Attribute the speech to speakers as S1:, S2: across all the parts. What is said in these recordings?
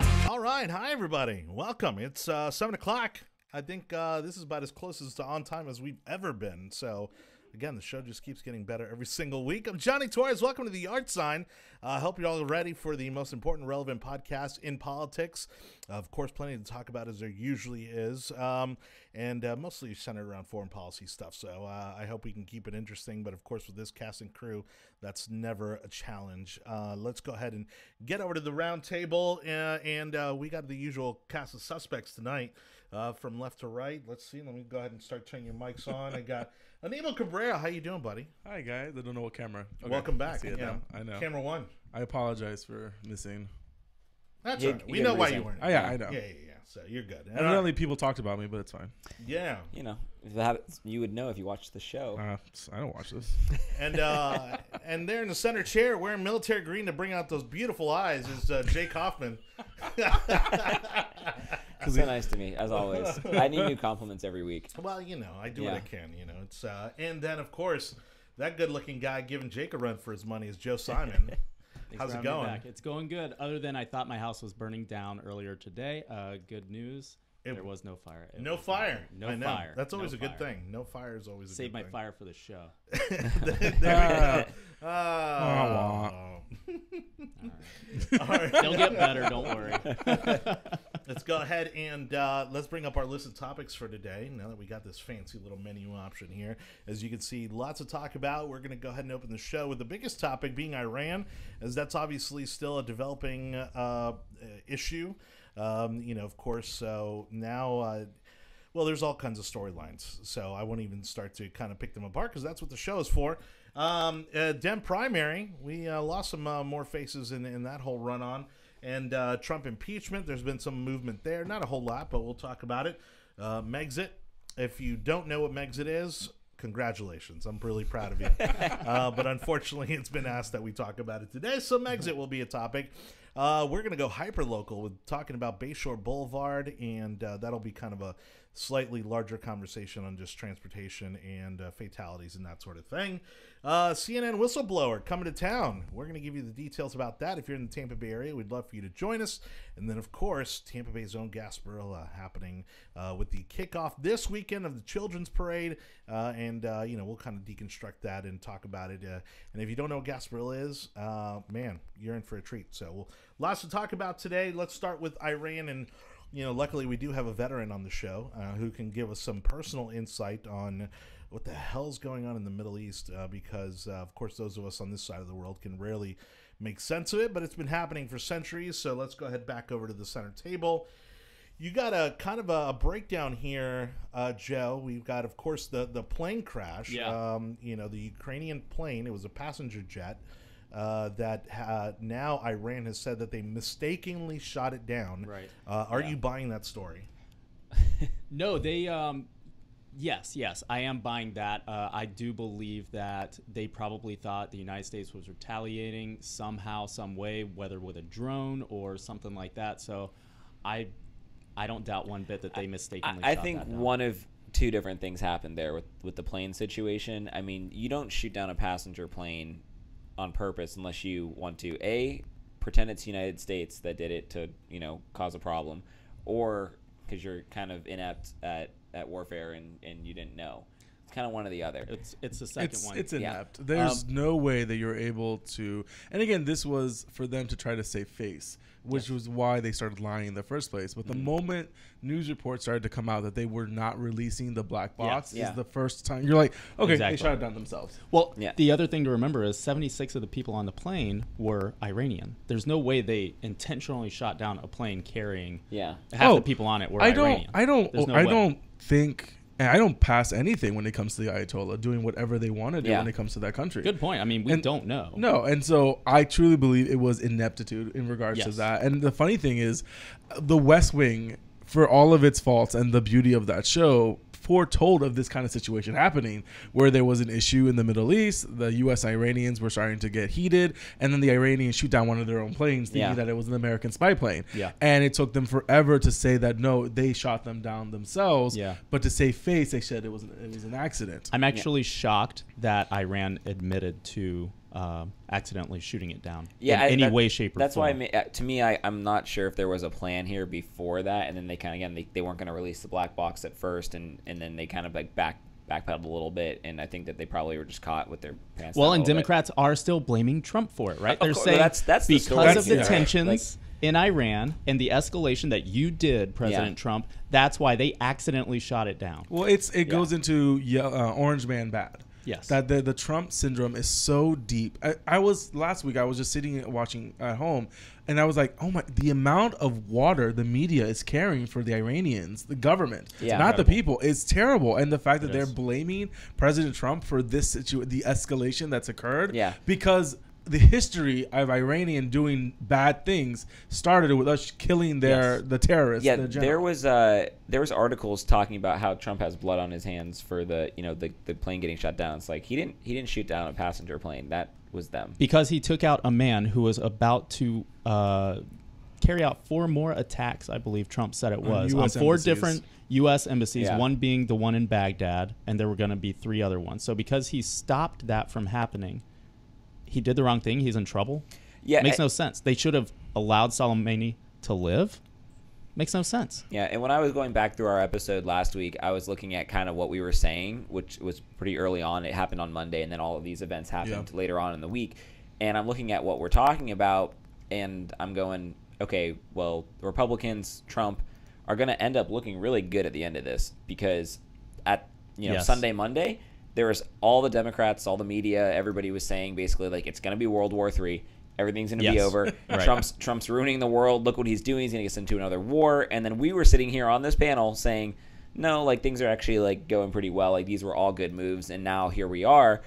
S1: right. Hi, everybody. Welcome. It's uh, 7 o'clock. I think uh, this is about as close as to on time as we've ever been. So, again, the show just keeps getting better every single week. I'm Johnny Torres. Welcome to The Yard Sign. I uh, hope you're all ready for the most important, relevant podcast in politics. Uh, Of course, plenty to talk about, as there usually is, um, and uh, mostly centered around foreign policy stuff. So, uh, I hope we can keep it interesting. But, of course, with this cast and crew, that's never a challenge. Uh, let's go ahead and get over to the round table. Uh, and uh, we got the usual cast of suspects tonight uh, from left to right. Let's see. Let me go ahead and start turning your mics on. I got Animo Cabrera. How you doing, buddy?
S2: Hi guys, I don't know what camera. Okay,
S1: Welcome
S2: I
S1: back.
S2: see it
S1: Yeah.
S2: now. I know.
S1: Camera one.
S2: I apologize for missing.
S1: That's
S3: You-
S1: all right.
S3: you
S1: We
S3: get
S1: know
S3: a
S1: why
S3: reason.
S1: you weren't.
S2: Oh, yeah, I know.
S1: Yeah, yeah, yeah. So you're good.
S2: I don't know, people talked about me, but it's fine.
S1: yeah.
S3: You know, if that you would know if you watched the show.
S2: Uh, I don't watch this.
S1: And uh, and there in the center chair, wearing military green to bring out those beautiful eyes, is uh, Jake Hoffman.
S3: so nice to me, as always. I need new compliments every week.
S1: Well, you know, I do what I
S3: Yeah.
S1: can. You know, it's uh, and then of course that good-looking guy giving Jake a run for his money is Joe Simon. How's it
S4: for having me
S1: going?
S4: back. It's going good. Other than I thought my house was burning down earlier today. Uh, good news.
S1: It-
S4: there was no fire. It
S1: No
S4: was
S1: fire.
S4: No
S1: I know.
S4: fire.
S1: That's
S4: No
S1: always a good
S4: fire.
S1: thing. No fire is always a
S4: Save
S1: good
S4: my
S1: thing.
S4: fire for the show.
S1: there we go.
S2: Uh, Aw.
S1: Oh. All right.
S4: They'll get better. Don't worry.
S1: Let's go ahead and uh, let's bring up our list of topics for today. Now that we got this fancy little menu option here, as you can see, lots to talk about. We're going to go ahead and open the show with the biggest topic being Iran, as that's obviously still a developing uh, uh, issue. Um, you know, of course, so now. Uh, well, there's all kinds of storylines, so I won't even start to kind of pick them apart because that's what the show is for. Um, uh, Dem primary, we uh, lost some uh, more faces in, in that whole run on, and uh, Trump impeachment. There's been some movement there, not a whole lot, but we'll talk about it. Uh, Megxit, if you don't know what Megxit is, congratulations, I'm really proud of you. uh, but unfortunately, it's been asked that we talk about it today, so Megxit will be a topic. Uh, we're going to go hyperlocal with talking about Bayshore Boulevard, and uh, that'll be kind of a slightly larger conversation on just transportation and uh, fatalities and that sort of thing. Uh, CNN whistleblower coming to town. We're going to give you the details about that. If you're in the Tampa Bay area, we'd love for you to join us. And then, of course, Tampa Bay's own Gasparilla happening uh, with the kickoff this weekend of the Children's Parade. Uh, and, uh, you know, we'll kind of deconstruct that and talk about it. Uh, and if you don't know what Gasparilla is, uh, man, you're in for a treat. So, we'll, lots to talk about today. Let's start with Iran and you know, luckily we do have a veteran on the show uh, who can give us some personal insight on what the hell's going on in the Middle East. Uh, because, uh, of course, those of us on this side of the world can rarely make sense of it, but it's been happening for centuries. So let's go ahead back over to the center table. You got a kind of a, a breakdown here, uh, Joe. We've got, of course, the the plane crash.
S4: Yeah.
S1: Um, you know, the Ukrainian plane. It was a passenger jet. Uh, that uh, now Iran has said that they mistakenly shot it down.
S4: Right.
S1: Uh, are you buying that story?
S4: No, they. Um, yes, yes, I am buying that. Uh, I do believe that they probably thought the United States was retaliating somehow, some way, whether with a drone or something like that. So, I, I don't doubt one bit that they mistakenly.
S3: I, I
S4: shot
S3: think
S4: that down.
S3: one of two different things happened there with, with the plane situation. I mean, you don't shoot down a passenger plane on purpose unless you want to a pretend it's the United States that did it to you know cause a problem, or because you're kind of inept at, at warfare and, and you didn't know. It's kind of one or the other.
S4: It's it's the second
S2: it's
S4: one.
S2: it's
S3: Yeah. Um,
S2: inept. There's no way that you're able to. And again, this was for them to try to save face, which was why they started lying in the first place. But the
S3: Mm-hmm.
S2: moment news reports started to come out that they were not releasing the black box
S3: Yeah.
S2: is the first time you're like, okay,
S4: Exactly.
S2: they shot it down themselves.
S4: Well,
S3: Yeah.
S4: the other thing to remember is 76 of the people on the plane were Iranian. There's no way they intentionally shot down a plane carrying
S3: Yeah.
S4: half
S2: Oh,
S4: the people on it were
S2: I don't.
S4: Iranian.
S2: I don't.
S4: There's no
S2: I
S4: way.
S2: don't think. And I don't pass anything when it comes to the Ayatollah doing whatever they want to do
S3: Yeah.
S2: when it comes to that country.
S4: Good point. I mean, we
S2: And-
S4: don't know.
S2: No, and so I truly believe it was ineptitude in regards to
S4: Yes.
S2: that. And the funny thing is, uh, The West Wing, for all of its faults and the beauty of that show, foretold of this kind of situation happening, where there was an issue in the Middle East, the U.S. Iranians were starting to get heated, and then the Iranians shoot down one of their own planes, thinking
S3: Yeah.
S2: that it was an American spy plane.
S4: Yeah.
S2: and it took them forever to say that no, they shot them down themselves.
S4: Yeah.
S2: but to save face, they said it was it was an accident.
S4: I'm actually shocked that Iran admitted to uh, um accidentally shooting it down
S3: yeah,
S4: in
S3: I-
S4: any
S3: that-
S4: way, shape, or
S3: That's why, I
S4: form.
S3: mean, uh, to me, I, I'm not sure if there was a plan here before that, and then they kind of again they, they weren't going to release the black box at first, and and then they kind of like back backpedaled a little bit, and I think that they probably were just caught with their pants.
S4: Well,
S3: down a
S4: and
S3: little bit.
S4: Democrats are still blaming Trump for it, right?
S3: Of
S4: They're
S3: course,
S4: saying
S3: that's- that's the
S4: because
S3: story
S4: of the
S2: here.
S4: tensions
S3: Like-
S4: in Iran and the escalation that you did, President Trump. That's why they accidentally shot it down.
S2: Well, it's it goes into ye- uh, Orange Man bad.
S4: Yes.
S2: that the, the Trump syndrome is so deep. I, I was last week. I was just sitting and watching at home, and I was like, "Oh my!" The amount of water the media is carrying for the Iranians, the government,
S3: Yeah.
S2: not the people, is terrible. And the fact that they're
S4: is.
S2: blaming President Trump for this situ- the escalation that's occurred,
S3: Yeah.
S2: because the history of Iranian doing bad things started with us killing their
S4: Yes.
S2: the terrorists.
S3: yeah,
S2: their
S3: there
S2: general.
S3: was uh, there was articles talking about how Trump has blood on his hands for the you know the, the plane getting shot down. It's like he didn't he didn't shoot down a passenger plane. That was them.
S4: because he took out a man who was about to uh, carry out four more attacks. I believe Trump said it was on
S2: US
S4: four
S2: embassies.
S4: different U.S. embassies.
S3: Yeah.
S4: One being the one in Baghdad, and there were going to be three other ones. So because he stopped that from happening, he did the wrong thing. He's in trouble.
S3: Yeah,
S4: makes
S3: I-
S4: no sense. They should have allowed Soleimani to live. Makes no sense.
S3: Yeah, and when I was going back through our episode last week, I was looking at kind of what we were saying, which was pretty early on. It happened on Monday, and then all of these events happened
S2: Yeah.
S3: later on in the week. And I'm looking at what we're talking about, and I'm going, okay, well, the Republicans, Trump, are going to end up looking really good at the end of this because at you know
S4: Yes.
S3: Sunday, Monday, there was all the Democrats, all the media, everybody was saying basically like it's going to be World War Three. Everything's going to be
S4: Yes.
S3: over.
S4: Right.
S3: Trump's Trump's Trump's ruining the world. Look what he's doing. He's gonna get us into another war. And then we were sitting here on this panel saying, no, like things are actually like going pretty well. Like these were all good moves. And now here we are.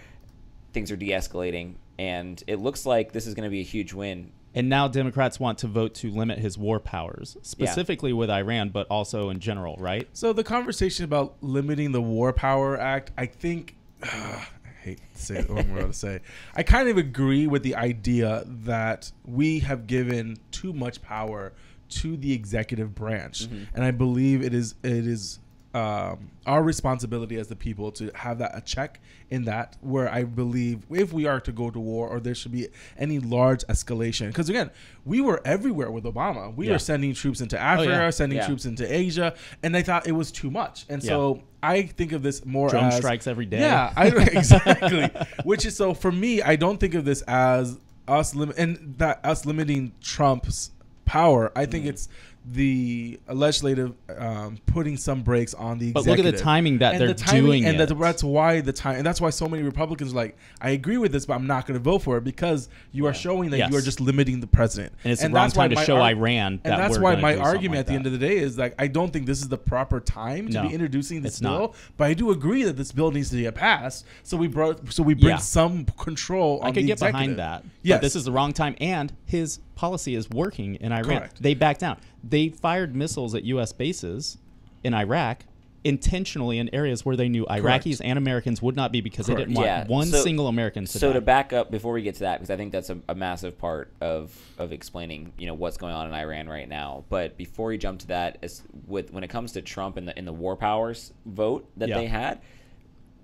S3: Things are de-escalating, and it looks like this is gonna be a huge win.
S4: And now Democrats want to vote to limit his war powers, specifically with Iran, but also in general, right?
S2: So the conversation about limiting the War Power Act, I think, I hate to say what I'm about to say. I kind of agree with the idea that we have given too much power to the executive branch,
S3: Mm-hmm.
S2: and I believe it is it is um, our responsibility as the people to have that a check in that where I believe if we are to go to war or there should be any large escalation because again we were everywhere with Obama we
S4: Yeah.
S2: were sending troops into Africa sending
S3: Oh, Yeah.
S2: troops into Asia and they thought it was too much and so I think of this more
S4: Drone
S2: as-
S4: strikes every day.
S2: yeah I, exactly which is so for me I don't think of this as us lim- and that us limiting Trump's power I
S4: Mm.
S2: think it's the legislative um, putting some brakes on the
S4: But look at the
S2: executive.
S4: timing that they're doing
S2: and
S4: it.
S2: that- that's why the time and that's why so many republicans are like i agree with this but i'm not going to vote for it because you are showing that
S4: Yes.
S2: you are just limiting the president
S4: And it's the wrong
S2: that's why
S4: time to
S2: my
S4: show Iran that
S2: and that's
S4: we're
S2: why
S4: gonna
S2: my
S4: do something
S2: argument
S4: like
S2: at the end
S4: that.
S2: of the day is like i don't think this is the proper time to
S4: No,
S2: be introducing this
S4: it's
S2: bill
S4: not.
S2: but i do agree that this bill needs to get passed so we brought so we bring
S4: Yeah.
S2: some control on
S4: I could
S2: the
S4: get
S2: executive.
S4: behind that.
S2: yes
S4: Yeah, But this is the wrong time. And his policy is working in Iran.
S2: Correct.
S4: They backed down. They fired missiles at U.S. bases in Iraq intentionally in areas where they knew Iraqis and Americans would not be because they didn't want
S3: Yeah,
S4: one
S3: so-
S4: single American to
S3: so
S4: die.
S3: to back up before we get to that because i think that's a, a massive part of of explaining you know what's going on in iran right now but before we jump to that as with when it comes to trump and the in the war powers vote that
S4: Yeah.
S3: they had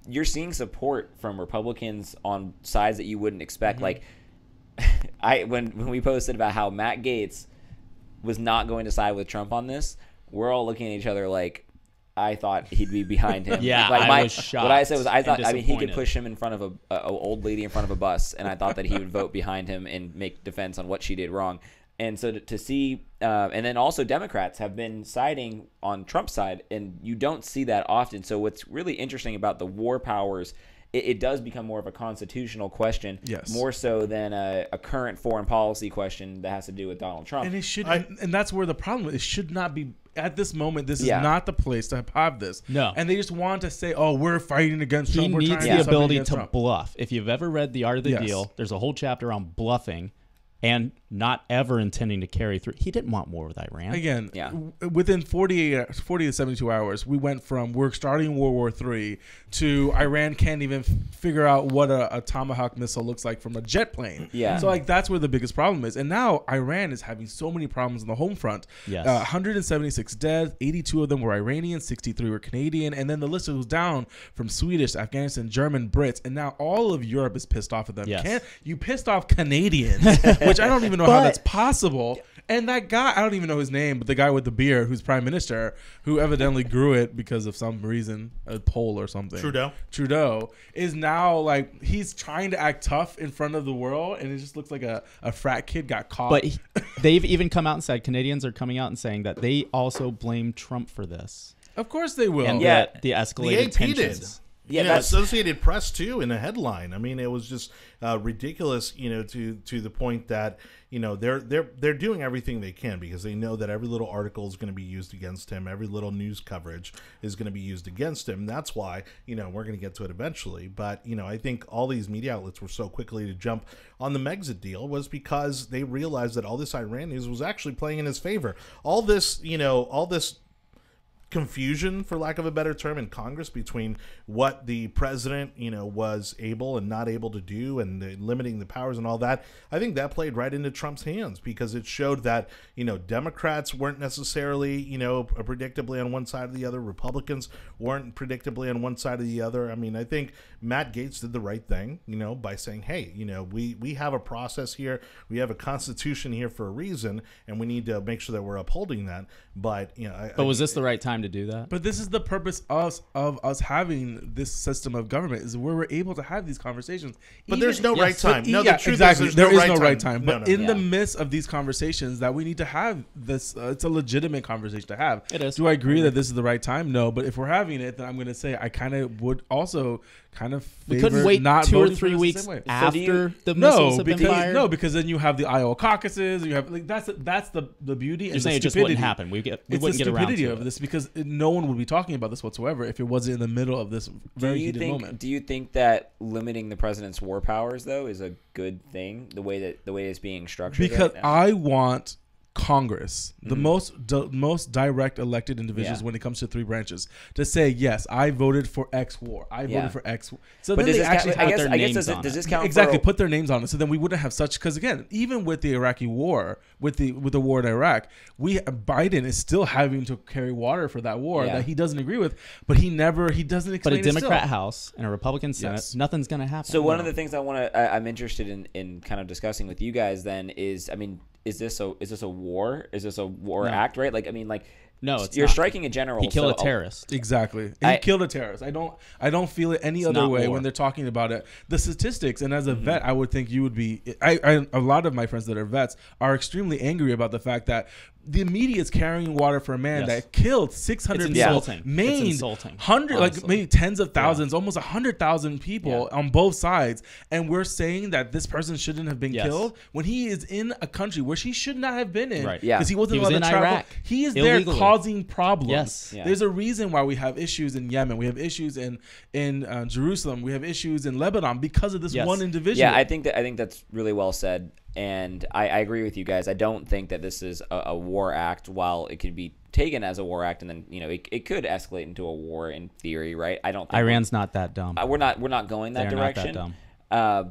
S3: you're seeing support from republicans on sides that you wouldn't expect
S4: Mm-hmm.
S3: like i when when we posted about how matt gates was not going to side with Trump on this, we're all looking at each other like, I thought he'd be behind him.
S4: Yeah,
S3: like
S4: I was
S3: What I said
S4: shocked
S3: was, I
S4: and
S3: thought I mean he could
S4: disappointed.
S3: push him in front of a, a, a old lady in front of a bus, and I thought that he would vote behind him and make defense on what she did wrong. And so to, to see, uh, and then also Democrats have been siding on Trump's side, and you don't see that often. So what's really interesting about the war powers, it, it does become more of a constitutional question,
S2: Yes.
S3: more so than a, a current foreign policy question that has to do with Donald Trump.
S2: And it should,
S1: I-
S2: and, and that's where the problem. is. It should not be at this moment. This is
S3: Yeah.
S2: not the place to have this.
S4: No.
S2: and they just want to say, "Oh, we're fighting against
S4: he
S2: Trump." we're
S4: needs
S2: trying
S4: the
S2: do something
S4: ability
S2: against
S4: to
S2: Trump."
S4: bluff. If you've ever read The Art of the
S2: Yes.
S4: Deal, there's a whole chapter on bluffing. and not ever intending to carry through. He didn't want war with Iran.
S2: Again,
S3: Yeah.
S2: w- within 48, 40 to 72 hours, we went from we're starting World War III to Iran can't even f- figure out what a, a Tomahawk missile looks like from a jet plane.
S3: Yeah.
S2: So, like, that's where the biggest problem is. And now Iran is having so many problems on the home front.
S4: Yes.
S2: Uh, 176 dead, 82 of them were Iranian, 63 were Canadian, and then the list goes down from Swedish, Afghanistan, German, Brits, and now all of Europe is pissed off at them.
S4: Yes.
S2: Can- you pissed off Canadians, which I don't even know how
S4: But-
S2: that's possible. And that guy, I don't even know his name, but the guy with the beard who's prime minister, who evidently grew it because of some reason, a poll or something.
S1: Trudeau.
S2: Trudeau is now like he's trying to act tough in front of the world, and it just looks like a, a frat kid got caught.
S4: But he- they've even come out and said Canadians are coming out and saying that they also blame Trump for this
S2: of course they will.
S4: and
S3: Oh. Yeah.
S4: the, the
S1: The
S4: escalated
S1: AP did.
S4: tensions.
S3: Yeah,
S1: Yeah, you know,
S3: that's-
S1: Associated Press too in a headline. I mean, it was just uh, ridiculous. You know, to to the point that you know they're they're they're doing everything they can because they know that every little article is going to be used against him. Every little news coverage is going to be used against him. That's why you know we're going to get to it eventually. But you know, I think all these media outlets were so quickly to jump on the Megxit deal was because they realized that all this Iran news was actually playing in his favor. All this, you know, all this confusion for lack of a better term in congress between what the president you know was able and not able to do and the, limiting the powers and all that i think that played right into trump's hands because it showed that you know democrats weren't necessarily you know predictably on one side or the other republicans weren't predictably on one side or the other i mean i think matt gates did the right thing you know by saying hey you know we we have a process here we have a constitution here for a reason and we need to make sure that we're upholding that but you know I,
S4: But was this the right time to do that?
S2: But this is the purpose us of us having this system of government is where we're able to have these conversations.
S1: But there's no right time.
S2: but e-
S1: No, the
S2: yeah,
S1: truth is
S2: exactly.
S1: there's
S2: There
S1: no
S2: is
S1: right
S2: no right
S1: time.
S2: time.
S1: No,
S2: But
S1: no,
S2: in
S1: no.
S2: the midst of these conversations, that we need to have this, uh, it's a legitimate conversation to have.
S4: It is.
S2: Do I agree that this is the right time? No. But if we're having it, then I'm going to say I kind of would also kind of
S4: We
S2: favor
S4: couldn't wait
S2: not
S4: two or
S2: voting for
S4: three
S2: this the
S4: weeks
S2: same way.
S4: after
S3: you-
S4: the missiles
S2: No,
S4: have
S2: because
S4: been fired.
S2: no, because then you have the Iowa caucuses. You have like that's that's the the beauty.
S4: you're saying it just wouldn't happen. We get we
S2: It's the
S4: wouldn't get around
S2: stupidity
S4: to
S2: of
S4: it.
S2: this because it- no one would be talking about this whatsoever if it wasn't in the middle of this
S3: Do
S2: very
S3: you
S2: heated
S3: think?
S2: moment.
S3: Do you think that limiting the president's war powers though is a good thing? The way that the way it's being structured.
S2: because
S3: right now? Mm-hmm.
S2: I want Congress, the most di- most direct elected individuals
S3: Yeah.
S2: when it comes to three branches, to say yes, I voted for X war, I
S3: Yeah.
S2: voted for X. War. So then
S3: but does
S2: they
S3: this
S2: actually
S3: count, I
S4: have
S3: guess,
S4: their
S3: I guess
S4: names
S3: does, it,
S4: on
S3: does
S4: it.
S3: this count
S2: exactly
S3: For,
S2: put their names on it so then we wouldn't have such because again even with the iraqi war with the with the war in iraq we biden is still having to carry water for that war
S3: Yeah.
S2: that he doesn't agree with but he never he doesn't
S4: But
S2: explain
S4: a
S2: it still.
S4: Democrat House and a Republican Senate,
S2: Yes.
S4: nothing's going to happen.
S3: So one of the things I want to, I'm interested in, in kind of discussing with you guys then is, I mean, is this a is this a war? Is this a war act? Right? Like, I mean, like,
S4: No, it's
S3: you're
S4: not.
S3: striking a general.
S4: he killed
S3: so oh.
S4: a terrorist.
S2: Exactly. He
S3: I-
S2: killed a terrorist. I don't I don't feel it any other way
S4: not war. Mm-hmm.
S2: when they're talking about it. The statistics and as a vet, I would think you would be I, I a lot of my friends that are vets are extremely angry about the fact that the media is carrying water for a man
S4: Yes.
S2: that killed 600
S4: It's
S2: people,
S4: insulting. It's
S2: maimed
S4: insulting,
S2: hundred like
S4: honestly.
S2: maybe tens of thousands, almost almost 100,000 people on both sides and we're saying that this person shouldn't have been
S4: Yes.
S2: killed when he is in a country where she should not have been in
S4: Right.
S3: Yeah.
S2: because he wasn't
S4: He was
S2: allowed to
S4: in
S2: travel.
S4: Iraq,
S2: He is there
S4: illegally.
S2: causing problems.
S4: Yes.
S3: Yeah.
S2: There's a reason why we have issues in Yemen. We have issues in in uh, Jerusalem. We have issues in Lebanon because of this
S4: Yes.
S2: one individual.
S3: Yeah, I think that I think that's really well said, and I, I agree with you guys. I don't think that this is a, a war act. While it can be taken as a war act, and then you know it, it could escalate into a war in theory, right? I don't. Think
S4: Iran's not that dumb.
S3: We're, we're not. We're not going that
S4: They're not that
S3: direction.
S4: dumb.
S3: Uh,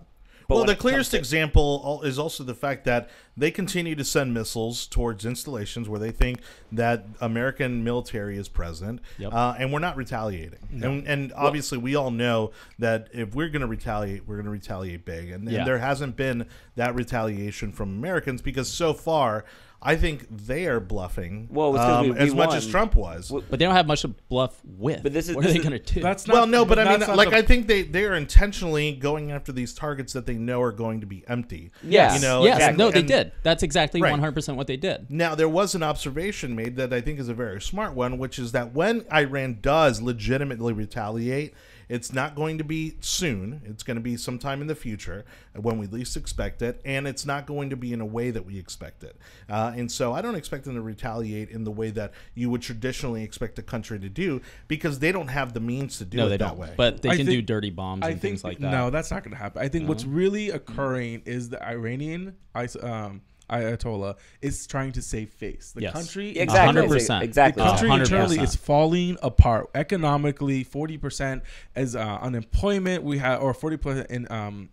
S3: but
S1: Well,
S3: when
S1: the
S3: it comes
S1: clearest
S3: to-
S1: example al- is also the fact that they continue to send missiles towards installations where they think that American military is present,
S4: Yep.
S1: uh, and we're not retaliating. And, and obviously, we all know that if we're going to retaliate, we're going to retaliate big. And,
S4: Yeah.
S1: and there hasn't been that retaliation from Americans because so far, I think they are bluffing um,
S3: Well, it's 'cause we- we
S1: as much as
S3: won.
S1: Trump was.
S4: but they don't have much to bluff with.
S3: But this is-
S4: what
S3: this
S4: are they
S3: is-
S4: going to do?
S2: that's not,
S1: well, no, but I
S2: that's
S1: mean,
S2: not
S1: like,
S2: the-
S1: I think they they are intentionally going after these targets that they know are going to be empty.
S3: Yes.
S1: you know,
S4: yes,
S1: and-
S4: no, they
S1: and-
S4: did. That's exactly
S1: Right.
S4: 100% what they did.
S1: Now, there was an observation made that I think is a very smart one, which is that when Iran does legitimately retaliate, It's not going to be soon. It's going to be sometime in the future uh, when we least expect it, and it's not going to be in a way that we expect it. Uh, and so I don't expect them to retaliate in the way that you would traditionally expect a country to do because they don't have the means to do
S4: No,
S1: it
S4: they
S1: that
S4: don't.
S1: way.
S4: But they
S2: I
S4: can do
S2: think-
S4: dirty bombs and things like that.
S2: No, that's not going to happen. I think what's really occurring is the Iranian is- um, Ayatollah is trying to save face. The
S4: Yes.
S2: country,
S3: Exactly.
S4: 100%.
S2: the
S3: Exactly.
S4: Uh,
S2: country internally
S4: 100%.
S2: is falling apart economically. Forty percent is uh, unemployment. We have or forty percent in. Um,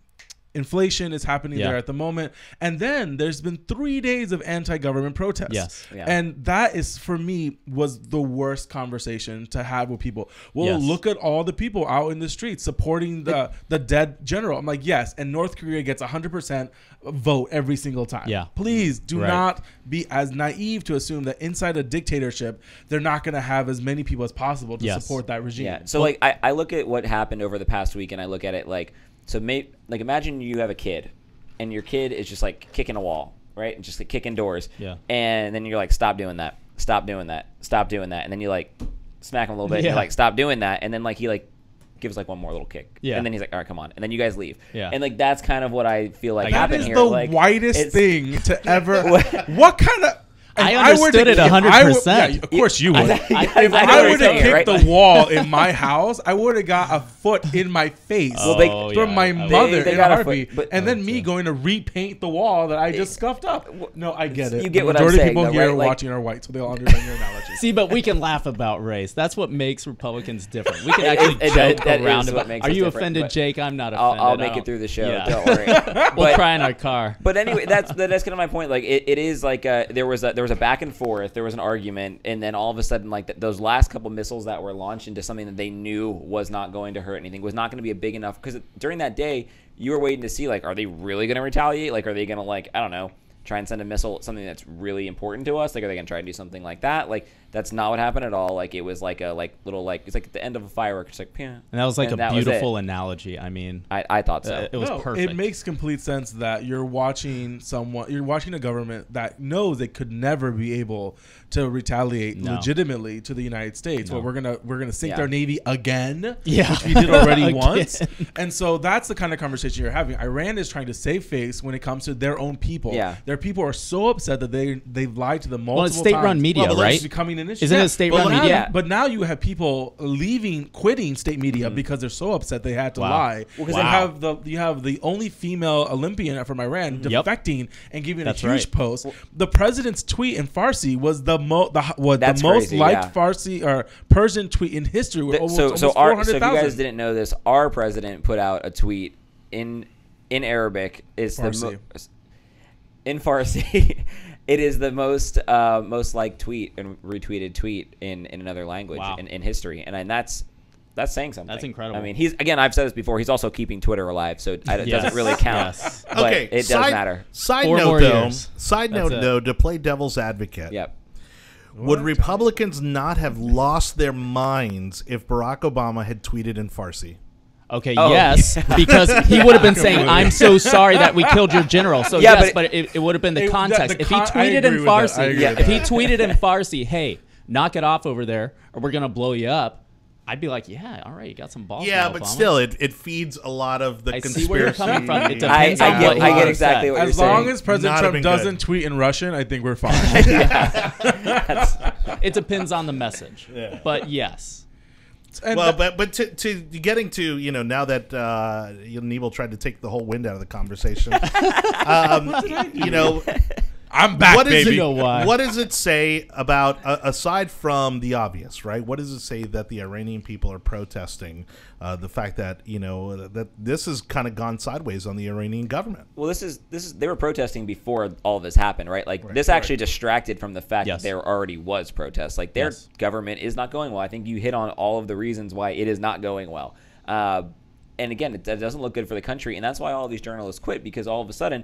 S2: Inflation is happening
S4: Yeah.
S2: there at the moment, and then there's been three days of anti-government protests.
S4: Yes.
S3: Yeah.
S2: and that is for me was the worst conversation to have with people. Well,
S4: Yes.
S2: look at all the people out in the streets supporting the the dead general. I'm like, yes, and North Korea gets 100 percent vote every single time.
S4: Yeah.
S2: please do
S4: Right.
S2: not be as naive to assume that inside a dictatorship they're not going to have as many people as possible to
S4: Yes.
S2: support that regime.
S3: Yeah. So like I, I look at what happened over the past week and I look at it like so may like imagine you have a kid and your kid is just like kicking a wall, right? And just like kicking doors.
S4: Yeah.
S3: And then you're like, stop doing that. Stop doing that. Stop doing that. And then you like smack him a little bit. And you're
S4: Yeah.
S3: like, stop doing that. And then like he like gives like one more little kick.
S4: Yeah.
S3: And then he's like, all right, come on. And then you guys leave.
S4: Yeah.
S3: And like that's kind of what I feel like
S4: That
S2: that
S3: happened
S2: is
S3: here.
S2: the
S3: like,
S2: whitest
S3: it's-
S2: thing to ever. what kind of?
S4: I
S2: if were to
S4: understood it
S2: kick- if I were-
S4: 100%.
S2: yeah, Of course you
S4: I-
S2: would.
S4: I-
S2: If
S4: I
S2: I, would
S4: know what you're
S2: have
S4: saying,
S2: kicked
S3: right?
S2: the
S3: Like-
S2: wall in my house, I would have got a foot in my face
S4: Oh,
S3: they-
S2: from
S4: yeah,
S2: my
S4: I would- Oh,
S2: mother
S3: They- they
S2: in
S3: got a
S2: a
S3: foot,
S2: heartbeat,
S3: but-
S2: and then me going to repaint the wall that I just scuffed up. No, I get it.
S3: you get
S2: the
S3: what I'm
S2: majority
S3: saying,
S2: of people
S3: though,
S2: here
S3: right? Like-
S2: watching are white, so they'll understand your analogy.
S4: See, but we can laugh about race. That's what makes Republicans different. We can actually
S3: it- that-
S4: joke
S3: that is
S4: around
S3: what
S4: about.
S3: makes
S4: Are
S3: us
S4: you
S3: different,
S4: offended,
S3: but
S4: Jake? I'm not
S3: I'll,
S4: offended. oh.
S3: I'll
S4: I
S3: make
S4: don't-
S3: it through the show.
S4: Yeah.
S3: Don't worry.
S4: we'll
S3: But-
S4: cry in our car.
S3: But anyway, that's that's kind of my point. Like it, it is like uh there was a there was a back and forth, there was an argument, and then all of a sudden, like th- those last couple missiles that were launched into something that they knew was not going to hurt anything, was not going to be a big enough. Because during that day, you were waiting to see like, are they really going to retaliate? Like, are they going to like I don't know, try and send a missile at something that's really important to us? Like, are they going to try and do something like that? Like, that's not what happened at all. Like, it was like a like little like it's like at the end of a firework, it's like, and
S4: And that was like a
S3: was it.
S4: beautiful analogy. I mean,
S3: I, I thought so.
S4: uh, it was
S2: No,
S4: perfect.
S2: It makes complete sense that you're watching someone, you're watching a government that knows it could never be able to retaliate
S4: No.
S2: legitimately to the United States. Well, we're gonna we're gonna sink
S3: Yeah.
S2: their navy again,
S4: Yeah.
S2: which we did already
S4: Again.
S2: once. And so that's the kind of conversation you're having. Iran is trying to save face when it comes to their own people.
S3: Yeah.
S2: their people are so upset that they they've lied to them multiple
S4: well, it's state-run
S2: times.
S4: media,
S1: Well, but
S4: right?
S2: It's becoming an issue.
S4: Isn't
S2: Yeah,
S4: it state
S2: but
S4: run
S2: now-
S4: media?
S2: But now you have people leaving, quitting state media because they're so upset they had to
S4: Mm. Wow.
S2: lie.
S3: Well,
S2: 'cause
S4: Wow.
S2: you have the you have the only female Olympian from Iran
S4: Yep.
S2: defecting and giving
S4: That's
S2: a huge
S4: right.
S2: post. The president's tweet in Farsi was the mo the h- was the
S3: That's
S2: most
S3: crazy,
S2: liked
S3: yeah.
S2: Farsi or Persian tweet in history. With
S3: Th-
S2: almost,
S3: so, so
S2: almost
S3: our so if you guys
S2: 400,000.
S3: didn't know this, our president put out a tweet in in Arabic. It's the
S2: Farsi.
S3: mo- in Farsi. it is the most uh, most liked tweet and retweeted tweet in, in another language
S4: Wow.
S3: in, in history, and, and that's that's saying something.
S4: That's incredible.
S3: I mean, he's again. I've said this before. He's also keeping Twitter alive, so it, I- it
S4: Yes.
S3: doesn't really count.
S4: Yes.
S3: But it does
S1: side,
S3: matter.
S1: Side
S4: Four
S1: note
S4: more
S1: though.
S4: years.
S1: Side
S4: That's
S1: note
S4: it.
S1: though, to play devil's advocate.
S3: Yep.
S1: Would Republicans not have lost their minds if Barack Obama had tweeted in Farsi?
S4: Okay,
S3: Oh,
S4: yes, because he would have been saying, "I'm so sorry that we killed your general." So
S3: Yeah,
S4: yes,
S3: but
S4: but, it, it would have been the
S2: It- that-
S4: context.
S2: the
S4: if he
S2: con- I
S4: tweeted
S2: agree
S4: in
S2: with that. I
S4: Farsi,
S2: agree
S3: with
S4: if he
S3: that.
S4: tweeted in Farsi, "Hey, knock it off over there, or we're gonna blow you up," I'd be like, "Yeah, all right, you got some balls."
S1: Yeah,
S4: now,
S1: but
S4: Obama."
S1: still, it, it feeds a lot of the
S4: I
S1: conspiracy.
S4: see where you're coming from. It
S3: I, I
S4: depends on
S3: get
S4: what
S3: I
S4: he
S3: get
S4: said.
S3: exactly what
S2: As
S3: you're
S2: long
S3: saying.
S2: as President
S1: Not
S2: Trump
S1: been good.
S2: doesn't tweet in Russian, I think we're fine.
S4: it depends on the message. But yes,
S2: And
S1: well,
S2: the-
S1: but but to, to getting to you know now that uh, you know, Nebel tried to take the whole wind out of the conversation, um, you know
S2: I'm back,
S1: what is
S2: baby.
S1: it?
S4: know why.
S1: What does it say about uh, aside from the obvious, right? What does it say that the Iranian people are protesting uh, the fact that you know that this has kind of gone sideways on the Iranian government?
S3: Well, this is this is they were protesting before all this happened, right? Like this actually distracted from the fact
S4: Yes.
S3: that there already was protests. Like their
S4: Yes.
S3: government is not going well. I think you hit on all of the reasons why it is not going well. Uh, and again, it, that doesn't look good for the country, and that's why all these journalists quit because all of a sudden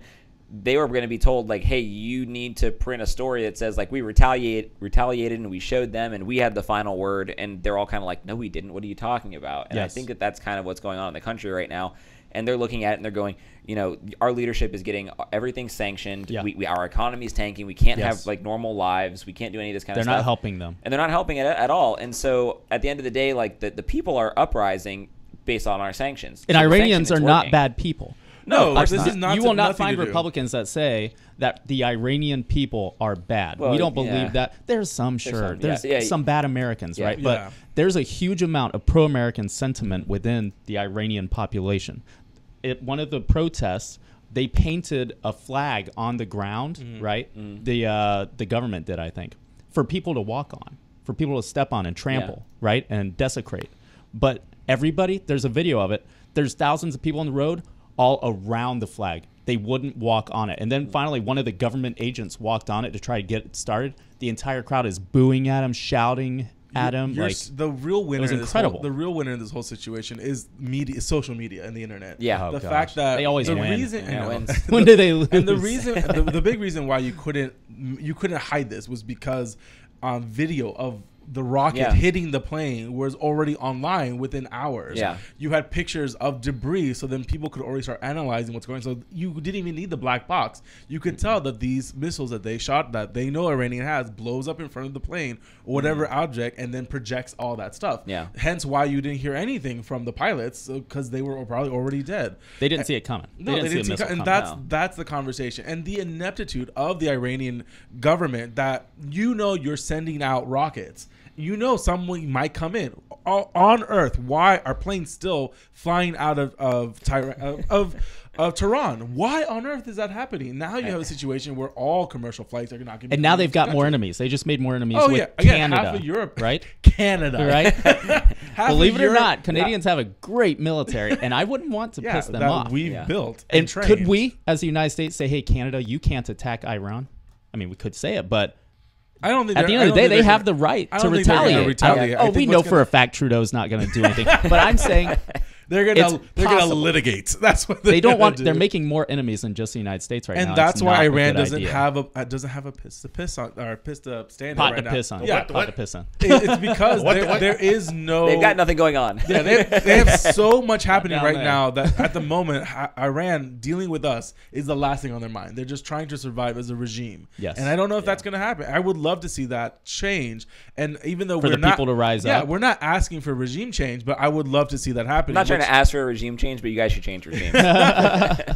S3: they were going to be told like, "Hey, you need to print a story that says like we retaliate retaliated and we showed them and we had the final word," and they're all kind of like, "No, we didn't. What are you talking about?" And I
S4: Yes.
S3: think that that's kind of what's going on in the country right now. And they're looking at it and they're going, you know, our leadership is getting everything sanctioned.
S4: Yeah.
S3: We, we our economy's tanking. We can't
S4: Yes.
S3: have like normal lives. We can't do any of this kind
S4: they're
S3: of
S4: not
S3: stuff.
S4: helping them.
S3: And they're not helping it at all. And so at the end of the day, like the, the people are uprising based on our sanctions.
S4: And
S3: So the
S4: Iranians are
S3: sanctions
S4: not
S3: working.
S4: bad people.
S2: No,
S4: Of course
S2: this
S4: not.
S2: is not
S4: you will not
S2: nothing
S4: find
S2: to do.
S4: Republicans that say that the Iranian people are bad.
S3: Well,
S4: we don't believe
S3: yeah.
S4: that. There's some, sure.
S3: some,
S4: There's
S3: yeah, yeah.
S4: some bad Americans,
S3: Yeah.
S4: right?
S2: Yeah.
S4: But there's a huge amount of pro American sentiment within the Iranian population. At one of the protests, they painted a flag on the ground, right? The, uh, the government did, I think, for people to walk on, for people to step on and trample, right? And desecrate. But everybody, there's a video of it. There's thousands of people on the road all around the flag. They wouldn't walk on it. And then finally, one of the government agents walked on it to try to get it started. The entire crowd is booing at him, shouting at him.
S2: You're
S4: Like,
S2: s- the real winner. in this whole-
S4: incredible.
S2: the real winner in this whole situation is media, is social media, and the internet.
S3: Yeah. Oh,
S2: the
S4: gosh.
S2: fact that
S4: They always
S2: the
S4: win.
S2: reason
S3: Yeah,
S2: I know.
S3: wins.
S4: when do they lose?
S2: and the reason, the, the big reason why you couldn't you couldn't hide this was because um, video of the rocket
S3: Yeah.
S2: hitting the plane was already online within hours.
S3: Yeah.
S2: you had pictures of debris, so then people could already start analyzing what's going. on. So you didn't even need the black box. You could tell that these missiles that they shot, that they know Iranian has, blows up in front of the plane or whatever object, and then projects all that stuff.
S3: Mm. Yeah.
S2: Hence why you didn't hear anything from the pilots because they were probably already dead.
S4: they didn't see it coming.
S2: No, they didn't, see,
S4: a missile
S2: co- and
S4: coming.
S2: that's
S3: no.
S2: that's the conversation and the ineptitude of the Iranian government that you know you're sending out rockets. You know someone might come in O- on Earth. Why are planes still flying out of of Tyra- of, of of Tehran? Why on Earth is that happening? Now you have a situation where all commercial flights are not going.
S4: and now they've got more enemies. They just made more enemies
S2: Oh
S4: with
S2: yeah, again,
S4: Canada.
S2: half of Europe,
S4: right?
S2: Canada,
S4: Right?
S2: Half of
S4: Believe it or
S2: Europe-
S4: not, Canadians have a great military, and I wouldn't want to
S2: yeah,
S4: piss them
S2: that
S4: off.
S2: we've
S3: Yeah.
S2: built
S4: and could
S2: trained.
S4: we, as the United States, say, "Hey, Canada, you can't attack Iran"? I mean, we could say it, but
S2: I don't think
S4: at the
S2: they're- I
S4: end
S2: don't
S4: of the day,
S2: think
S4: they
S2: they're
S4: have the
S2: gonna-
S4: right
S2: I
S4: to
S2: don't think they're gonna
S4: retaliate.
S2: retaliate. I
S4: I- oh,
S2: think
S4: we
S2: what's
S4: know
S2: gonna-
S4: for a fact Trudeau's not going to do anything. but I'm saying
S2: They're gonna
S4: It's
S2: they're gonna
S4: possible.
S2: litigate. That's what they're
S4: they don't
S2: gonna
S4: want.
S2: do.
S4: They're making more enemies than just the United States right now.
S2: and
S4: It's
S2: that's
S4: not
S2: why
S4: a
S2: Iran
S4: good
S2: doesn't
S4: idea.
S2: have a uh, doesn't have a piss to piss on or piss to stand
S4: pot
S2: on
S4: to
S2: right
S4: piss
S2: now.
S4: on.
S2: Yeah,
S4: pot
S1: what?
S4: to piss on.
S2: It- it's because
S1: What the
S2: there,
S1: what?
S2: there is no.
S3: They've got nothing going on.
S2: Yeah, they, have, they have so much happening
S4: down
S2: right
S4: there.
S2: now that at the moment, I- Iran dealing with us is the last thing on their mind. They're just trying to survive as a regime.
S4: Yes.
S2: and I don't know if that's going to happen. I would love to see that change. And even though
S4: For
S2: we're
S4: the
S2: not,
S4: people to rise
S2: yeah,
S4: up.
S2: we're not asking for regime change, but I would love to see that happen.
S3: I'm not trying
S2: which,
S3: to ask for a regime change, but you guys should change regimes.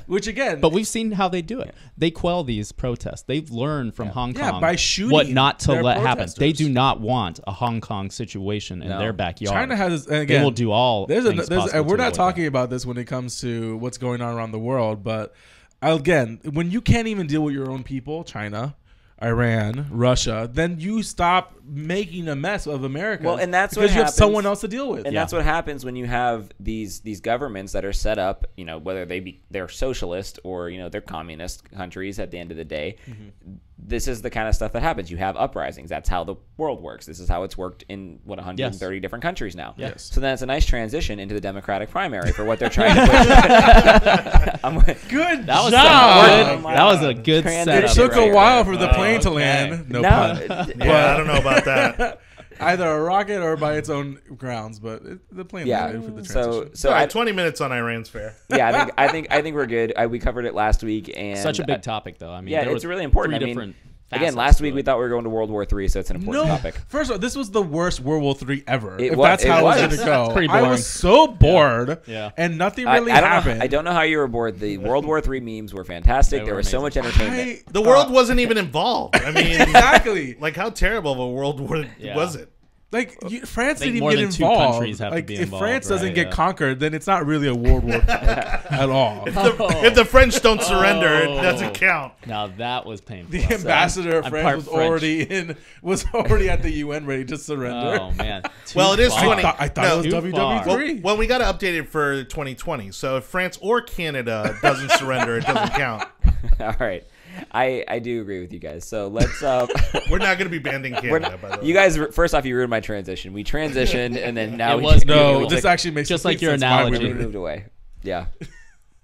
S2: which again,
S4: But we've seen how they do it. They quell these protests. They've learned from Hong
S2: Yeah,
S4: Kong
S2: by shooting
S4: what not to
S2: their
S4: let happen. They
S2: protesters.
S4: do not want a Hong Kong situation in
S3: No.
S4: their backyard.
S2: China has and
S4: They
S2: again,
S4: will do all
S2: There's a
S4: things
S2: there's,
S4: possible
S2: and we're
S4: to
S2: not
S4: avoid
S2: talking about this when it comes to what's going on around the world, but again, when you can't even deal with your own people, China, Iran, Russia, then you stop making a mess of America.
S3: Well, and that's what
S2: because you have
S3: happens-
S2: someone else to deal with.
S3: And that's what happens when you have these these governments that are set up, you know, whether they be they're socialist or you know they're communist countries. At the end of the day,
S4: Mm-hmm.
S3: this is the kind of stuff that happens. You have uprisings. That's how the world works. This is how it's worked in what 130 different countries now.
S2: Yes.
S3: So then it's a nice transition into the Democratic primary for what they're trying to push. I'm-
S2: Good
S4: That was
S2: job.
S4: some good- that was a good
S3: Transition.
S4: setup.
S2: It took
S3: Right,
S2: a while
S3: right.
S2: for the
S1: Oh,
S2: plane to
S1: okay.
S2: land. No,
S3: No,
S2: pun.
S1: Yeah, I don't know about that.
S2: Either a rocket or by its own grounds, but it, the plane
S3: yeah.
S2: landed for the transition.
S3: So so
S1: So
S3: I,
S1: 20 minutes on Iran's fair.
S3: yeah, I think I think I think we're good. I, we covered it last week, and
S4: Such a
S3: I-
S4: big topic, though. I mean,
S3: yeah,
S4: there
S3: it's
S4: were
S3: really important.
S4: Three
S3: I mean,
S4: different
S3: again,
S4: facets
S3: last
S4: to
S3: week
S4: it.
S3: we thought we were going to World War Three, so it's an important topic.
S2: First of all, this was the worst World War Three ever.
S3: It
S2: if
S3: wa-
S2: that's
S3: it
S2: how it was
S3: was.
S2: going to go,
S4: It's pretty
S2: I
S4: boring.
S2: was so bored.
S4: Yeah.
S2: and nothing
S3: I-
S2: really
S3: I, don't
S2: happened.
S3: Know, I don't know how you were bored. The World War Three memes were fantastic.
S4: They
S3: there
S4: were
S3: was so much
S4: amazing.
S3: entertainment.
S2: I-
S1: The world
S2: uh,
S1: wasn't even involved. I mean,
S2: exactly
S1: like how terrible of a world war
S4: Yeah.
S1: was it?
S2: like you, France
S4: think
S2: didn't
S4: more
S2: get
S4: than two
S2: involved.
S4: countries have to
S2: like
S4: be
S2: if
S4: involved,
S2: France doesn't
S4: right?
S2: get
S4: Yeah.
S2: conquered, then it's not really a World War at all.
S1: The- if the French don't surrender, it
S4: Oh.
S1: doesn't count.
S4: Now that was painful.
S2: The ambassador of
S4: I'm
S2: France
S4: part
S2: was
S4: French.
S2: already in was already at the UN ready to surrender.
S4: oh man.
S1: Well, it is
S2: I
S4: Too far.
S1: 20.
S2: thought, I thought
S1: No.
S2: it was
S4: Too
S2: WW
S4: far.
S1: Well,
S2: three.
S1: well, we got to update it for 2020. So if France or Canada doesn't surrender, it doesn't count.
S3: All right, I I do agree with you guys. So let's. Uh,
S1: We're not going to be banding
S3: we're
S1: Canada,
S3: not-
S1: by the way.
S3: you guys, ru- first off, you ruined my transition. We transitioned, and then now
S4: It
S3: we
S4: was
S3: just-
S4: beautiful.
S3: we
S2: no, this
S3: took-
S2: actually makes
S4: just
S2: complete
S4: like your
S2: sense why we
S4: analogy.
S3: we
S2: would-
S3: moved away. Yeah,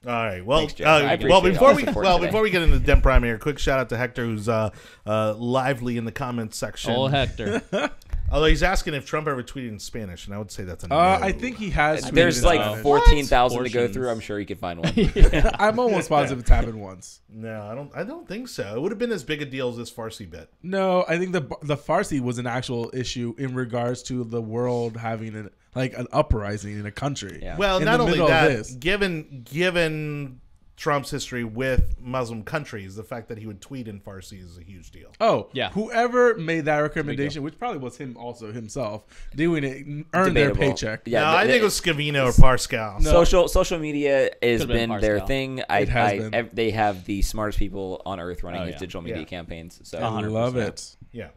S1: All right. Well,
S3: Thanks, Jeff. I
S1: uh,
S3: appreciate
S1: well,
S3: all
S1: before
S3: the
S1: we
S3: support
S1: well
S3: today.
S1: before we get into Dem Prime here, quick shout out to Hector, who's uh, uh, lively in the comment section.
S4: Old Hector.
S1: Although he's asking if Trump ever tweeted in Spanish, and I would say that's a
S2: Uh,
S1: no.
S2: I think he has. tweeted
S3: there's
S2: in
S3: like
S2: Spanish.
S3: fourteen thousand to go
S4: Portions.
S3: through. I'm sure you could find one.
S2: I'm almost positive it's happened once.
S1: no, I don't. I don't think so. It would have been as big a deal as this Farsi bit.
S2: No, I think the the Farsi was an actual issue in regards to the world having an, like an uprising in a country.
S3: Yeah.
S1: Well,
S2: in
S1: not
S2: the
S1: only
S2: middle of
S1: that,
S2: this.
S1: given given Trump's history with Muslim countries, the fact that he would tweet in Farsi is a huge deal.
S2: Oh,
S4: Yeah.
S2: Whoever made that recommendation, which probably was him also himself, doing it earned their
S3: Debatable.
S2: paycheck.
S3: Yeah,
S1: no,
S3: the-
S1: I think
S3: the-
S1: it was Scavino or Parscal.
S3: Social social media has
S4: Could've been
S3: been their
S4: Parscale.
S3: thing. I,
S2: It has
S3: I
S2: been.
S3: ev- they have the smartest people on earth running
S4: Oh,
S3: these
S4: yeah.
S3: digital media
S1: Yeah.
S3: campaigns. So
S2: I love it.
S1: Yeah.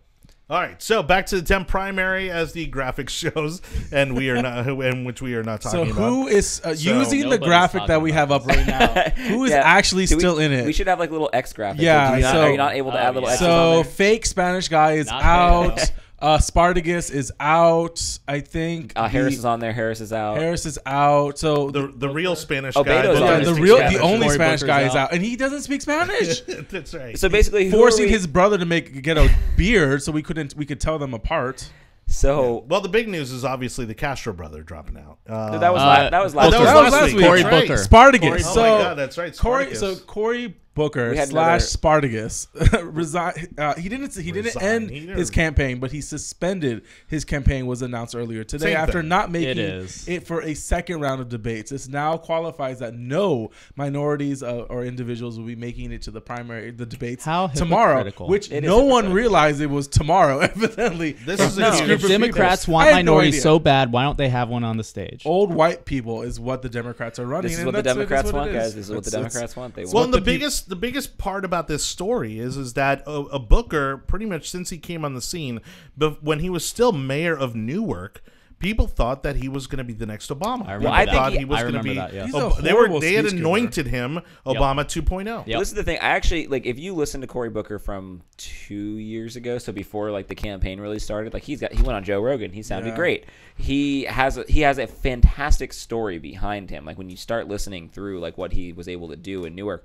S1: All right. So back to the temp primary as the graphic shows, and we are not, and which we are not
S2: So
S1: talking about.
S2: who is uh,
S1: So-
S2: using the
S4: Nobody's
S2: graphic that
S4: talking
S2: we
S4: about
S2: have up right now? Who is
S3: Yeah.
S2: actually
S3: Do we-
S2: still in it?
S3: We should have like little X graphics. Like,
S2: Yeah,
S3: do you not-
S2: so-
S3: are you not able to
S4: Oh,
S3: add little
S4: yeah.
S3: X's
S2: so
S3: on there?
S2: fake Spanish guy is
S4: Not
S2: out.
S4: bad.
S2: Uh, Spartacus is out. I think
S3: Uh, Harris
S2: the-
S3: is on there. Harris is out.
S2: Harris is out. So
S1: The the real Spanish
S3: Oh,
S1: guy.
S3: Beto's
S1: that
S3: on
S2: yeah,
S3: it.
S1: doesn't
S2: the
S3: Speak
S1: speak
S2: real,
S3: Spanish.
S2: the only
S4: Cory
S2: Spanish
S4: Booker's
S2: guy is
S4: out.
S2: out, and he doesn't speak Spanish.
S1: That's right.
S3: So basically, who are
S2: Forcing
S3: we-
S2: his brother to make get a beard, so we couldn't we could tell them apart.
S3: So
S1: well, the big news is obviously the Castro brother dropping out. Uh,
S3: that was
S4: Uh,
S3: la- that was
S1: oh,
S3: last.
S1: that
S3: week.
S1: was last, week.
S4: Cory
S1: That's right.
S4: Booker.
S2: Spartacus.
S1: Corey-
S2: so
S1: oh my God, that's right,
S2: Corey, so
S1: Spartacus.
S2: Corey Booker
S3: We had
S2: slash
S3: another-
S2: Spartacus resign. Uh, he didn't. He didn't
S1: Resign.
S2: end
S1: He didn't-
S2: his campaign, but he suspended his campaign. Was announced earlier today
S1: Same
S2: after
S1: thing.
S2: not making
S4: It is.
S2: it for a second round of debates. This now qualifies that no minorities uh, or individuals will be making it to the primary the debates
S4: How
S2: tomorrow,
S4: hypocritical.
S2: which
S3: It is
S2: no one
S3: hypocritical.
S2: realized it was tomorrow. Evidently,
S1: This is a huge-
S4: If
S1: Group of
S4: Democrats
S2: people.
S4: want
S2: I had no
S4: minorities
S2: idea.
S4: so bad, why don't they have one on the stage?
S2: old white people is what the Democrats are running.
S3: This is
S2: and
S3: what the
S2: that's- that's what
S3: Democrats
S2: it
S3: want,
S2: is.
S3: guys. This is what the
S2: It's- it's-
S3: Democrats want. They
S1: Well,
S3: want.
S1: and the
S2: the peop-
S1: biggest the biggest part about this story is is that a, a Booker pretty much since he came on the scene, but when he was still mayor of Newark, people thought that he was going to be the next Obama.
S4: I remember
S1: People
S3: that.
S1: thought
S3: I
S1: he was going to
S4: remember
S1: be.
S4: that, yeah.
S2: He's a
S1: Ob- they
S2: horrible
S1: were they had
S2: speech giver.
S1: anointed him Obama oh. 2.0.
S4: Yep.
S3: This is the thing. I actually like if you listen to Cory Booker from two years ago, so before like the campaign really started, like he's got he went on Joe Rogan. He sounded
S2: Yeah.
S3: great. He has a, he has a fantastic story behind him. Like when you start listening through like what he was able to do in Newark,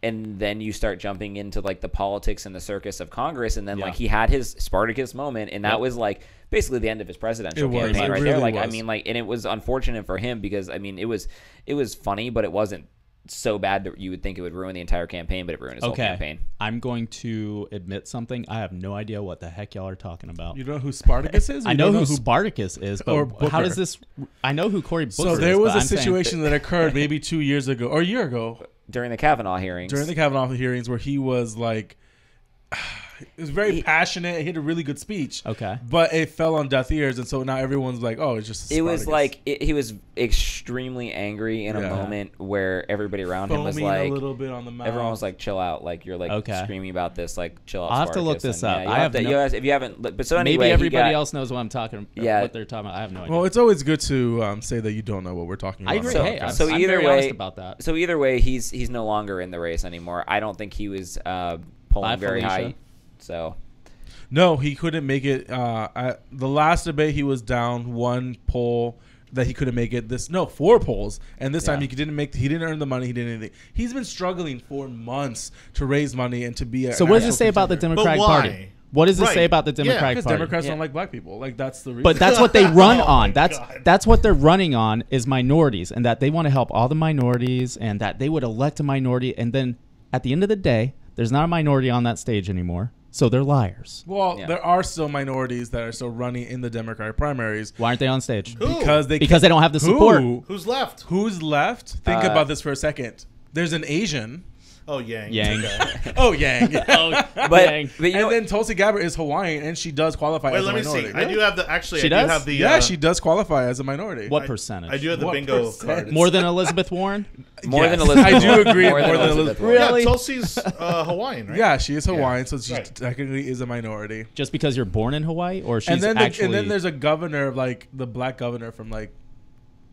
S3: and then you start jumping into like the politics and the circus of Congress, and then
S4: Yeah.
S3: like he had his Spartacus moment, and that
S4: Yep.
S3: was like basically the end of his presidential
S2: It was.
S3: campaign
S2: It
S3: right there.
S2: really
S3: Like I
S2: was.
S3: mean, like and it was unfortunate for him because I mean it was it was funny, but it wasn't so bad that you would think it would ruin the entire campaign, but it ruined his whole
S4: Okay,
S3: campaign.
S4: I'm going to admit something. I have no idea what the heck y'all are talking about.
S2: You know who Spartacus is?
S4: I
S2: You
S4: know
S2: don't
S4: who Spartacus is, but
S2: or
S4: how
S2: Booker.
S4: does this? I know who Cory Booker
S2: so
S4: is.
S2: there was
S4: but
S2: a
S4: I'm saying
S2: situation that occurred maybe two years ago or a year ago
S3: During the Kavanaugh hearings,
S2: during the Kavanaugh hearings where he was like, it was very passionate. He had a really good speech.
S4: Okay.
S2: but it fell on deaf ears, and so now everyone's like, "Oh, it's just." A
S3: it was
S2: Spartacus.
S3: like it, he was extremely angry in
S2: Yeah.
S3: a moment where everybody around him
S2: foaming
S3: was like,
S2: a little bit on the mouth.
S3: everyone was like, "Chill out!" Like you're like
S4: Okay.
S3: screaming about this, like chill out.
S4: I'll have to look
S3: Spartacus.
S4: this
S3: And,
S4: up.
S3: yeah, you
S4: I have
S3: to,
S4: no-
S3: you have, if you haven't, look- but so anyway,
S4: maybe
S3: he
S4: everybody
S3: got-
S4: else knows what I'm talking. Yeah,
S3: Yeah.
S4: what they're talking about. I have no idea.
S2: "Well, it's always good to um, say that you don't know what we're talking about."
S4: I
S2: on
S4: agree.
S2: the
S4: hey, I'm,
S2: podcast.
S3: so
S4: I'm
S3: either
S4: very
S3: way-
S4: honest about that.
S3: So either way, he's he's no longer in the race anymore. I don't think he was uh, polling
S4: Bye,
S3: very
S4: Felicia.
S3: high. So
S2: No, he couldn't make it. Uh, at the last debate, he was down one poll that he couldn't make it. This no four polls, and this time
S4: Yeah.
S2: he didn't make. He didn't earn the money. He didn't anything. He's been struggling for months to raise money and to be. A,
S4: So
S2: an
S4: what does
S2: actual
S4: it say about the
S2: contender.
S4: Democratic
S1: why?
S4: Party? What does it
S1: Right.
S4: say about the
S1: Yeah,
S4: Democratic
S2: Because
S4: Party?
S2: Democrats
S4: Yeah.
S2: don't like black people. Like that's the reason.
S4: But that's what they run
S1: Oh
S4: on.
S1: my
S4: That's
S1: God.
S4: that's what they're running on is minorities, and that they want to help all the minorities, and that they would elect a minority, and then at the end of the day, there's not a minority on that stage anymore, so they're liars.
S2: well,
S3: Yeah.
S2: there are still minorities that are still running in the Democratic primaries
S4: Why aren't they on stage?
S1: Who?
S2: because they
S4: Because they don't have the support.
S2: Who?
S1: Who's left?
S2: Who's left? Think
S3: Uh,
S2: about this for a second. There's an Asian.
S1: Oh, Yang.
S4: Yang.
S1: Okay.
S2: Oh, Yang.
S4: but
S3: but, but you know
S2: and then Tulsi Gabbard is Hawaiian, and she does qualify
S1: Wait,
S2: as a
S1: let me
S2: minority.
S1: see. I do have the actually.
S4: She
S1: I do
S4: does?
S1: have the.
S2: yeah,
S1: uh,
S2: she does qualify as a minority.
S4: what
S1: I-
S4: percentage?
S1: I do have the
S2: What
S1: bingo
S2: percent?
S1: card.
S4: more than Elizabeth Warren.
S3: more
S2: Yes.
S3: than Elizabeth.
S2: I do
S3: Warren.
S2: agree,
S3: More than Elizabeth. Warren.
S1: Yeah,
S4: Really?
S1: Tulsi's uh, Hawaiian, right?
S2: Yeah, she is Hawaiian, so she
S1: Right.
S2: technically is a minority.
S4: Just because you're born in Hawaii, or she's
S2: and then, the,
S4: actually
S2: and then there's a governor of like the black governor from like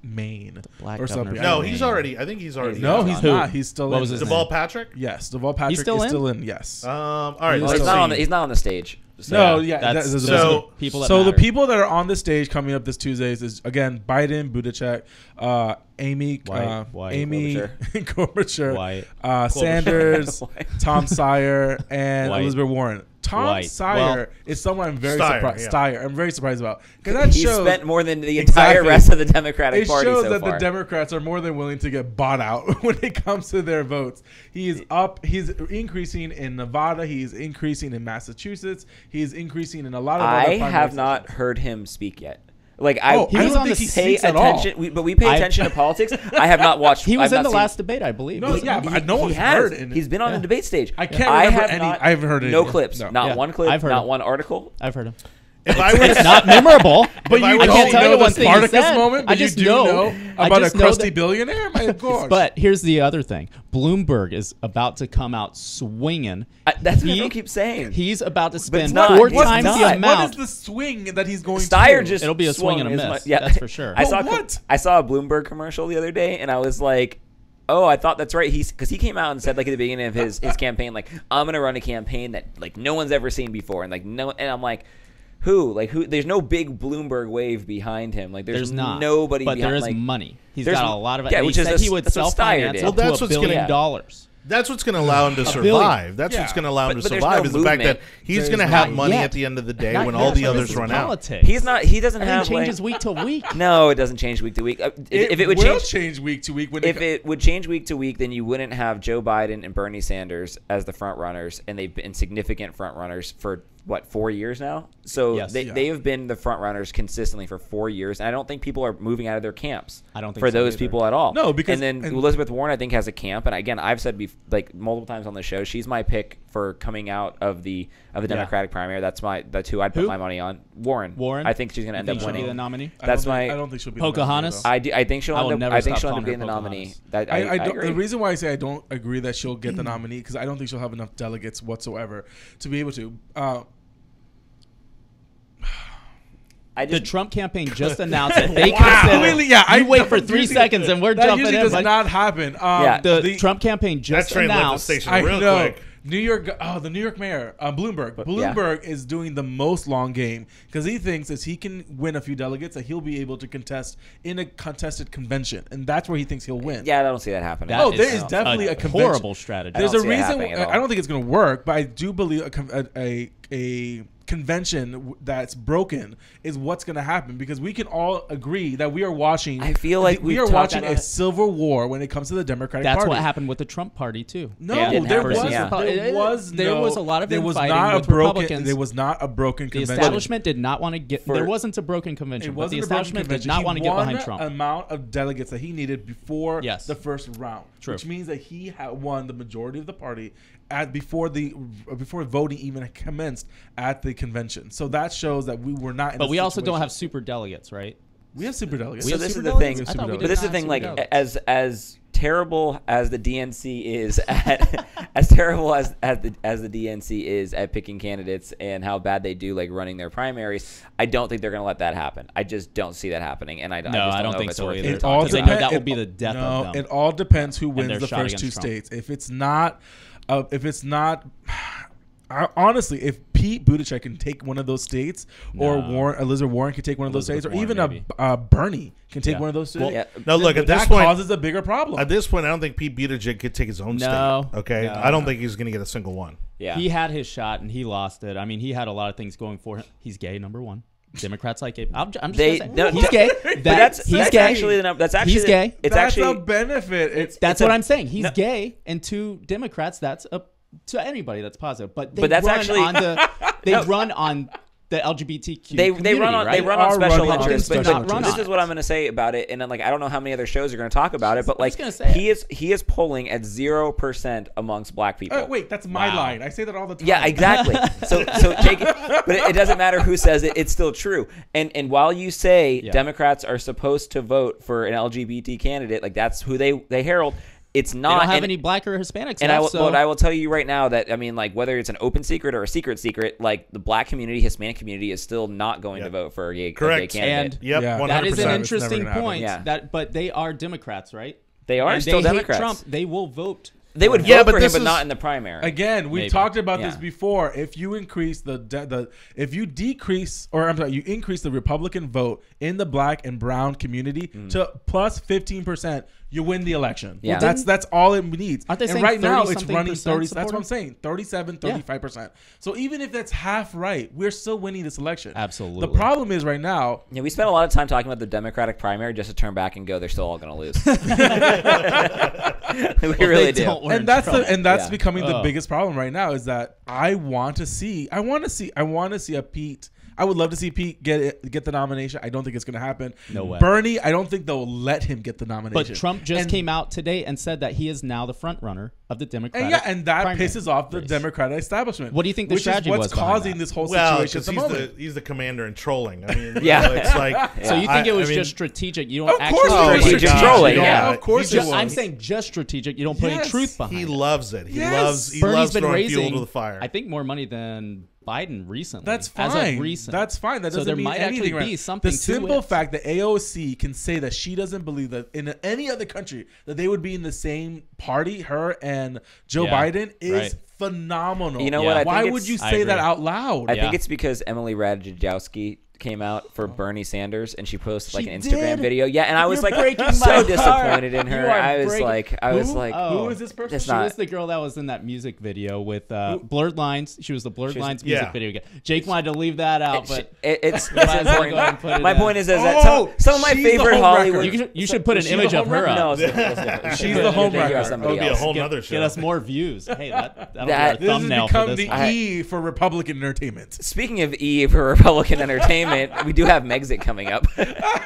S2: Maine
S4: black
S2: or
S4: governor
S2: something.
S4: from
S2: I
S1: No,
S2: don't
S1: he's
S2: know.
S1: already. I think he's already.
S2: No,
S1: out.
S2: he's
S4: Who?
S2: not. He's still
S4: What
S2: in.
S4: was his name?
S1: DeVal Patrick.
S2: Yes, Deval Patrick
S4: still
S2: is
S4: in?
S2: still in. Yes.
S1: Um. All right.
S2: He's
S3: Well,
S1: let's
S3: he's not on the,
S1: see.
S3: he's not on the stage. So.
S2: no, yeah,
S4: that's,
S2: that is-
S4: those are
S1: So-
S4: the people that
S2: so the
S4: matter.
S2: people that are on the stage coming up this Tuesdays is again Biden, Buttigieg, uh, Amy,
S4: White,
S2: uh,
S4: White,
S2: Amy
S3: Klobuchar.
S2: Gorbacher,
S4: White.
S2: uh, Sanders,
S3: White.
S2: Tom Sire, and
S4: White.
S2: Elizabeth Warren. Tom
S4: White.
S2: Sire
S4: Well-
S2: is someone I'm very
S1: Steyer,
S2: surprised.
S1: yeah.
S2: Steyer, I'm very surprised about because that
S3: he
S2: shows
S3: spent more than the entire
S2: Exactly.
S3: rest of the Democratic
S2: it
S3: Party
S2: shows
S3: so
S2: that
S3: far.
S2: the Democrats are more than willing to get bought out when it comes to their votes. He is up. He's increasing in Nevada. He's increasing in Massachusetts. He is increasing in a lot of.
S3: I
S2: other
S3: have
S2: primaries.
S3: not heard him speak yet. Like I,
S2: Oh,
S3: we
S2: I don't
S3: don't
S2: think he
S3: pay
S2: speaks at all.
S3: attention. We, but we pay
S4: I-
S3: attention to politics. I have not watched.
S4: He was
S3: I've not
S4: in the
S3: seen-
S4: last debate, I believe.
S2: No,
S4: wasn't
S2: yeah,
S4: he?
S2: but I- no
S3: he
S2: one's
S3: has.
S2: heard. In it.
S3: He's been on
S4: Yeah.
S3: the debate stage.
S2: I can't
S3: I
S2: remember
S3: have
S2: any-
S3: Not,
S2: I haven't heard
S3: No
S2: anything.
S3: clips.
S2: No.
S3: Not
S4: Yeah,
S3: one clip.
S4: I've heard
S3: not
S4: him.
S3: one article.
S4: I've heard him.
S1: If I were to
S4: Not memorable,
S1: If
S2: But
S1: I
S2: you
S1: were
S2: don't
S1: to
S2: know
S1: tell you
S2: the
S1: one thing he
S2: Spartacus
S4: said,
S2: moment,
S4: I
S2: but you
S4: just
S2: do
S4: know-
S2: know
S4: I
S2: about a
S4: just know
S2: crusty
S4: that-
S2: billionaire. My gosh!
S4: But here's the other thing: Bloomberg is about to come out swinging.
S3: I- that's what people keep saying.
S4: He's about to
S3: it's
S4: spend
S3: not.
S4: four
S3: It's
S4: times
S3: not.
S4: the
S3: What
S2: what
S4: amount.
S2: is the swing that he's going
S3: Steyer
S2: to?
S3: just
S4: It'll be a swing
S3: swung
S4: and a
S3: as
S4: miss,
S3: mu- yeah,
S4: that's for sure.
S3: I
S2: But
S3: saw
S2: what?
S3: I saw a Bloomberg commercial the other day, and I was like, "Oh, I thought that's right." He's because he came out and said like at the beginning of his his campaign, like, "I'm gonna run a campaign that like no one's ever seen before," and like no, and I'm like. Who like who? There's no big Bloomberg wave behind him. Like there's,
S4: There's not
S3: nobody.
S4: but
S3: behind,
S4: there is
S3: like,
S4: money. He's
S3: there's
S4: got
S3: n-
S4: a lot of.
S3: yeah,
S4: and he
S3: which is
S4: said
S3: a-
S4: he would
S3: that's what Steyer
S4: self-finance
S3: did.
S4: up
S3: Well,
S1: that's
S4: to a
S1: what's gonna-
S4: billion
S3: Yeah.
S4: dollars.
S1: That's what's going to allow him to
S4: billion.
S1: survive. That's what's
S2: Yeah.
S1: going to allow him
S3: But-
S1: to
S3: but there's no
S1: survive is the fact
S3: movement.
S1: that he's
S2: There's
S1: going to have
S2: not
S1: money
S4: yet.
S1: at the end of the day
S4: Not
S1: when
S4: yet,
S1: all the
S4: but this
S1: others
S4: is
S1: run out.
S4: politics.
S3: He's not. He doesn't
S4: Everything
S3: have like-
S4: changes week to week.
S3: No, it doesn't change week to week. Uh,
S2: It,
S3: if it would
S2: will
S3: change,
S2: week to week when
S3: if
S2: it,
S3: it would change week to week, then you wouldn't have Joe Biden and Bernie Sanders as the front runners, and they've been significant front runners for what four years now. So
S4: Yes.
S3: they,
S4: Yeah.
S3: they have been the front runners consistently for four years, and I don't think people are moving out of their camps.
S4: I don't think
S3: for
S4: so
S3: those
S4: either.
S3: people at all.
S2: No, because-
S3: and then
S2: and-
S3: Elizabeth Warren, I think, has a camp, and again, I've said bef- like multiple times on the show, she's my pick for coming out of the of the
S4: Yeah.
S3: Democratic primary. That's my that's who I'd put
S4: Who?
S3: my money on. Warren.
S4: Warren?
S3: I think she's going to end
S4: think
S3: up
S4: she'll be
S3: winning.
S4: the nominee?
S2: I don't
S3: That's
S2: think-
S3: my.
S2: I don't think she'll be
S4: Pocahontas?
S2: The
S3: I, do, I think she'll
S4: I will
S3: end up.
S4: never
S3: I think
S4: stop
S3: she'll end up
S4: calling
S3: being the
S4: her
S3: nominee.
S4: Pocahontas.
S3: That, I,
S2: I, I,
S3: I
S2: don't,
S3: agree.
S2: the reason why I say I don't agree that she'll get the nominee because I don't think she'll have enough delegates whatsoever to be able to. Uh,
S3: I
S4: The
S3: just,
S4: Trump campaign just announced that they consider.
S2: really? Yeah, I
S4: you wait for three
S2: usually-
S4: seconds and we're
S2: that
S4: jumping
S2: usually
S4: in.
S2: does
S4: like,
S2: not happen. Um,
S3: Yeah.
S4: the, Trump campaign
S1: That
S4: just
S1: train left the
S4: announced.
S1: station
S2: I
S1: real
S2: know.
S1: quick.
S2: New York, oh, the New York mayor, uh, Bloomberg.
S3: yeah.
S2: Bloomberg is doing the most long game because he thinks as he can win a few delegates that he'll be able to contest in a contested convention, and that's where he thinks he'll win.
S3: yeah, I don't see that happening.
S4: That
S2: Oh, there
S4: is
S2: is definitely
S4: a
S2: a convention.
S4: horrible strategy.
S2: There's
S3: don't
S2: a
S3: see it
S2: reason.
S3: happening at all.
S2: I don't think it's going to work, but I do believe a con- a a, a convention w- that's broken is what's going to happen because we can all agree that we are watching.
S3: I feel like
S2: we
S3: we've
S2: are
S3: talked
S2: watching
S3: about
S2: a
S3: it.
S2: civil war when it comes to the Democratic
S4: That's
S2: Party.
S4: what happened with the Trump party too.
S2: No,
S3: Yeah, it didn't
S2: there
S3: happen.
S2: was
S3: Yeah.
S2: there was
S4: there
S2: no-
S4: was a lot of
S2: there was
S4: infighting
S2: not
S4: with
S2: a broken
S4: Republicans.
S2: there was not a broken
S4: the
S2: convention.
S4: establishment did not want to get.
S3: For-
S4: there wasn't a broken convention,
S2: It
S4: but the
S2: wasn't a broken
S4: establishment did
S2: convention.
S4: not
S2: He
S4: want to get behind
S2: won
S4: Trump.
S2: Amount of delegates that he needed before
S4: Yes.
S2: the first round,
S4: True.
S2: which means that he had won the majority of the party at before the before voting even commenced at the convention. So that shows that we were not. In
S4: but
S2: a
S4: we also don't
S2: situation-
S4: have super delegates, right?
S2: we have super delegates.
S4: We
S3: so
S4: have
S3: this is
S4: super
S3: the
S4: delegates?
S3: thing.
S2: I thought we
S3: But
S2: did
S3: this is
S4: not
S3: the
S4: have
S3: thing.
S4: super
S3: Like
S4: delegates.
S3: as as terrible as the DNC is at as terrible as as the as the DNC is at picking candidates and how bad they do like running their primaries, I don't think they're going to let that happen. I just don't see that happening, and I,
S4: No,
S3: I, just
S4: I don't
S3: know
S4: think
S3: if it's
S4: so
S3: worth
S4: either.
S3: it.
S4: It all Because I know
S2: depen-
S4: that will
S2: it-
S4: be the death
S2: no,
S4: of them.
S2: It all depends who
S4: their
S2: wins the
S4: shot
S2: first two
S4: against Trump.
S2: states. If it's not, uh, if it's not, I, honestly, if Pete Buttigieg can take one of those states, or
S4: No.
S2: Warren, Elizabeth Warren can take one of those
S4: Elizabeth
S2: states, or
S4: Warren,
S2: even
S4: maybe.
S2: a uh, Bernie can take
S4: Yeah.
S2: one of those states.
S3: Yeah.
S1: Now look at
S2: that
S1: this point.
S2: causes a bigger problem.
S1: At this point, I don't think Pete Buttigieg could take his own
S4: No.
S1: state. Okay,
S4: No.
S1: I don't think he's going to get a single one.
S3: Yeah.
S4: He had his shot and he lost it. I mean, he had a lot of things going for him. He's gay, number one. Democrats like gay. I'm, ju- I'm just
S3: They-
S4: gonna say,
S3: no,
S4: he's
S3: that-
S4: gay.
S2: but
S3: but
S4: That-
S3: that's
S4: he's
S3: that's
S4: gay.
S3: actually the number. That's actually
S4: He's
S3: the-
S4: gay.
S3: It's
S2: that's
S3: actually
S2: a benefit. It's,
S3: It's
S4: That's what
S3: a-
S4: i I'm saying. He's gay, and to Democrats, that's a to anybody that's positive. But they
S3: But that's
S4: run
S3: actually-
S4: on the they run on the LGBTQ.
S3: they, they
S4: community,
S3: run on
S4: right?
S3: they run
S2: Are
S3: on special
S2: running on
S3: interests, but
S2: special
S3: not
S2: interests.
S3: this is what I'm going to say about it. And then like I don't know how many other shows are going to talk about it, but
S4: I'm
S3: like
S4: just gonna say
S3: he is he is polling at zero percent amongst black people.
S2: uh, wait, that's my
S4: Wow.
S2: line. I say that all the time.
S3: Yeah, exactly. so so take it, but it, it doesn't matter who says it; it's still true. And and while you say
S4: Yeah.
S3: Democrats are supposed to vote for an LGBT candidate, like that's who they they herald. It's
S4: They
S3: not
S4: don't have
S3: and-
S4: any black or Hispanics.
S3: and I will,
S4: left, so-
S3: but I will tell you right now that I mean, like, whether it's an open secret or a secret secret, like the black community, Hispanic community, is still not going to vote for a gay, a gay
S1: Correct.
S3: candidate.
S4: And-
S1: Yep,
S2: Yeah.
S1: one
S4: That
S1: hundred
S4: is an
S1: percent.
S2: never
S4: interesting
S2: gonna happen.
S4: point.
S3: Yeah.
S4: That, but they are Democrats, right?
S3: They are
S4: And
S3: still
S4: they hate
S3: Democrats.
S4: Trump. They will vote.
S3: they would vote
S1: Yeah, but
S3: for him,
S1: this
S3: but
S1: is-
S3: not in the primary.
S2: Again, we
S4: Maybe.
S2: talked about this
S3: Yeah.
S2: before. If you increase the de- the if you decrease or I'm sorry, you increase the Republican vote in the black and brown community to plus 15%, you win the election.
S3: Yeah.
S2: That's that's all it needs.
S4: Aren't they
S2: and
S4: saying
S2: right now
S4: 30
S2: it's
S4: something
S2: running
S4: percent
S2: 30 that's
S4: support
S2: what I'm
S4: him?
S2: saying. 37
S4: Yeah.
S2: 35%. So even if that's half right, we're still winning this election.
S4: Absolutely.
S2: The problem is right now
S3: yeah, we spent a lot of time talking about the Democratic primary just to turn back and go, they're still all going to lose. we really
S4: they
S3: do.
S4: don't. We're in
S2: and that's
S4: trouble.
S2: the and that's
S3: Yeah.
S2: becoming the
S4: Oh.
S2: biggest problem right now is that I want to see I want to see I want to see a Pete I would love to see Pete get it, get the nomination. I don't think it's going to happen.
S4: No way.
S2: Bernie, I don't think they'll let him get the nomination.
S4: But Trump just
S2: And-
S4: came out today and said that he is now the front runner of the Democratic.
S2: And yeah, and that
S4: primary
S2: pisses off the
S4: race.
S2: Democratic establishment.
S4: What do you think the
S2: which
S4: strategy
S2: is what's
S4: was behind
S2: causing
S4: that?
S2: this whole
S1: Well,
S2: situation at
S1: 'cause
S2: the
S1: he's
S2: moment?
S1: the he's the commander in trolling. I mean,
S3: Yeah.
S1: yeah, it's like
S3: So
S4: So you think
S1: I-
S4: it
S1: I
S4: was
S1: mean,
S4: just strategic? You don't
S2: Of
S4: actually
S2: course
S1: Oh
S2: it was
S1: my
S3: just
S1: gosh,
S3: trolling,
S1: you know,
S3: yeah.
S1: uh,
S2: Of course
S1: he
S4: Ju-
S2: it
S1: just-
S2: was.
S4: I'm saying just strategic. You don't put
S2: Yes,
S4: any truth behind
S1: He
S4: it.
S1: loves it. He
S2: Yes.
S1: loves. He
S4: Bernie's
S1: loves
S4: been
S1: throwing
S4: raising,
S1: fuel to the fire.
S4: I think, more money than Biden recently.
S2: That's
S4: as
S2: fine.
S4: Of recent.
S2: That's fine. That
S4: so
S2: doesn't
S4: there
S2: mean
S4: might
S2: anything.
S4: actually
S2: right?
S4: be something.
S2: the
S4: to
S2: simple
S4: it.
S2: fact that AOC can say that she doesn't believe that in any other country that they would be in the same party, her and Joe
S4: Yeah,
S2: Biden, is
S4: right.
S2: phenomenal.
S3: You know
S4: Yeah. what? I
S2: Why
S3: think
S2: would
S3: it's-
S2: you
S4: I
S2: say that
S4: agree.
S2: out loud?
S3: I
S4: Yeah.
S3: think it's because Emily Ratajkowski came out for Bernie Sanders and she posted like
S2: She
S3: an Instagram
S2: did?
S3: video. Yeah, and I was
S2: You're
S3: like
S2: breaking my
S3: so
S2: heart.
S3: disappointed in
S2: You
S3: her.
S2: are
S3: I was
S2: breaking-
S3: like I was
S2: Who?
S3: like
S2: Oh. Who is this person?
S3: It's
S4: She
S3: not-
S4: was the girl that was in that music video with uh,
S2: Who-
S4: Blurred Lines. She was the Blurred
S3: She was-
S4: Lines
S1: yeah.
S4: music video. Again. Jake wanted to leave that out,
S3: Sh-
S4: but
S3: it, it's,
S4: might
S3: it's
S4: as well go ahead and put
S3: important.
S4: it
S3: My
S4: in.
S3: point is, is that
S2: Oh,
S3: some, some of my
S2: she's the
S3: favorite
S2: homewrecker.
S3: Hollywood.
S4: you should, you should put an
S2: she the
S4: image of her
S2: homewrecker?
S4: up.
S3: no, it's different, it's different.
S2: She's
S3: Put
S2: the
S3: an image of you or
S2: homewrecker.
S3: somebody
S1: That would be a
S3: else.
S1: whole
S4: Get-
S1: nother
S4: get,
S1: show.
S4: us more views. Hey, that that'll
S3: That-
S4: be
S2: This
S4: our
S2: has
S4: thumbnail
S2: become
S4: for this.
S2: the
S4: one.
S3: I-
S2: E for Republican entertainment.
S3: Speaking of E for Republican Entertainment, we do have Megxit coming up.
S2: no,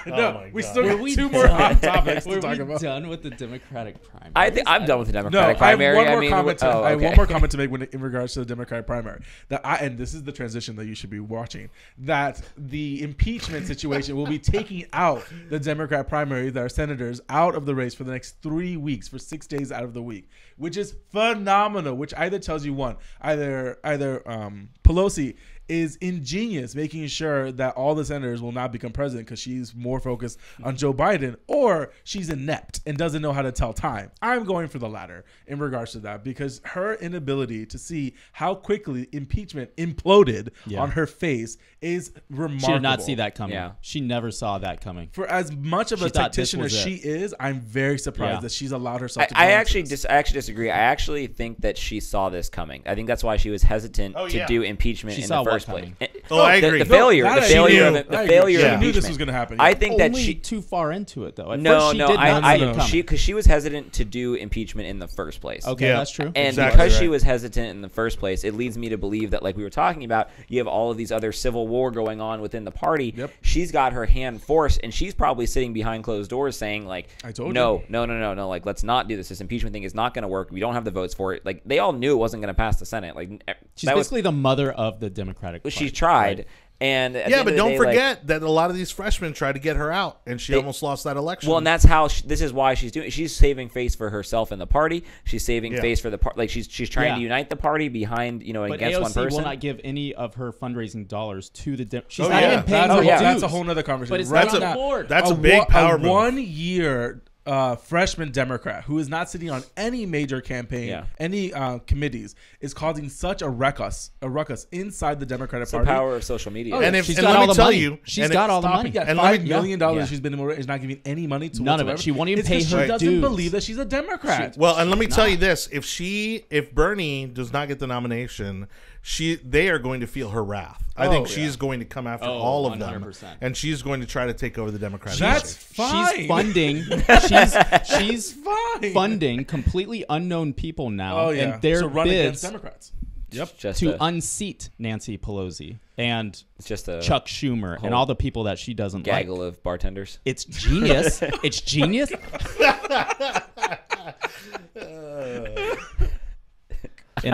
S1: Oh my
S2: we
S1: God.
S2: still
S1: Were
S2: got two more hot topics
S4: Were
S2: to talk
S4: we
S2: about.
S4: done with the Democratic primary?
S3: I think I'm done with the
S2: No,
S3: Democratic
S2: I have
S3: primary.
S2: one more
S3: mean,
S2: comment. To,
S3: oh,
S2: I have one
S3: okay.
S2: more comment to make when, in regards to the Democratic primary. That I and this is the transition that you should be watching. That the impeachment situation will be taking out the Democrat primary, their senators, out of the race for the next three weeks, for six days out of the week, which is phenomenal. Which either tells you one, either either um, Pelosi is ingenious making sure that all the senators will not become president because she's more focused on Joe Biden, or she's inept and doesn't know how to tell time. I'm going for the latter in regards to that because her inability to see how quickly impeachment imploded
S4: Yeah.
S2: on her face is remarkable.
S4: She did not see that coming.
S3: Yeah.
S4: She never saw that coming.
S2: For as much of
S4: She
S2: a
S4: thought this
S2: tactician as
S4: was it.
S2: she is, I'm very surprised
S4: Yeah.
S2: that she's allowed herself.
S3: I,
S2: to
S3: I
S2: go into
S3: actually
S2: this.
S3: dis- I actually disagree. I actually think that she saw this coming. I think that's why she was hesitant
S1: Oh,
S3: to
S1: yeah.
S3: do impeachment
S4: She
S3: in the
S4: saw what
S3: first place.
S4: coming?
S1: Oh, I
S3: the,
S1: agree.
S3: The failure,
S2: No,
S3: the
S2: that I
S3: failure,
S1: knew.
S3: of, the
S2: I agree.
S3: failure
S1: She
S3: of
S1: knew
S3: impeachment.
S2: this was gonna happen,
S3: I
S2: yeah.
S3: think
S4: Only
S3: that she.
S4: too far into it though. At
S3: No,
S4: first, she
S3: no,
S4: did not
S3: I,
S4: see it
S3: I,
S4: coming.
S3: she because she was hesitant to do impeachment in the first place.
S4: okay,
S1: Yeah.
S4: that's true.
S3: And
S1: Exactly
S3: because she
S1: right.
S3: was hesitant in the first place, it leads me to believe that, like we were talking about, you have all of these other civil war going on within the party.
S2: Yep.
S3: She's got her hand forced, and she's probably sitting behind closed doors saying, like,
S2: I told
S3: no,
S2: you."
S3: no, no, no, no, like, let's not do this. This impeachment thing is not going to work. We don't have the votes for it. Like, they all knew it wasn't going to pass the Senate. Like, eh,
S4: She's
S3: that was
S4: basically the mother of the Democratic.
S3: she
S4: Party,
S3: tried.
S4: right?
S3: And at the
S1: yeah,
S3: end
S1: but
S3: of the
S1: don't
S3: day, like-
S1: forget that a lot of these freshmen tried to get her out, and she almost lost that election.
S3: Well, and that's how she, this is why she's doing. She's saving face for herself and the party. She's saving
S1: Yeah.
S3: face for the part. Like she's she's trying to
S4: Yeah.
S3: unite the party behind you know
S4: But
S3: against one
S4: AOC
S3: person.
S4: will not give any of her fundraising dollars to the. Dem- She's
S1: Oh,
S4: not
S1: yeah.
S4: even paying
S2: that's,
S4: her
S2: a,
S3: yeah.
S4: dues.
S2: that's a whole nother conversation.
S4: But it's
S2: right
S1: not on
S2: now,
S1: the
S4: board.
S1: That's a
S2: wa-
S1: big power move.
S2: One year uh, freshman Democrat who is not sitting on any major campaign,
S3: Yeah.
S2: any uh, committees, is causing such a ruckus, a ruckus inside the Democratic
S3: the
S2: Party.
S3: power of social media.
S1: And if-
S4: She's
S1: and
S4: got
S1: let me
S4: all the
S1: tell
S4: money.
S1: you,
S4: She's
S1: and it-
S4: got all the
S2: Stop
S4: money.
S2: it. Yeah,
S1: And let
S2: five
S1: me-
S2: million dollars
S3: yeah.
S2: she's been in Moreau is not giving any money to
S4: None of
S2: whatsoever.
S4: it. She won't even
S2: It's
S4: pay
S2: 'cause
S4: her
S2: She doesn't
S4: dues.
S2: believe that she's a Democrat.
S1: Well, and let me tell you this: if she, if Bernie does not get the nomination, she, they are going to feel her wrath. I think
S2: Oh,
S1: she's going to come after
S4: Oh,
S1: all of them,
S4: 100%.
S1: and she's going to try to take over the Democratic.
S2: That's
S1: Party.
S2: fine.
S4: She's funding. She's she's
S2: fine.
S4: funding completely unknown people now,
S2: Oh yeah,
S4: and their
S2: so run against
S4: bids
S2: Democrats.
S3: yep. Just
S4: to
S3: a,
S4: unseat Nancy Pelosi and
S3: it's just a
S4: Chuck Schumer and all the people that she doesn't like.
S3: uh, gaggle of bartenders.
S4: It's genius. it's genius. In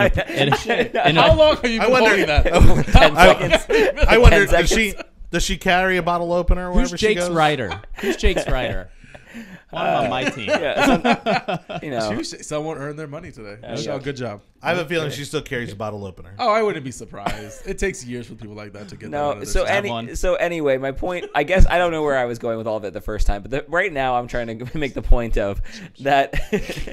S4: a, in a, in a-
S2: How long are you
S1: I wonder.
S2: holding that?
S3: Ten
S1: I,
S3: seconds.
S1: I wonder
S3: Ten
S1: does she does she carry a bottle opener wherever
S4: who's
S1: she
S4: Jake's
S1: goes?
S4: writer? Who's Jake's writer? One on my team.
S3: Uh, Yeah, some- you know.
S2: Tuesday, Someone earned their money today. Michelle,
S3: yeah.
S2: good job.
S1: I have a feeling she still carries a bottle opener.
S2: Oh, I wouldn't be surprised. it takes years for people like that to get. that
S3: No,
S2: under
S3: so
S2: their skin.
S3: any,
S4: one.
S3: so anyway, my point. I guess I don't know where I was going with all of it the first time, but the, right now I'm trying to make the point of that.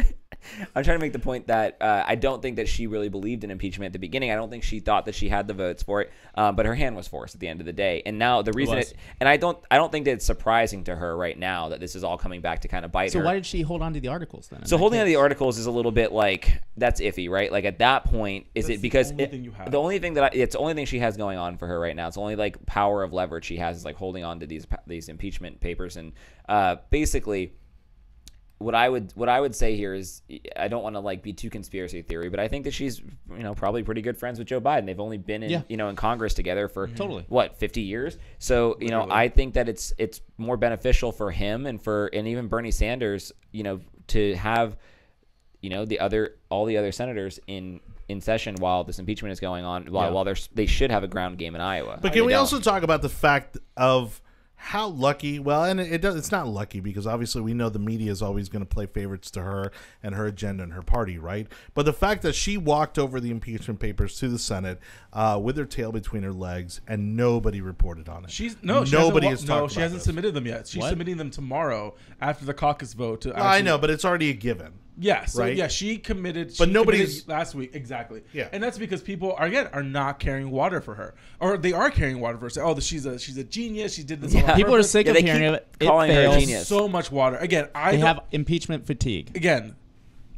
S3: I'm trying to make the point that uh, I don't think that she really believed in impeachment at the beginning. I don't think she thought that she had the votes for it, uh, but her hand was forced at the end of the day. And now the reason,
S4: was.
S3: it, and I don't, I don't think that it's surprising to her right now that this is all coming back to kind of bite
S4: So
S3: her.
S4: why did she hold on to the articles then? in
S3: So
S4: that
S3: holding on to
S4: case?
S3: the articles is a little bit like that's iffy, right? Like at that point, is
S2: That's the
S3: it because
S2: only
S3: it-
S2: thing you have.
S3: the only thing that I, it's the only thing she has going on for her right now. It's the only like power of leverage she has is like holding on to these these impeachment papers and uh, basically what I would what I would say here is I don't want to like be too conspiracy theory, but I think that she's you know probably pretty good friends with Joe Biden. They've only been in
S4: Yeah. Mm-hmm.
S3: you know in Congress together for
S4: Totally.
S3: what 50 years. So, you know, I think that it's it's more beneficial for him and for and even Bernie Sanders, you know, to have you know the other all the other senators in in session while this impeachment is going on while while they're they should have a ground game in Iowa.
S1: But
S3: They
S1: can we
S3: don't.
S1: also talk about the fact of how lucky? Well, and it does, it's not lucky because obviously we know the media is always going to play favorites to her and her agenda and her party, right? But the fact that she walked over the impeachment papers to the Senate uh, with her tail between her legs and nobody reported on it.
S2: She's no, she
S1: nobody
S2: nobody
S1: has
S2: has no.
S1: talked
S2: She
S1: about
S2: hasn't
S1: this.
S2: submitted them yet. She's
S4: What?
S2: submitting them tomorrow after the caucus vote. To
S1: I
S2: actually-
S1: know, but it's already a given.
S2: Yeah, so
S1: right?
S2: yeah, she committed. She
S1: But nobody's-
S2: committed last week exactly.
S1: Yeah.
S2: and that's because people are again are not carrying water for her, or they are carrying water for her. Say, oh, she's a she's a genius. She did this. all on
S4: People are
S2: purpose."
S4: sick
S3: Yeah,
S4: of
S3: they keep
S4: hearing it. It
S3: calling her a
S4: fails.
S3: genius.
S2: so much water. Again, I
S4: They
S2: don't-
S4: have impeachment fatigue.
S2: again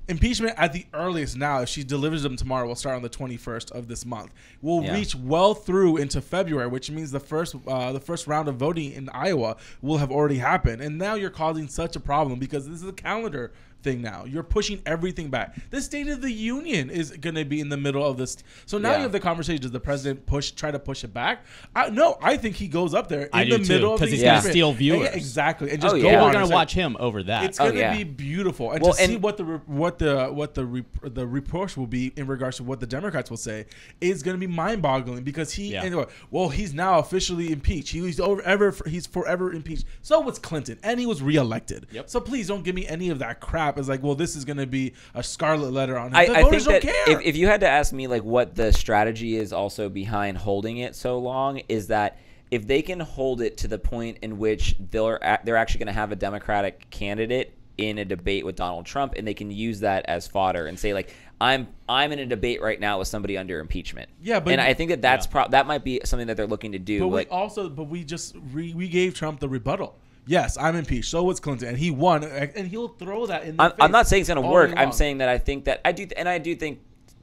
S2: impeachment at the earliest now if she delivers them tomorrow will start on the 21st of this month we'll
S3: Yeah.
S2: reach well through into february which means the first uh, the first round of voting in iowa will have already happened and now you're causing such a problem because this is a calendar thing now you're pushing everything back the state of the union is going to be in the middle of this so now
S3: Yeah.
S2: you have the conversation does the president push try to push it back I, no i think he goes up there in
S4: I
S2: the
S4: do too,
S2: middle of
S4: 'cause
S2: the
S4: he's
S3: gonna
S2: impeachment.
S4: steal
S2: Yeah,
S4: viewers.
S2: exactly and just
S3: Oh,
S2: go on
S3: yeah.
S4: People are
S2: and
S4: gonna
S2: say-
S4: watch him over that.
S2: it's
S3: Oh,
S2: gonna
S3: yeah.
S2: be beautiful, and
S3: Well,
S2: to see
S3: and-
S2: what the re- what the what the re- the reproach will be in regards to what the Democrats will say is gonna be mind boggling because he
S4: Yeah.
S2: and, well he's now officially impeached. He- He's over ever he's forever impeached. So was Clinton, and he was reelected.
S4: Yep.
S2: So please don't give me any of that crap. It's like well this is gonna be a scarlet letter on him.
S3: I,
S2: the
S3: I think
S2: voters
S3: that
S2: don't care.
S3: if, if you had to ask me like what the strategy is also behind holding it so long is that if they can hold it to the point in which they're ac- they're actually going to have a Democratic candidate in a debate with Donald Trump and they can use that as fodder and say like I'm I'm in a debate right now with somebody under impeachment.
S2: Yeah, but-
S3: and I think that that's pro- that might be something that they're looking to do.
S2: But
S3: like,
S2: we also, but we just re, we gave Trump the rebuttal. Yes, I'm impeached. So was Clinton, and he won, and he'll throw that in. their
S3: I'm, I'm
S2: face
S3: not saying it's going to
S2: all
S3: work.
S2: day
S3: I'm
S2: long.
S3: saying that I think that I do, and I do think,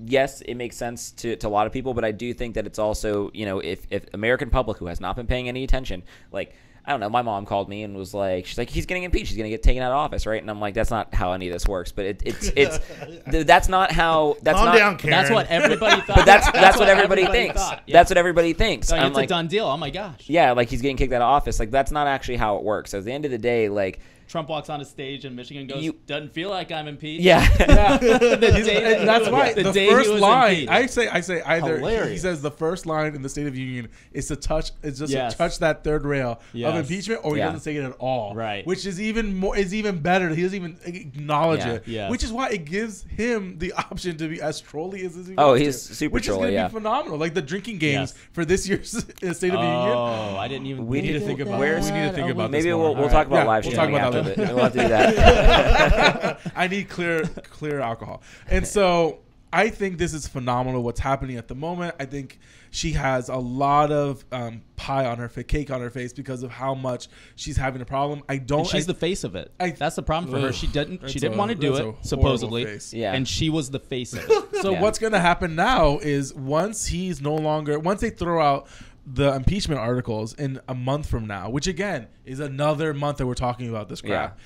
S3: yes, it makes sense to, to a lot of people, but I do think that it's also, you know, if, if American public who has not been paying any attention, like, I don't know, my mom called me and was like, she's like, he's getting impeached. He's going to get taken out of office, right? And I'm like, that's not how any of this works, but it, it's, it's, th- that's not how, that's
S1: Calm
S3: not,
S1: down, Karen.
S4: That's what everybody thought.
S3: but that's, that's what everybody, thinks.
S4: thought, yeah.
S3: That's what everybody thinks.
S4: Like,
S3: I'm
S4: it's a
S3: like,
S4: done deal. Oh my gosh.
S3: yeah, like he's getting kicked out of office. Like, that's not actually how it works. At the end of the day, like,
S4: Trump walks on a stage and Michigan goes,
S3: You-
S4: doesn't feel like I'm impeached.
S3: yeah.
S4: the day,
S2: And that's why the,
S4: day he
S2: first
S4: was
S2: line.
S4: impeached.
S2: I say, I say either. he- He
S4: Hilarious.
S2: says the first line in the State of the Union is to touch, is just
S4: Yes.
S2: to touch that third rail of
S4: Yes.
S2: impeachment, or he
S3: Yeah.
S2: doesn't say it at all.
S4: Right.
S2: Which is even more, is even better. He doesn't even acknowledge
S3: Yeah.
S2: it.
S4: Yeah.
S2: Which is why it gives him the option to be as trolly as he
S3: Oh,
S2: wants
S3: he's
S2: to,
S3: super
S2: Which is
S3: trolly,
S2: gonna
S3: yeah.
S2: be phenomenal. Like the drinking games
S4: Yes.
S2: for this year's State of the Union.
S4: Oh, I didn't even.
S3: We need to think about- where's-
S2: we need to think about this
S3: Oh, Maybe
S2: more.
S3: we'll,
S2: All
S3: we'll
S2: right.
S3: talk
S2: Yeah,
S3: about live
S2: we'll talk
S3: streaming
S2: about
S3: after
S2: that
S3: the- We'll have to do that.
S2: I need clear clear alcohol. And so I think this is phenomenal what's happening at the moment. I think she has a lot of um, pie on her fa- cake on her face because of how much she's having a problem. I don't.
S4: And she's
S2: I-
S4: the face of it.
S2: I-
S4: that's the problem for her. She
S2: Ugh,
S4: didn't.
S2: that's
S4: She didn't
S2: a-
S4: want to do
S2: that's a
S4: it
S2: horrible
S4: supposedly.
S2: face.
S3: Yeah.
S4: And she was the face of it.
S2: So
S3: Yeah.
S2: what's going to happen now is once he's no longer once they throw out the impeachment articles in a month from now, which again is another month that we're talking about this crap.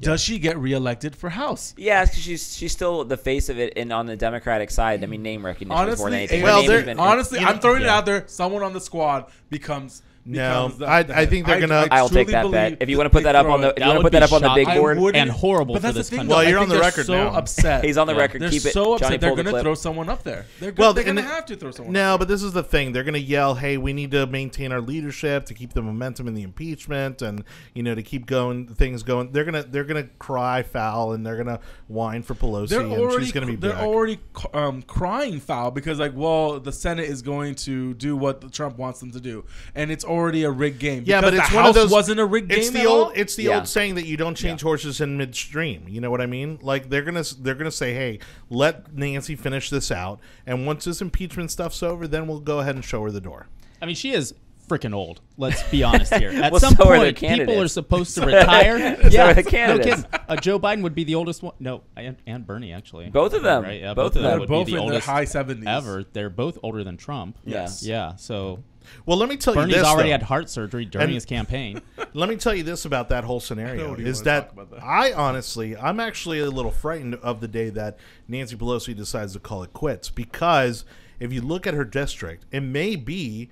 S2: Does she get reelected for House?
S3: Yeah, because she's she's still the face of it, and on the Democratic side, I mean, name recognition is more
S2: Honestly,
S3: than anything. Her
S1: well,
S3: name has
S1: there-
S3: been-
S2: honestly,
S4: you know-
S2: I'm throwing it
S4: yeah.
S2: out there. Someone on the squad becomes.
S1: No,
S2: becomes the-
S1: I-
S2: the
S1: I think they're
S2: head.
S1: gonna-
S3: I'll take
S2: truly
S3: that bet.
S2: believe
S3: If you want to put
S2: they
S3: that up
S2: throw
S3: on the,
S2: it.
S3: if you want to
S4: would
S3: put
S4: be
S3: that up on the
S4: shocking.
S3: big
S2: I
S3: board,
S2: wouldn't-
S4: and horrible
S2: but
S4: for
S2: that's
S4: this
S2: the thing,
S4: country.
S2: though.
S1: Well,
S2: I
S1: you're on
S2: think
S1: the
S2: they're
S1: record
S2: so
S1: now.
S2: Upset.
S3: He's on the record.
S2: They're
S3: Keep it.
S2: so
S3: Johnny,
S2: upset. They're
S3: pull the
S2: gonna
S3: clip.
S2: throw someone up there. They're,
S1: Well,
S2: well, they're
S1: and
S2: gonna
S1: it-
S2: have to throw someone. up
S1: No, but this is the thing. They're going to yell, "Hey, we need to maintain our leadership to keep the momentum in the impeachment, and you know to keep going things going." They're gonna they're gonna cry foul and they're gonna whine for Pelosi,
S2: they're
S1: and
S2: already
S1: she's gonna be
S2: they're
S1: back.
S2: already um, crying foul because like well the Senate is going to do what the Trump wants them to do and it's already a rigged game.
S1: yeah,
S2: Because
S1: but it's
S2: the
S1: one
S2: House
S1: of those.
S2: wasn't a rigged
S1: it's
S2: game.
S1: the
S2: at
S1: old
S2: all.
S1: it's the
S3: Yeah.
S1: old saying that you don't change horses in midstream. You know what I mean? Like they're gonna they're gonna say, "Hey, let Nancy finish this out, and once this impeachment stuff's over, then we'll go ahead and show her the door."
S4: I mean, she is freaking old. Let's be honest here. At
S3: Well,
S4: some
S3: so are the
S4: point, people are
S3: candidates.
S4: supposed to retire.
S3: So
S4: yeah,
S3: are the
S4: no
S3: candidates.
S4: kidding. Uh, Joe Biden would be the oldest one. No, and, and Bernie actually.
S3: Both of them.
S4: Right? Yeah,
S3: Both of them.
S2: They're
S4: would
S2: both
S4: be the
S2: in the
S4: oldest
S2: high 70s.
S4: ever. They're both older than Trump.
S3: Yes.
S4: Yeah. So
S1: Well, let me tell
S4: Bernie's
S1: you this.
S4: already
S1: though.
S4: had heart surgery during
S1: And-
S4: his campaign.
S1: Let me tell you this about that whole scenario
S2: What do you
S1: is
S2: wanna
S1: that,
S2: talk about that?
S1: I honestly, I'm actually a little frightened of the day that Nancy Pelosi decides to call it quits because if you look at her district, it may be,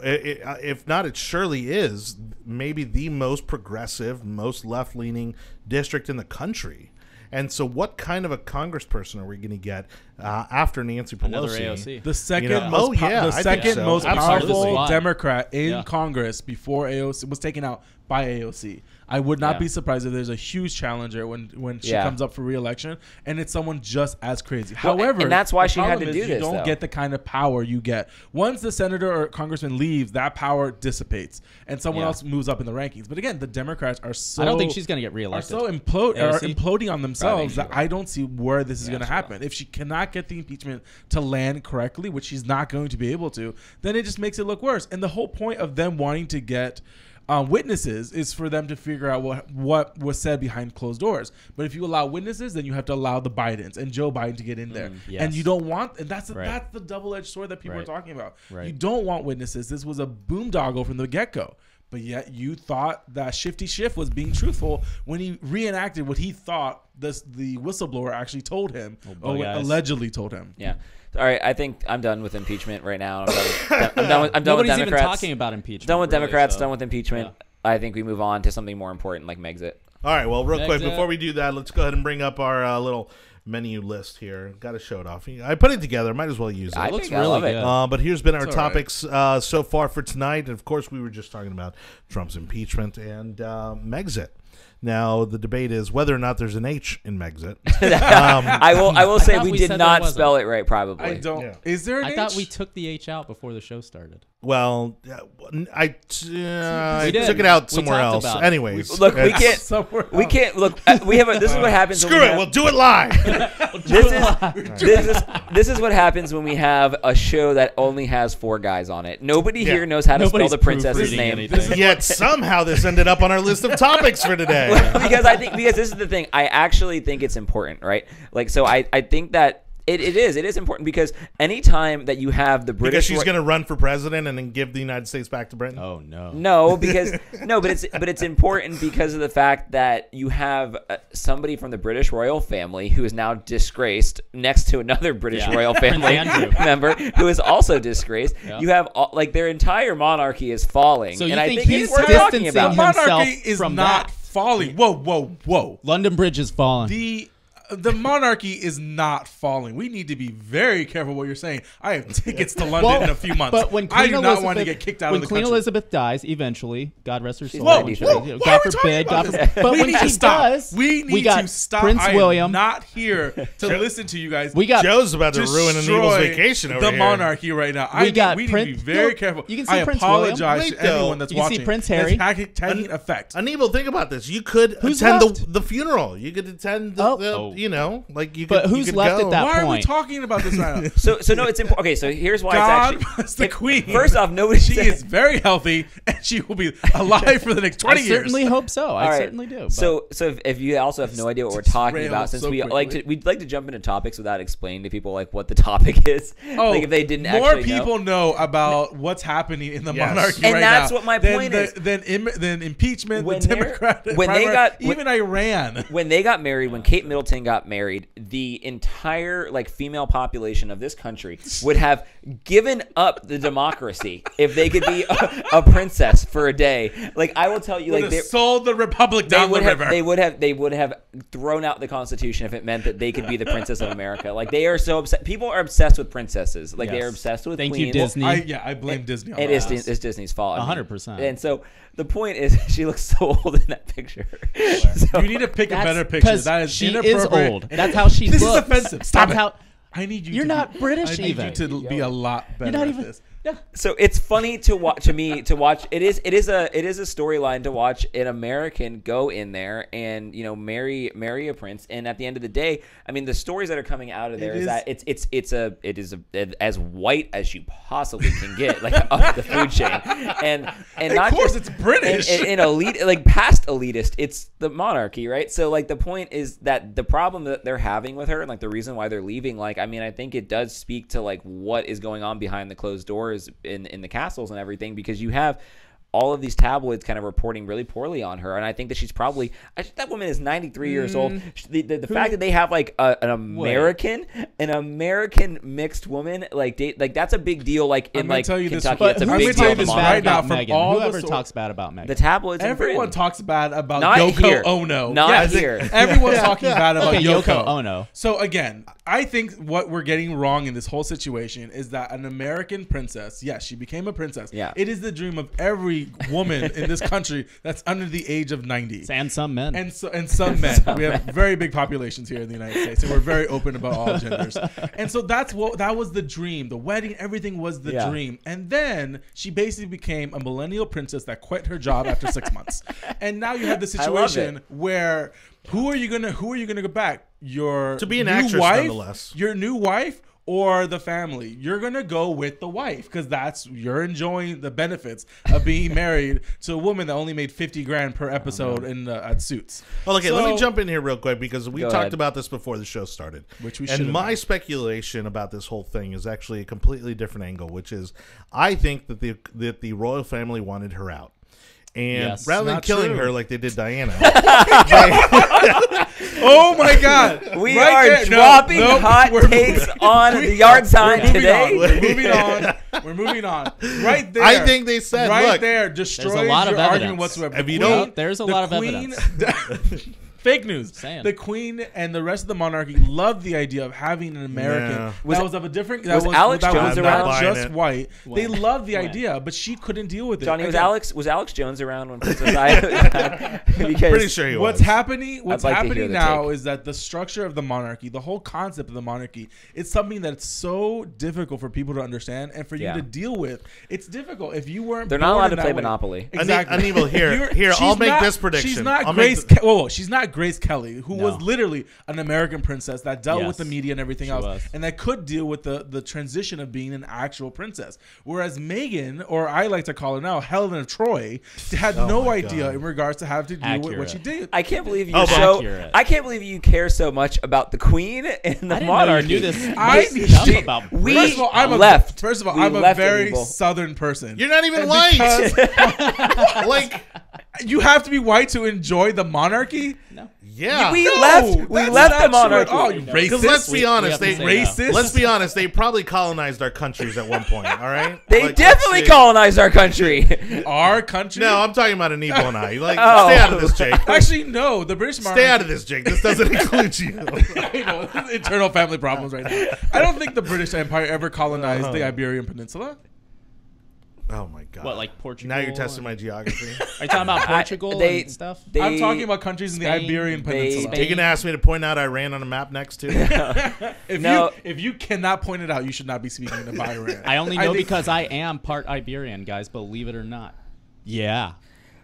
S1: i- i- if not, it surely is maybe the most progressive, most left leaning district in the country. And so, what kind of a congressperson are we going to get uh, after Nancy Pelosi?
S4: Another AOC.
S2: The second
S1: You know,
S2: most,
S1: oh,
S2: po-
S1: yeah, I
S2: the
S1: think
S2: second
S1: so.
S2: most
S4: Absolutely.
S2: powerful
S4: Absolutely.
S2: Democrat in
S4: Yeah.
S2: Congress before AOC was taken out by AOC. I would not
S3: Yeah.
S2: be surprised if there's a huge challenger when when she
S3: Yeah.
S2: comes up for reelection, and it's someone just as crazy.
S3: Well,
S2: However,
S3: and that's why
S2: the
S3: she had
S2: problem
S3: to
S2: is
S3: do
S2: You
S3: this,
S2: don't
S3: though.
S2: get the kind of power you get once the senator or congressman leaves. That power dissipates, and someone
S3: Yeah.
S2: else moves up in the rankings. But again, the Democrats are so
S4: I don't think she's going to get
S2: are
S4: reelected.
S2: so implode are
S4: AOC?
S2: imploding on themselves
S3: she
S2: that
S3: will.
S2: I don't see where this is
S3: Yeah,
S2: going to
S3: she will.
S2: happen. If she cannot get the impeachment to land correctly, which she's not going to be able to, then it just makes it look worse. And the whole point of them wanting to get um, witnesses is for them to figure out what what was said behind closed doors. But if you allow witnesses, then you have to allow the Bidens and Joe Biden to get in there. And
S4: Mm, yes.
S2: you don't want and that's the,
S4: Right.
S2: that's the double edged sword that people are
S4: Right.
S2: talking about. You
S4: Right.
S2: don't want witnesses. This was a boondoggle from the get go. But yet you thought that Shifty Schiff was being truthful when he reenacted what he thought this the whistleblower actually told him, or
S4: bug
S2: what
S4: eyes.
S2: allegedly told him.
S3: Yeah. All right. I think I'm done with impeachment right now. I'm done with, I'm done with, I'm done with
S4: Nobody's even
S3: Democrats.
S4: talking about impeachment.
S3: done with
S4: really,
S3: Democrats.
S4: so-
S3: Done with impeachment. I think we move on to something more important like Megxit.
S1: All right. Well, real
S4: Next
S1: quick,
S4: up.
S1: before we do that, let's go ahead and bring up our uh, little menu list here. Got to show it off. I put it together. Might as well use it.
S3: I
S4: looks
S3: think I
S4: really
S3: love it.
S4: good.
S1: Uh, but here's been our
S2: all right.
S1: topics uh, so far for tonight. Of course, we were just talking about Trump's impeachment and uh, Megxit. Now, the debate is whether or not there's an H in Megxit. um,
S3: I will. I will say
S4: thought
S3: we,
S4: we
S3: did
S4: said
S3: not
S4: there
S3: spell it right. Probably.
S2: I don't.
S1: Yeah.
S2: Is there an
S4: I thought
S2: H?
S4: we took the H out before the show started.
S1: well, uh, I, t- uh, I
S4: did.
S1: took it out
S4: We
S1: somewhere
S4: talked
S1: else.
S4: about it.
S1: Anyways,
S3: Look, we
S1: it's-
S3: can't.
S2: somewhere
S3: We
S2: else.
S3: can't look. uh, We have. A, this is what happens. when
S1: Screw
S3: we
S1: it.
S3: have-
S1: We'll do it live.
S3: this is this is this is what happens when we have a show that only has four guys on it. Nobody
S1: Yeah.
S3: here knows how to
S4: Nobody's
S3: spell the princess's
S4: proofreading
S3: name.
S4: anything. This is-
S1: Yet somehow this ended up on our list of topics for today.
S3: because I think because this is the thing. I actually think it's important, right? Like so I, I think that it, it is. It is important because anytime that you have the
S1: Because
S3: British
S1: she's
S3: Ro-
S1: going to run for president and then give the United States back to Britain.
S4: Oh no.
S3: No, because no, but it's but it's important because of the fact that you have uh, somebody from the British royal family who is now disgraced next to another British
S4: Yeah.
S3: royal
S4: Prince
S3: family
S4: Andrew.
S3: member who is also disgraced.
S4: Yeah.
S3: You have all, like their entire monarchy is falling,
S4: So you
S3: and I
S4: think
S3: think it's
S4: he's
S3: worth talking
S4: distancing
S3: about.
S4: him- himself
S2: monarchy is
S4: from
S2: not
S4: that.
S2: falling. Whoa, whoa, whoa.
S4: London Bridge is falling.
S2: The the monarchy is not falling. We need to be very careful what you're saying. I have tickets to London
S4: Well,
S2: in a few months.
S4: But when Queen
S2: I do
S4: Elizabeth,
S2: not want to get kicked out of
S4: when
S2: the
S4: Queen
S2: country.
S4: Elizabeth dies eventually, God rest her soul.
S2: Whoa,
S4: when she-
S2: whoa,
S3: Why
S2: why
S4: God
S2: are we talking
S4: forbid, God
S2: about
S4: forbid.
S2: this?
S4: But
S2: we
S4: when
S2: need
S4: she
S2: to stop.
S4: does,
S2: we need
S4: we got
S2: to stop.
S4: Prince
S2: I am
S4: William.
S2: not here to listen to you guys.
S4: we got
S1: Joe's about to ruin an evil's
S2: destroy
S1: vacation over
S2: the
S1: here.
S2: monarchy right now. I
S4: We
S2: need,
S4: got
S2: we need
S4: Prince-
S2: to be very
S4: no,
S2: careful.
S4: you can
S2: I
S4: see Prince William.
S2: apologize
S1: Wait,
S2: to
S1: though.
S2: anyone that's
S4: You can see
S2: watching.
S4: Prince Harry.
S2: That's hacking- taking effect.
S1: Unable, think about this. You could
S4: Who's
S1: attend the,
S4: left?
S1: the funeral. You could attend the,
S4: Oh.
S1: the-
S4: Oh.
S1: you know, like you could.
S4: But
S1: you
S4: who's
S1: could
S4: left
S1: go.
S4: at that
S2: Why are we
S4: point.
S2: talking about this right now?
S3: So so no, it's important. Okay, so here's why
S2: God
S3: it's actually
S2: bless the
S3: if-
S2: Queen.
S3: First off, nobody
S2: She is very healthy, and she will be alive for the next
S4: I
S2: twenty years.
S4: certainly hope so. I
S3: All right.
S4: certainly do. but-
S3: So, so if, if you also have no idea what we're talking
S2: railed
S3: about, since
S2: so
S3: we like to,
S2: quickly.
S3: we'd like to jump into topics without explaining to people like what the topic is. like if they didn't
S2: Oh, more
S3: actually know.
S2: people know. about what's happening in the
S1: Yes.
S2: monarchy,
S3: And
S2: right
S3: that's
S2: now
S3: what my
S2: than
S3: point
S2: the-
S3: is.
S2: Then, im- then impeachment,
S3: When
S2: the
S3: they're-
S2: Democrat,
S3: when they
S2: primary-
S3: got-
S2: even Iran.
S3: when they got married, when Kate Middleton got married, the entire like female population of this country would have given up the democracy if they could be a, a princess for a day. Like I will tell you,
S2: Would have
S3: like they,
S2: sold the republic
S3: they
S2: down the
S3: would have,
S2: river.
S3: they would have, they would have thrown out the Constitution if it meant that they could be the princess of America. Like they are so obsessed. People are obsessed with princesses. Like they
S4: Yes.
S3: are obsessed with
S4: Thank you,
S3: queens.
S4: Disney.
S2: I, yeah, I blame Disney. On
S3: It
S2: that.
S3: is Dis- it's Disney's fault. I mean.
S4: 100%.
S3: And so the point is, she looks so old in that picture. So-
S2: You need to pick a
S4: That's
S2: better picture.
S4: 'cause
S2: That is
S4: she is
S2: inappropriate.
S4: old. That's how she
S2: This is
S4: looks.
S2: offensive. Stop
S4: That's
S2: it.
S4: how-
S2: I need you.
S4: You're
S2: to
S4: not
S2: be,
S4: British
S2: I need
S4: even.
S2: you to be a lot better
S4: not
S2: at
S4: even-
S2: this.
S4: Yeah.
S3: So it's funny to watch to me to watch it is it is a it is a storyline to watch an American go in there and you know marry marry a prince and at the end of the day I mean the stories that are coming out of there
S2: It
S3: is,
S2: is-
S3: that it's it's it's a it is a, as white as you possibly can get like up the food chain and and
S2: Of
S3: not
S2: course,
S3: just,
S2: it's British.
S3: and, and, and elite like past elitist it's the monarchy right so like the point is that the problem that they're having with her and like the reason why they're leaving like i mean i think it does speak to like what is going on behind the closed doors in in the castles and everything because you have all of these tabloids kind of reporting really poorly on her, and I think that she's probably I, that woman is 93 years old.
S2: Mm.
S3: She- The, the, the fact that they have like a, an American, an American mixed woman, like date, like that's a big deal. Like in
S2: I'm gonna
S3: like
S2: tell you this-
S3: Kentucky,
S2: but
S3: that's a
S2: I'm
S3: big
S2: gonna
S3: deal.
S2: tell you
S3: to
S2: this
S3: monitor.
S2: right now from
S4: Megan.
S2: all the
S4: Whoever
S2: sor-
S4: talks bad about Megan.
S3: The tabloids. in
S2: Everyone
S3: Britain.
S2: talks bad about
S3: Not
S2: Yoko
S3: here.
S2: Ono.
S3: Not
S2: Yes,
S3: here.
S2: Everyone's talking bad about
S4: Okay,
S2: Yoko.
S4: Yoko Ono.
S2: So again, I think what we're getting wrong in this whole situation is that an American princess, yes, she became a princess.
S3: Yeah.
S2: It is the dream of every woman in this country that's under the age of 90.
S4: and some men.
S2: and so, and some men. we have very big populations here in the United States, and we're very open about all genders. And so that's what that was the dream. The wedding, everything was the
S3: Yeah.
S2: dream. And then she basically became a millennial princess that quit her job after six months. And now you have the
S3: I love
S2: situation where who are you gonna who are you gonna go back? Your
S1: To be an
S2: new
S1: actress,
S2: wife,
S1: nonetheless.
S2: Your new wife. Or the family, you're gonna go with the wife because that's you're enjoying the benefits of being married to a woman that only made fifty grand per episode in uh, at suits.
S1: Well, okay, let me
S2: So-
S1: jump in here real quick because we
S3: Go
S1: talked
S3: ahead.
S1: about this before the show started.
S2: Which we should've
S1: and my
S2: done.
S1: speculation about this whole thing is actually a completely different angle, which is I think that the that the royal family wanted her out, and
S4: Yes.
S1: rather than
S2: Not
S1: killing
S2: true.
S1: her like they did Diana, they-
S2: Oh my God!
S3: We
S2: Right
S3: are
S2: there- no,
S3: dropping
S2: no,
S3: hot
S2: we're
S3: takes
S2: moving-
S3: on the yard
S2: we're
S3: sign
S2: moving
S3: today.
S2: on, We're moving on. We're moving on. Right there.
S1: I think they said,
S2: right
S1: "Look,
S2: there destroys
S4: lot of
S2: your argument
S4: evidence.
S2: whatsoever.
S1: If
S2: The
S1: you
S2: queen-
S1: don't-
S4: There's a
S2: the
S4: lot of
S2: queen- Fake news.
S4: Saying.
S2: The queen and the rest of the monarchy loved the idea of having an American
S1: Yeah.
S2: that was, of a different. That
S3: was Alex
S2: that
S3: Jones
S2: was
S3: around?
S2: not just
S1: Buying it.
S2: white. They
S4: When?
S2: loved the
S4: When?
S2: idea, but she couldn't deal with it.
S3: Johnny was
S2: Again,
S3: Alex was Alex Jones around when Princess Di? because
S1: pretty sure he
S2: what's
S1: was.
S2: happening what's
S3: I'd like to hear
S2: happening
S3: the
S2: now
S3: take.
S2: is that the structure of the monarchy the whole concept of the monarchy it's something that's so difficult for people to understand and for you
S3: Yeah.
S2: to deal with it's difficult if you weren't
S3: They're not
S2: born
S3: allowed
S2: in
S3: to
S2: that
S3: play
S2: way-
S3: Monopoly.
S1: I need- I need- well, here-
S2: If you're-
S1: here, I'll
S2: she's
S1: make
S2: not-
S1: this prediction.
S2: she's not
S1: I'll make
S2: Grace
S1: th-
S2: Ke- whoa, whoa, she's not Grace Kelly who
S4: No.
S2: was literally an American princess that dealt
S4: Yes.
S2: with the media and everything else
S4: was.
S2: and that could deal with the the transition of being an actual princess whereas Megan or I like to call her now Helen of Troy had
S3: Oh
S2: no
S1: my
S2: idea
S1: God.
S2: in regards to have to deal with what
S4: Accurate.
S2: she did
S3: I can't believe you
S1: Oh,
S3: are
S1: but-
S3: so.
S2: uh,
S4: Accurate.
S3: I can't believe you care so much about the Queen and the
S4: I didn't know you
S3: monarchy.
S4: knew this.
S2: I-
S4: this
S2: She-
S4: stuff about
S3: we-
S4: Britney.
S2: First of all, I'm
S3: left.
S2: a first of all,
S3: We
S2: I'm a
S3: left
S2: very
S3: Edinburgh.
S2: southern person.
S1: you're not even
S2: And
S1: white.
S2: because
S1: like,
S2: you have to be white to enjoy the monarchy.
S4: No.
S1: yeah,
S3: We
S2: No,
S3: left. We
S2: that's
S3: left the
S2: not true at
S3: monarchy.
S2: all, you
S1: because let's
S2: racist.
S1: be honest,
S4: we
S1: they
S4: have to say
S2: no.
S1: Let's be honest, they probably colonized our countries at one point. All right,
S3: They
S1: Like, let's
S3: definitely
S1: see.
S3: colonized our country.
S2: Our country.
S1: No, I'm talking about an evil eye. Like,
S3: Oh.
S1: stay out of this, Jake.
S2: actually no. The British monarchy.
S1: Stay out of this, Jake. This doesn't include you.
S2: you know, this is internal family problems right now. I don't think the British Empire ever colonized
S3: Uh-huh.
S2: the Iberian Peninsula.
S1: Oh my god.
S4: What, like Portugal
S1: Now you're testing
S4: and-
S1: my geography.
S4: Are you talking about
S3: I-
S4: Portugal
S3: they-
S4: and stuff?
S3: they-
S2: I'm talking about countries in the
S4: Spain,
S2: Iberian
S3: they-
S2: Peninsula.
S1: Are you gonna ask me to point out Iran on a map next to?
S2: If
S3: No.
S2: you if you cannot point it out, you should not be speaking of Iran.
S4: I only know
S2: think-
S4: because I am part Iberian, guys. Believe it or not. Yeah.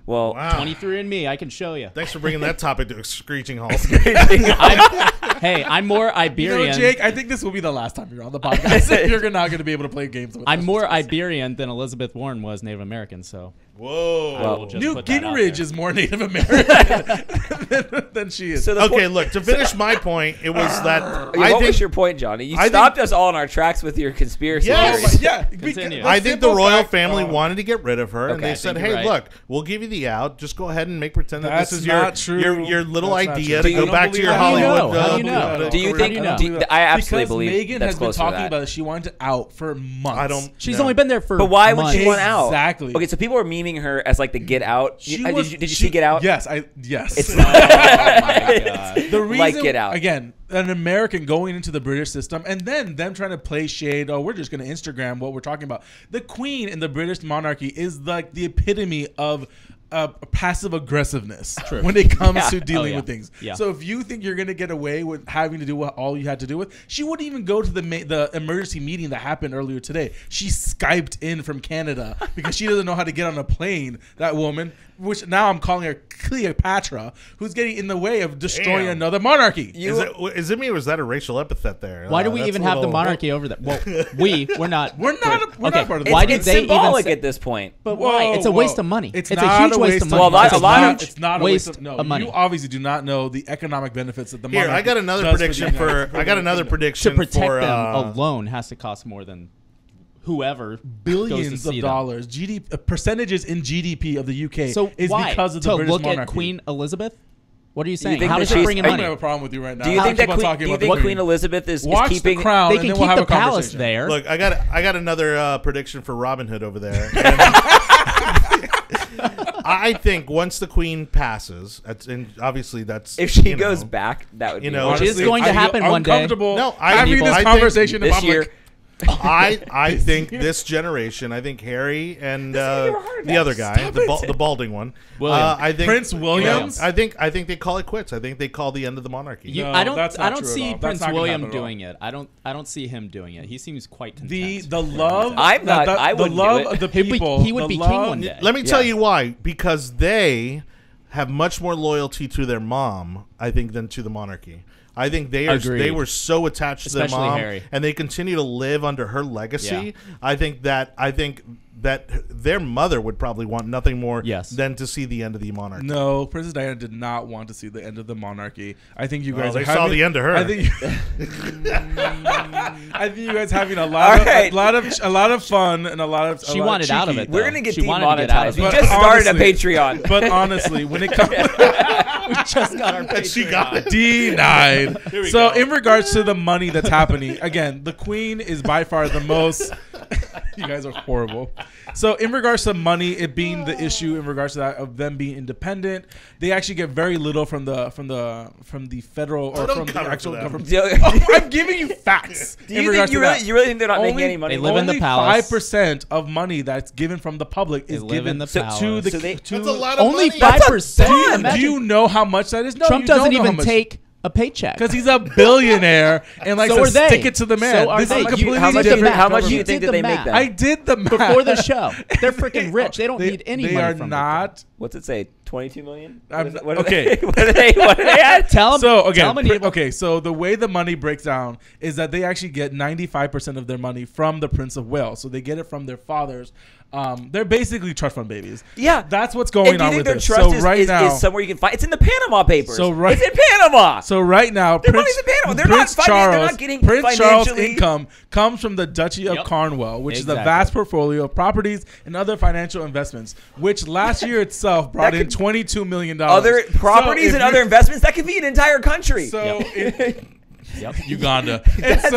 S3: well,
S1: Wow.
S4: 23 and me. I can show you.
S1: Thanks for bringing that topic to a screeching halt.
S4: I'm, hey, I'm more
S2: You
S4: Iberian.
S2: know, Jake, I think this will be the last time you're on the podcast. you're not going to be able to play games with
S4: I'm
S2: us.
S4: more Iberian than Elizabeth Warren was Native American, so
S1: Whoa.
S4: will just-
S2: New
S4: put that out
S2: Gingrich
S4: there.
S2: is more Native American than, than she is.
S3: so the
S1: Okay,
S3: point-
S1: look. To finish my point, it was that
S3: what
S1: I
S3: was
S1: think
S3: your point, Johnny? You
S1: I think-
S3: stopped us all in our tracks with your conspiracy.
S1: Yes.
S2: Oh
S3: theories.
S2: my- yeah, because-
S4: Continue.
S1: I think the
S2: simple
S1: royal
S2: fact-
S1: family
S2: oh.
S1: wanted to get rid of her, and
S3: Okay, I
S1: they said,
S3: think
S1: "Hey,
S3: you're right.
S1: look, we'll give you the out. Just go ahead and make pretend that
S2: That's
S1: this is your
S2: not true.
S1: your your little
S2: That's not
S1: idea
S2: true.
S1: to
S2: I
S1: go
S2: don't
S1: back to
S2: believe
S1: your
S2: that.
S4: How do you
S1: Hollywood."
S4: know? How
S1: uh,
S4: do you know?
S1: uh,
S3: Do you
S1: career.
S3: think?
S4: I don't
S3: do-
S2: believe that.
S3: I absolutely
S2: because
S3: believe
S2: Megan
S3: that's
S2: has been
S3: closer to
S2: talking
S3: that.
S2: about it. She wanted out for months.
S1: I don't.
S4: she's
S1: no.
S4: only been there for.
S3: But why would
S4: months. Oh
S3: she want out?
S2: Exactly.
S3: Okay, so people are memeing her as like the Get Out.
S2: She
S3: You- uh,
S2: was-
S3: did you, did you
S2: she-
S3: see Get Out?
S2: Yes, I yes.
S3: It's
S4: Oh my God.
S2: the reason
S3: Like Get Out.
S2: again. an American going into the British system and then them trying to play shade. Oh, we're just going to Instagram what we're talking about. The Queen in the British monarchy is like the epitome of uh, passive aggressiveness when it comes
S3: Yeah.
S2: to dealing
S4: yeah.
S2: with things.
S4: Yeah.
S2: So if you think you're going to get away with having to do what all you had to do with, she wouldn't even go to the ma- the emergency meeting that happened earlier today. She skyped in from Canada because she doesn't know how to get on a plane. That woman, which now I'm calling her Cleopatra, who's getting in the way of destroying
S1: Damn.
S2: another monarchy.
S1: is, it, is it me or is that a racial epithet there?
S4: Why do
S1: Uh,
S4: we
S1: that's
S4: even
S1: a
S4: have the
S1: little-
S4: monarchy over them? Well, we we're not.
S2: We're not a- we're not part of the monarchy.
S4: Why did
S3: it's
S4: they
S3: symbolic
S4: even?
S3: at this point.
S4: but why?
S2: Whoa,
S4: It's a
S2: whoa.
S4: waste of money. It's, a
S2: not
S4: huge waste of money.
S3: Well, that's
S4: it's
S3: a lot of-
S4: huge
S2: It's not a waste, of, no,
S4: money.
S2: You obviously do not know the economic benefits that the
S1: Here,
S2: monarchy
S1: I got another
S2: does the
S1: prediction for.
S2: United
S1: I got another
S2: Kingdom.
S1: prediction
S4: to protect
S1: for,
S4: them
S1: uh,
S4: alone has to cost more than whoever goes to
S2: billions
S4: see
S2: of
S4: them.
S2: dollars. GDP uh, percentages in GDP of the UK
S4: So
S2: is
S4: why
S2: because of the
S4: to
S2: British
S4: look
S2: monarchy.
S4: at Queen Elizabeth? What are you saying?
S3: think
S4: How
S3: that
S4: does she
S3: she's-
S4: bring in
S2: I'm gonna have
S4: money?
S2: a problem with you right now.
S3: Do you think
S2: Keep
S3: that
S2: on
S3: Queen,
S2: talking
S3: do you
S2: about
S3: think
S2: the
S3: Queen Elizabeth is, is
S2: Watch
S3: keeping
S2: the crown, and
S4: They can
S2: then
S4: keep
S2: we'll have
S4: the
S2: a
S4: palace
S2: conversation.
S4: there.
S1: Look, I got I got another uh, prediction for Robin Hood over there. And- I think once the queen passes, that's, and obviously that's
S3: if she
S1: you
S3: goes
S1: know,
S3: back? That would
S1: You
S3: be
S1: know,
S3: hilarious.
S4: Which is going to
S2: I feel
S4: happen one day.
S2: uncomfortable
S1: No, I-
S2: having
S1: I
S2: this
S1: think
S2: conversation in
S3: this
S2: public.
S3: year.
S1: I I think this generation, I think Harry and uh, the other guy,
S2: Stop
S1: the, ba-
S2: it.
S1: the balding one,
S4: William.
S1: uh, I think
S2: Prince
S1: you know,
S2: Williams?
S1: I think I think they call it quits. I think they call the end of the monarchy.
S4: You-
S2: No,
S4: I don't.
S2: that's not
S4: I don't
S2: true at all.
S4: see
S2: That's
S4: Prince
S2: not gonna
S4: William
S2: happen at all.
S4: doing it. I don't. I don't see him doing it. He seems quite content.
S2: The the love.
S3: I'm not-
S2: The, the,
S3: I
S2: the
S3: wouldn't do
S2: love
S3: it.
S2: of the
S4: He'd be-
S2: people.
S4: he would
S2: the
S4: be king
S2: love-
S4: one day.
S1: Let me tell
S3: Yeah.
S1: you why. Because they have much more loyalty to their mom, I think, than to the monarchy. I think they are
S4: Agreed.
S1: they were so attached to
S4: Especially
S1: their mom,
S4: Harry.
S1: and they continue to live under her legacy. I think that I think that their mother would probably want nothing more
S4: Yes.
S1: than to see the end of the monarchy.
S2: No, Princess Diana did not want to see the end of the monarchy. I think you guys
S1: Oh, they
S2: are
S1: saw
S2: having-
S1: the end of her.
S2: I think. I think you guys having a lot,
S3: All right.
S2: of, a lot of a lot of fun and a lot of. a
S4: She
S2: lot
S4: wanted out of
S2: cheeky.
S4: it.
S3: We're
S4: though.
S3: gonna get
S4: She wanted to get out of
S3: demonetized. We
S4: it.
S3: just started a
S2: honestly-
S3: Patreon.
S2: But honestly, when it comes
S4: we just got our
S1: And she got it.
S2: denied.
S1: we
S2: So
S1: go.
S2: in regards to the money that's happening, again, the queen is by far the most you guys are horrible. So in regards to money, it being the issue in regards to that of them being independent, they actually get very little from the from the from the federal or
S1: Don't
S2: from the
S1: cover
S2: actual
S1: for that.
S2: government. Oh,
S3: Do
S2: I'm giving you facts. in
S3: you
S2: regards
S3: think you
S2: to
S3: really,
S2: that.
S3: you really think they're not
S2: Only-
S3: making any money?
S4: They live in the
S2: Only
S4: palace.
S2: Five percent of money that's given from the public is
S4: live
S2: given
S4: in the
S2: to
S4: palace.
S2: the
S3: So they-
S2: to-
S1: That's a lot of
S4: Only
S1: money.
S4: five percent.
S2: Do you, do
S4: Imagine-
S2: you know how much that is? No,
S4: Trump
S2: you don't
S4: doesn't
S2: know how
S4: even
S2: much.
S4: take a paycheck.
S2: Because he's a billionaire and likes
S4: So
S2: to
S4: are they.
S2: stick it to the man.
S4: So are
S2: this
S4: they.
S2: is
S4: You-
S2: a completely
S3: how much do you-
S2: different
S3: how much do you
S2: government.
S3: think that
S4: did the
S3: they make
S4: math.
S3: that?
S2: I did the math.
S4: before the show. They're freaking rich. They don't need any
S2: They
S4: money
S2: are
S4: from it.
S2: not.
S3: What's it say? Twenty-two million.
S2: I'm-
S3: What is it- what are
S2: okay.
S3: They, what are they? What are they at?
S4: Tell him.
S2: So okay,
S4: Um, tell 'em an
S2: pre-
S4: evil-
S2: okay. So the way the money breaks down is that they actually get ninety five percent of their money from the Prince of Wales. So they get it from their fathers. Um, they're basically trust fund babies.
S3: Yeah.
S2: that's what's going
S3: and do
S2: on
S3: you think
S2: with
S3: their
S2: this.
S3: trust
S2: So
S3: is,
S2: right
S3: is,
S2: now,
S3: is somewhere you can find? It's in the Panama Papers.
S2: So right-
S3: It's in Panama.
S2: So right now,
S3: Their
S2: Prince,
S3: money's in Panama. They're not
S2: Prince
S3: finan- they're
S2: Charles,
S3: not getting
S2: Prince Charles'
S3: financially-
S2: income comes from the Duchy of
S4: Yep.
S2: Cornwall, which is a
S4: Exactly.
S2: vast portfolio of properties and other financial investments, which last year itself brought
S3: That
S2: in
S3: could-
S2: twenty-two million dollars.
S3: other properties and other investments that could be an entire country.
S2: So it-
S4: Yep.
S2: Uganda. And so,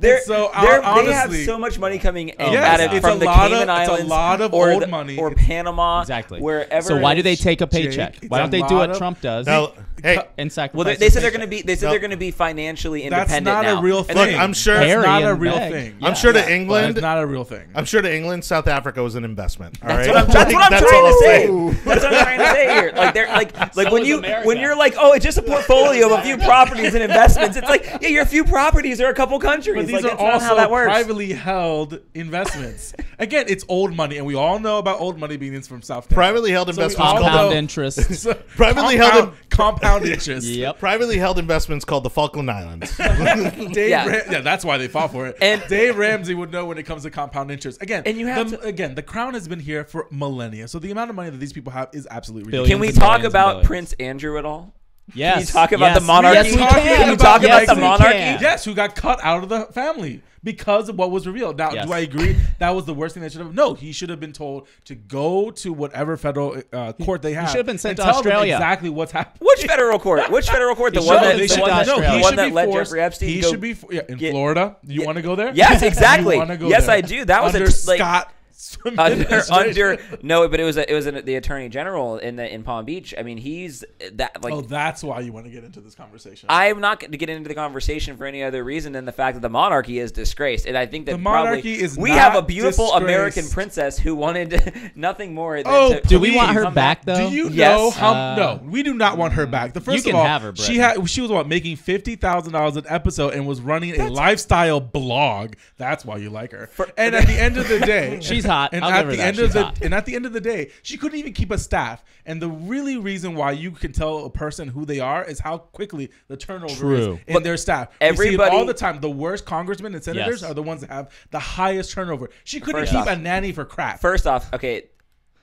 S3: They're-
S2: and so
S3: they're-
S2: our,
S3: they have
S2: honestly,
S3: so much money coming in
S2: Yes,
S3: at it
S2: it's a
S3: from the
S2: lot of-
S3: Cayman
S2: it's a
S3: Islands,
S2: lot of
S3: or
S2: old
S3: the-
S2: money.
S3: or Panama,
S4: Exactly.
S3: Wherever.
S4: So why do they
S3: it's-
S4: take a
S2: Jake,
S4: paycheck?
S2: it's
S4: why
S2: a
S4: don't they
S2: lot
S4: do what
S2: of-
S4: Trump does
S1: Now, hey,
S4: and sacrifice?
S3: Well, they, they
S4: their
S3: said they're going to
S4: paycheck?
S3: be. They said
S1: No.
S3: they're going to be financially
S2: that's
S3: independent.
S2: not
S3: now.
S2: a real
S3: And
S2: thing.
S3: they're-
S1: I'm sure-
S2: it's not
S4: Harry
S2: a
S4: and
S2: real
S4: Meg.
S2: thing.
S4: Yeah.
S1: I'm sure to
S3: yeah, but
S2: But it's
S1: England,
S2: not a real thing.
S1: I'm sure to England, South Africa was an investment. All right,
S3: That's what I'm, that's what I'm
S1: That's
S3: trying
S1: all
S3: to
S1: I'll
S3: say. That's what I'm trying to say here. Like they're like like
S4: So
S3: when
S4: is
S3: you
S4: America.
S3: when you're like oh it's just a portfolio of a few properties and investments. It's like yeah, your few properties are a couple countries.
S2: But these
S3: like,
S2: are
S3: that's not
S2: also
S3: how that works.
S2: privately held investments. Again, it's old money, and we all know about old money being from South Tampa.
S1: Privately held
S2: we
S1: investments
S2: all
S1: called
S2: know-
S4: compound
S1: the,
S4: interest.
S2: So
S1: Privately held
S2: compound,
S1: in-
S2: compound interest.
S4: yep.
S1: privately held investments called the Falkland Islands.
S2: Dave
S3: Yeah.
S2: yeah. yeah, that's why they fought for it.
S3: And-
S2: And Dave Ramsey would know when it comes to compound interest. Again,
S3: And you have
S2: the,
S3: to-
S2: again, the crown has been here for millennia, so the amount of money that these people have is absolutely
S4: Billions.
S2: ridiculous.
S3: Can we
S4: and
S3: talk
S4: billions and
S3: about
S4: billions.
S3: Prince Andrew at all?
S4: Yes.
S3: Can you talk about
S4: yes,
S3: the monarchy?
S4: Yes, we
S3: Can
S4: can.
S3: you talk about
S4: yes,
S3: the
S4: we
S3: monarchy?
S4: can.
S2: Yes, who got cut out of the family because of what was revealed. Now,
S4: Yes.
S2: do I agree that was the worst thing they should have? No, he should have been told to go to whatever federal uh, court they have.
S4: should have been
S2: and
S4: sent to
S2: tell them
S4: Australia.
S2: exactly what's happened.
S3: Which federal court? Which federal court? The
S4: He
S3: one
S4: should've
S3: that, the
S4: been sent
S3: one
S4: to
S3: that,
S2: no,
S4: Australia.
S2: he
S3: the one
S2: should
S3: that
S2: be
S3: led
S2: forced,
S3: Jeffrey Epstein
S2: He
S3: go
S2: should be for, yeah, in
S3: get-
S2: Florida. You want to go there?
S3: Yes, exactly.
S2: You wanna go
S3: yes,
S2: there.
S3: I do. That was
S2: Under
S3: a like
S2: Scott
S1: some
S3: under,
S1: administration.
S3: under no, but it was a, it was an, the attorney general in the in Palm Beach. I mean, he's that like
S2: oh, that's why you want to get into this conversation.
S3: I'm not going to get into the conversation for any other reason than the fact that the monarchy is disgraced, and I think that
S2: The monarchy
S3: probably,
S2: is
S3: we
S2: not
S3: have a beautiful American
S2: disgraced.
S3: princess who wanted nothing more than
S2: Oh,
S3: to
S2: do
S4: Do we want her
S3: come
S4: back though?
S2: do you
S3: Yes.
S2: know how?
S4: Uh,
S2: no, we do not want her back. The first
S4: can
S2: of all,
S4: have her,
S2: she
S4: Brittany.
S2: had she was what making fifty thousand dollars an episode and was running a lifestyle blog. That's why you like her. and at the end of the day,
S4: She's hot.
S2: And
S4: I'll
S2: at
S4: give her
S2: the
S4: that.
S2: end
S4: She's
S2: of the
S4: hot.
S2: and at the end of the day, she couldn't even keep a staff. And the really reason why you can tell a person who they are is how quickly the turnover is
S4: True.
S2: in their staff. you see it
S3: everybody-
S2: all the time. The worst congressmen and senators
S4: Yes.
S2: are the ones that have the highest turnover. She couldn't
S3: First
S2: keep
S3: off-
S2: a nanny for crap.
S3: First off, okay,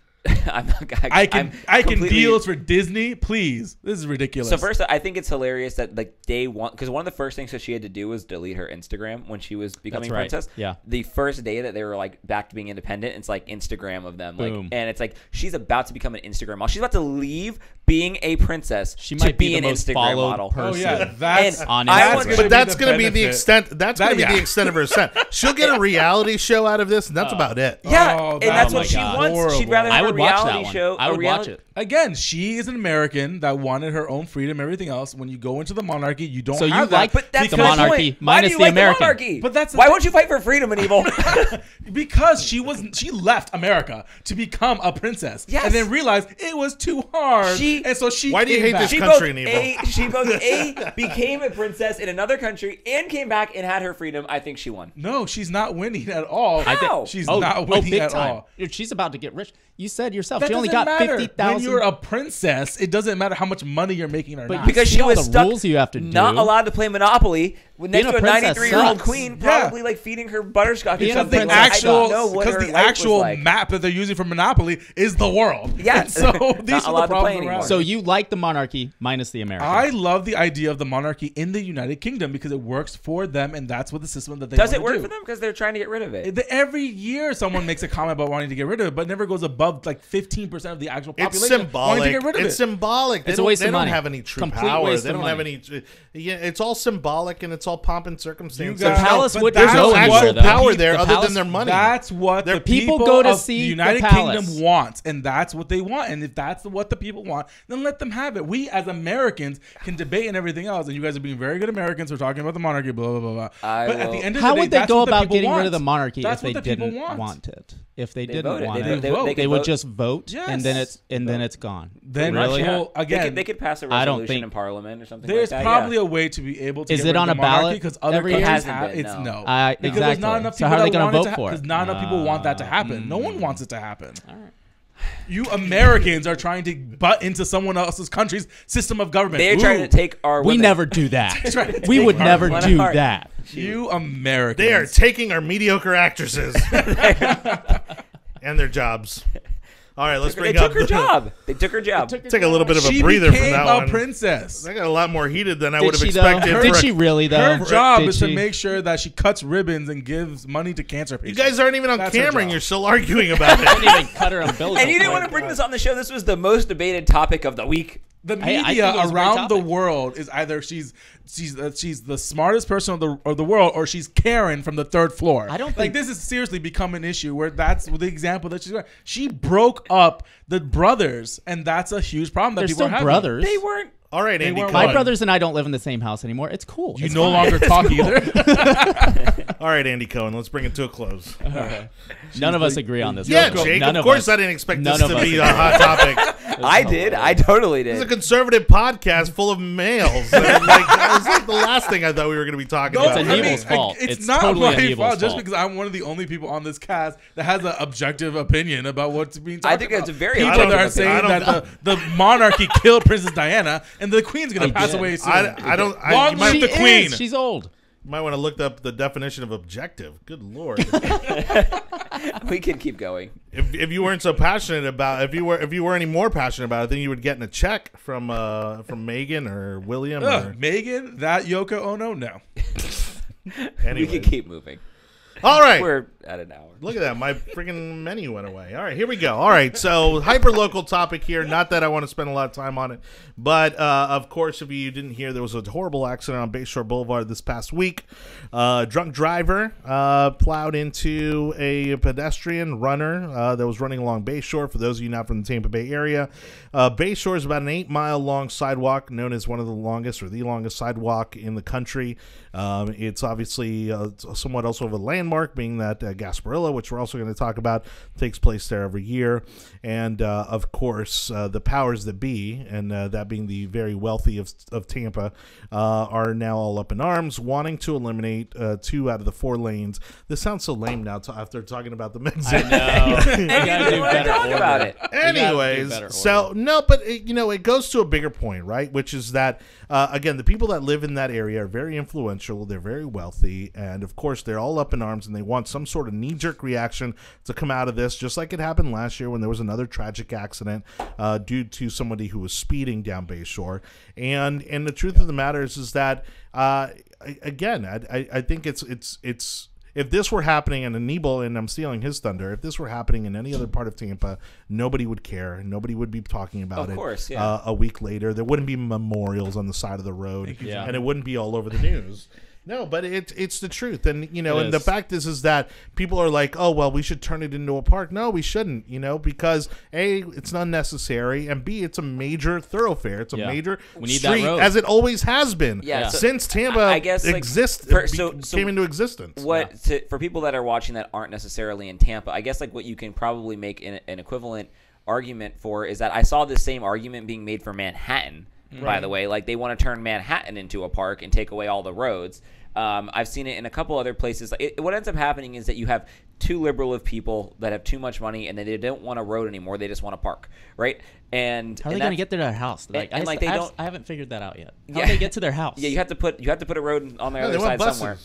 S3: I'm not, I,
S2: I can
S3: I'm
S2: i can
S3: completely-
S2: deals for Disney, please. This is ridiculous.
S3: So first, I think it's hilarious that like day one, because one of the first things that she had to do was delete her Instagram when she was becoming
S4: That's right.
S3: princess.
S4: Yeah.
S3: The first day that they were like back to being independent, it's like Instagram of them, like,
S4: Boom.
S3: and it's like she's about to become an Instagram model. She's about to leave being a princess.
S4: She
S3: to
S4: might be
S3: be,
S4: the
S3: an
S4: most
S3: Instagram
S4: followed
S3: model.
S4: person.
S2: oh yeah,
S4: And
S2: that's
S3: on
S2: that's
S3: Instagram.
S2: gonna
S3: But
S2: be
S1: But that's going to be the
S2: benefit.
S1: extent. That's
S2: That-
S1: going to be
S2: yeah.
S1: the extent of her ascent. She'll get a reality show out of this, and that's about it.
S3: Yeah,
S2: Oh,
S3: and
S2: that-
S3: that's
S4: oh my
S3: what she
S4: God.
S3: wants. She'd
S2: Horrible.
S3: rather
S4: I
S3: have
S4: would
S3: a
S4: watch
S3: reality
S4: that one.
S3: show.
S4: I
S3: a
S4: would watch
S3: reality-
S4: it.
S2: Again, she is an American that wanted her own freedom, everything else. When you go into the monarchy, you don't.
S4: So you
S2: have that.
S4: like-
S3: But that's
S4: The
S3: my
S4: monarchy
S3: point. Why
S4: minus
S3: do you
S4: the
S3: like
S4: American.
S3: monarchy?
S2: But that's the
S3: why
S2: thing.
S3: won't you fight for freedom and evil?
S2: because she was she left America to become a princess,
S3: Yes.
S2: and then realized it was too hard,
S3: She-
S2: and so she.
S1: Why do you
S2: came
S1: hate
S2: back.
S1: this
S3: she
S1: country
S3: both
S1: in evil.
S3: a she both a became a princess in another country and came back and had her freedom. I think she won.
S2: No, she's not winning at all.
S3: think- How?
S2: she's
S4: oh,
S2: not
S4: oh,
S2: winning
S4: big
S2: at
S4: time.
S2: all.
S4: Dude, she's about to get rich. You said yourself
S2: That
S4: she only
S2: doesn't
S4: got
S2: matter.
S4: fifty
S2: When you're
S4: thousand.
S2: a princess, it doesn't matter how much money you're making or
S4: But
S2: not.
S4: you
S3: because
S4: see
S3: she
S4: all
S3: was
S4: the
S3: stuck,
S4: rules you have to
S3: not
S4: do.
S3: allowed to play Monopoly with- next
S4: Being
S3: to
S4: a
S3: a
S4: princess
S3: 93 year old
S4: sucks.
S3: queen,
S2: Yeah.
S3: probably like feeding her butterscotch
S4: Being
S3: or
S4: a
S3: something.
S2: the
S4: princess
S3: like, I
S2: actual
S3: don't know what
S2: because
S3: her
S2: the
S3: life was
S2: actual
S3: like.
S2: map that they're using for Monopoly is the world.
S3: Yeah.
S2: And so
S3: Not
S2: these are
S3: allowed
S2: the
S3: to play
S2: problems
S3: anymore.
S2: around.
S4: so you like the monarchy minus the American.
S2: I love the idea of the monarchy in the United Kingdom because it works for them, and that's what the system that they
S3: Does
S2: want
S3: it
S2: to
S3: work
S2: do.
S3: for them? Because they're trying to get rid of it.
S2: The- every year, someone makes a comment about wanting to get rid of it, but never goes above like fifteen percent of the actual population.
S1: It's
S2: Wanting
S1: symbolic.
S2: to get rid of
S1: it's
S2: it.
S1: symbolic. They
S4: It's a
S1: don't,
S4: waste
S1: they
S4: of
S1: don't
S4: money.
S1: have any true
S4: Complete
S1: power.
S4: waste
S1: They
S4: of
S1: don't have
S4: money.
S1: any. tr- Yeah, it's all symbolic and it's all pomp and
S2: You
S1: circumstance.
S2: guys-
S1: There's no-
S4: palace
S2: but
S4: would
S2: that's
S1: There's no
S4: go
S2: what
S4: anywhere,
S1: actual
S4: though.
S1: power
S4: The
S1: there other
S4: palace-
S1: than their money.
S2: That's what
S1: Their
S2: the people,
S4: people go to
S2: of
S4: see
S2: the
S4: the
S2: United
S4: palace.
S2: Kingdom wants, and that's what they want. And if that's what the people want, then let them have it. We as Americans can debate and everything else, and you guys are being very good Americans. We're talking about the monarchy, blah blah blah. blah.
S3: I
S2: but at
S3: will-
S2: the end of
S4: How
S2: the day,
S4: would they
S2: that's
S4: go
S2: what the
S4: about
S2: people
S4: getting rid of
S2: want.
S4: the monarchy
S2: That's
S4: if they
S2: what the people
S4: didn't want.
S2: want.
S4: it? If they,
S3: They
S4: didn't
S3: voted. They-
S4: want it,
S3: they-
S4: they,
S3: they
S2: vote.
S3: could
S4: would
S3: vote.
S4: just vote, and then
S2: Yes.
S4: it's and then it's gone.
S2: Then
S4: really,
S2: that's the whole
S3: They
S2: again.
S3: could, they could pass a
S4: I don't
S3: resolution
S4: think-
S3: in Parliament or something
S2: there's
S3: like that.
S2: probably
S3: yeah.
S2: a way to be able to.
S4: Is
S2: get
S4: it
S2: rid of
S4: on
S2: the
S4: a ballot
S2: monarchy? Because other
S4: every
S2: countries
S4: year?
S3: Hasn't
S2: have
S3: been,
S2: it's
S3: no.
S2: no.
S4: I-
S2: Because there's
S4: exactly.
S2: not enough
S4: So
S2: people
S4: how are they
S2: that
S4: gonna
S2: want it
S4: vote
S2: to ha-
S4: for it? Mm.
S2: Because not enough people want that to happen. No one wants it to happen. You Americans are trying to butt into someone else's country's system of government.
S3: They're
S2: Ooh.
S3: trying to take our.
S4: we
S3: women.
S4: never do that.
S2: right. Take
S4: we would
S2: our
S4: never
S3: one
S4: do
S3: apart.
S4: that.
S2: You Americans.
S1: They are taking our mediocre actresses and their jobs. All right, let's
S3: They
S1: bring
S3: took
S1: up
S3: her
S1: the-
S3: job. They took her job.
S1: Take a little bit of a
S2: she
S1: breather from
S2: became
S1: that
S2: a
S1: one.
S2: princess.
S1: That got a lot more heated than I
S4: Did
S1: would have
S4: she
S1: expected.
S4: though?
S1: for
S4: Did
S1: a-
S4: she really though?
S2: Her job
S4: Did
S2: is
S4: she?
S2: to make sure that she cuts ribbons and gives money to cancer
S1: You
S2: patients.
S1: guys aren't even on
S2: That's her
S1: camera, and
S2: job.
S1: you're still arguing about it.
S4: didn't even cut her umbilical.
S3: And you didn't
S4: cord.
S3: want to bring this on the show. This was the most debated topic of the week.
S2: the
S4: Hey, I
S2: media
S4: think it was a great
S2: around the
S4: topic.
S2: world is either she's she's uh, she's the smartest person of the of the world or she's Karen from the third floor.
S4: I don't
S2: like
S4: think-
S2: this has seriously become an issue where that's the example that she's got. She broke up the brothers, and that's a huge problem that
S4: They're
S2: people
S4: still
S2: are having.
S4: brothers.
S3: They weren't.
S1: All right, Andy.
S2: weren't-
S1: Cohen.
S4: My brothers and I don't live in the same house anymore. It's cool.
S2: You
S4: It's
S2: no
S4: fine.
S2: longer talk either.
S1: All right, Andy Cohen. Let's bring it to a close.
S4: None of us agree on this.
S1: yeah,
S4: None
S1: Jake.
S4: None
S1: Of course, I didn't expect
S4: none
S1: this
S4: of
S1: to
S4: us
S1: be
S4: agree.
S1: a hot topic.
S3: I did. I totally
S1: It's a
S3: did.
S1: conservative podcast full of males. And, like, that was like the last thing I thought we were going to be talking
S2: No,
S1: about.
S4: It's
S2: I mean,
S4: Anible's
S2: I-
S4: fault.
S2: It's,
S4: It's
S2: not
S4: totally
S2: my
S4: Anible's
S2: fault just
S4: fault.
S2: because I'm one of the only people on this cast that has an objective opinion about what's being talked
S3: I think
S2: about.
S3: it's a very
S2: people
S1: objective
S2: that are
S1: opinion. I
S2: saying
S1: don't-
S2: that the, the monarchy killed Princess Diana and the Queen's going to
S4: They
S2: pass
S4: did.
S2: away soon.
S1: I, I don't. I,
S2: Long
S1: you
S2: live
S1: might,
S4: She
S2: the
S4: is.
S2: queen.
S4: She's old.
S1: might want to look up the definition of objective. Good lord.
S3: We could keep going.
S1: if, if you weren't so passionate about if you were if you were any more passionate about it, then you would get in a check from uh from Megan or William
S2: Ugh,
S1: or
S2: Megan, that Yoko Ono, no.
S1: anyways.
S3: We could keep moving.
S1: All right.
S3: We're at an hour.
S1: Look at that. My freaking menu went away. All right, here we go. All right, so hyperlocal topic here. Not that I want to spend a lot of time on it, but uh, of course, if you didn't hear, there was a horrible accident on Bayshore Boulevard this past week. Uh, drunk driver uh, plowed into a pedestrian runner uh, that was running along Bayshore. For those of you not from the Tampa Bay area, uh, Bayshore is about an eight mile long sidewalk known as one of the longest or the longest sidewalk in the country. Um, it's obviously uh, somewhat also of a landmark, being that uh, Gasparilla, which we're also going to talk about, takes place there every year. And uh, of course, uh, the powers that be, and uh, that being the very wealthy of, of Tampa, uh, are now all up in arms, wanting to eliminate uh, two out of the four lanes. This sounds so lame now t- after talking about the Mexican.
S4: No,
S3: I didn't even want to talk about it.
S4: gotta do better
S1: Anyways, so no, but it, you know, it goes to a bigger point, right? Which is that uh, again, the people that live in that area are very influential. They're very wealthy, and of course, they're all up in arms and they want some sort of knee-jerk reaction to come out of this, just like it happened last year when there was another tragic accident uh, due to somebody who was speeding down Bayshore. And and the truth of the matter is, is that uh, I- again, I, I I think it's it's it's if this were happening in Nebel, and I'm stealing his thunder, if this were happening in any other part of Tampa, nobody would care. Nobody would be talking about
S3: Of
S1: it.
S3: course, yeah.
S1: Uh, a week later, there wouldn't be memorials on the side of the road,
S4: Yeah.
S1: and it wouldn't be all over the news. No, but it's it's the truth, and you know,
S4: It
S1: and the
S4: is.
S1: fact is, is that people are like, oh well, we should turn it into a park. No, we shouldn't, you know, because a it's not necessary, and b it's a major thoroughfare. It's a
S4: Yeah.
S1: major
S4: We need that
S1: street
S4: road.
S1: as it always has been.
S3: Yeah, so-
S1: since Tampa
S3: I- I guess, like,
S1: exists,
S3: for- so-
S1: be-
S3: so-
S1: came into existence.
S3: What to, for people that are watching that aren't necessarily in Tampa, I guess like what you can probably make an, an equivalent argument for is that I saw the same argument being made for Manhattan. By the way, like they want to turn Manhattan into a park and take away all the roads. Um, I've seen it in a couple other places. It, what ends up happening is that you have too liberal of people that have too much money and they don't want a road anymore. They just want a park, right? And
S4: How are
S3: and
S4: they going to
S3: that's-
S4: get to their house? Like,
S3: and,
S4: I,
S3: like,
S4: like
S3: they
S4: they I,
S3: don't-
S4: don't, I haven't figured that out yet. How
S3: Yeah.
S4: do they get to their house?
S3: Yeah, you have to put you have to put a road on the
S1: No,
S3: other
S1: they want
S3: side
S1: buses.
S3: somewhere.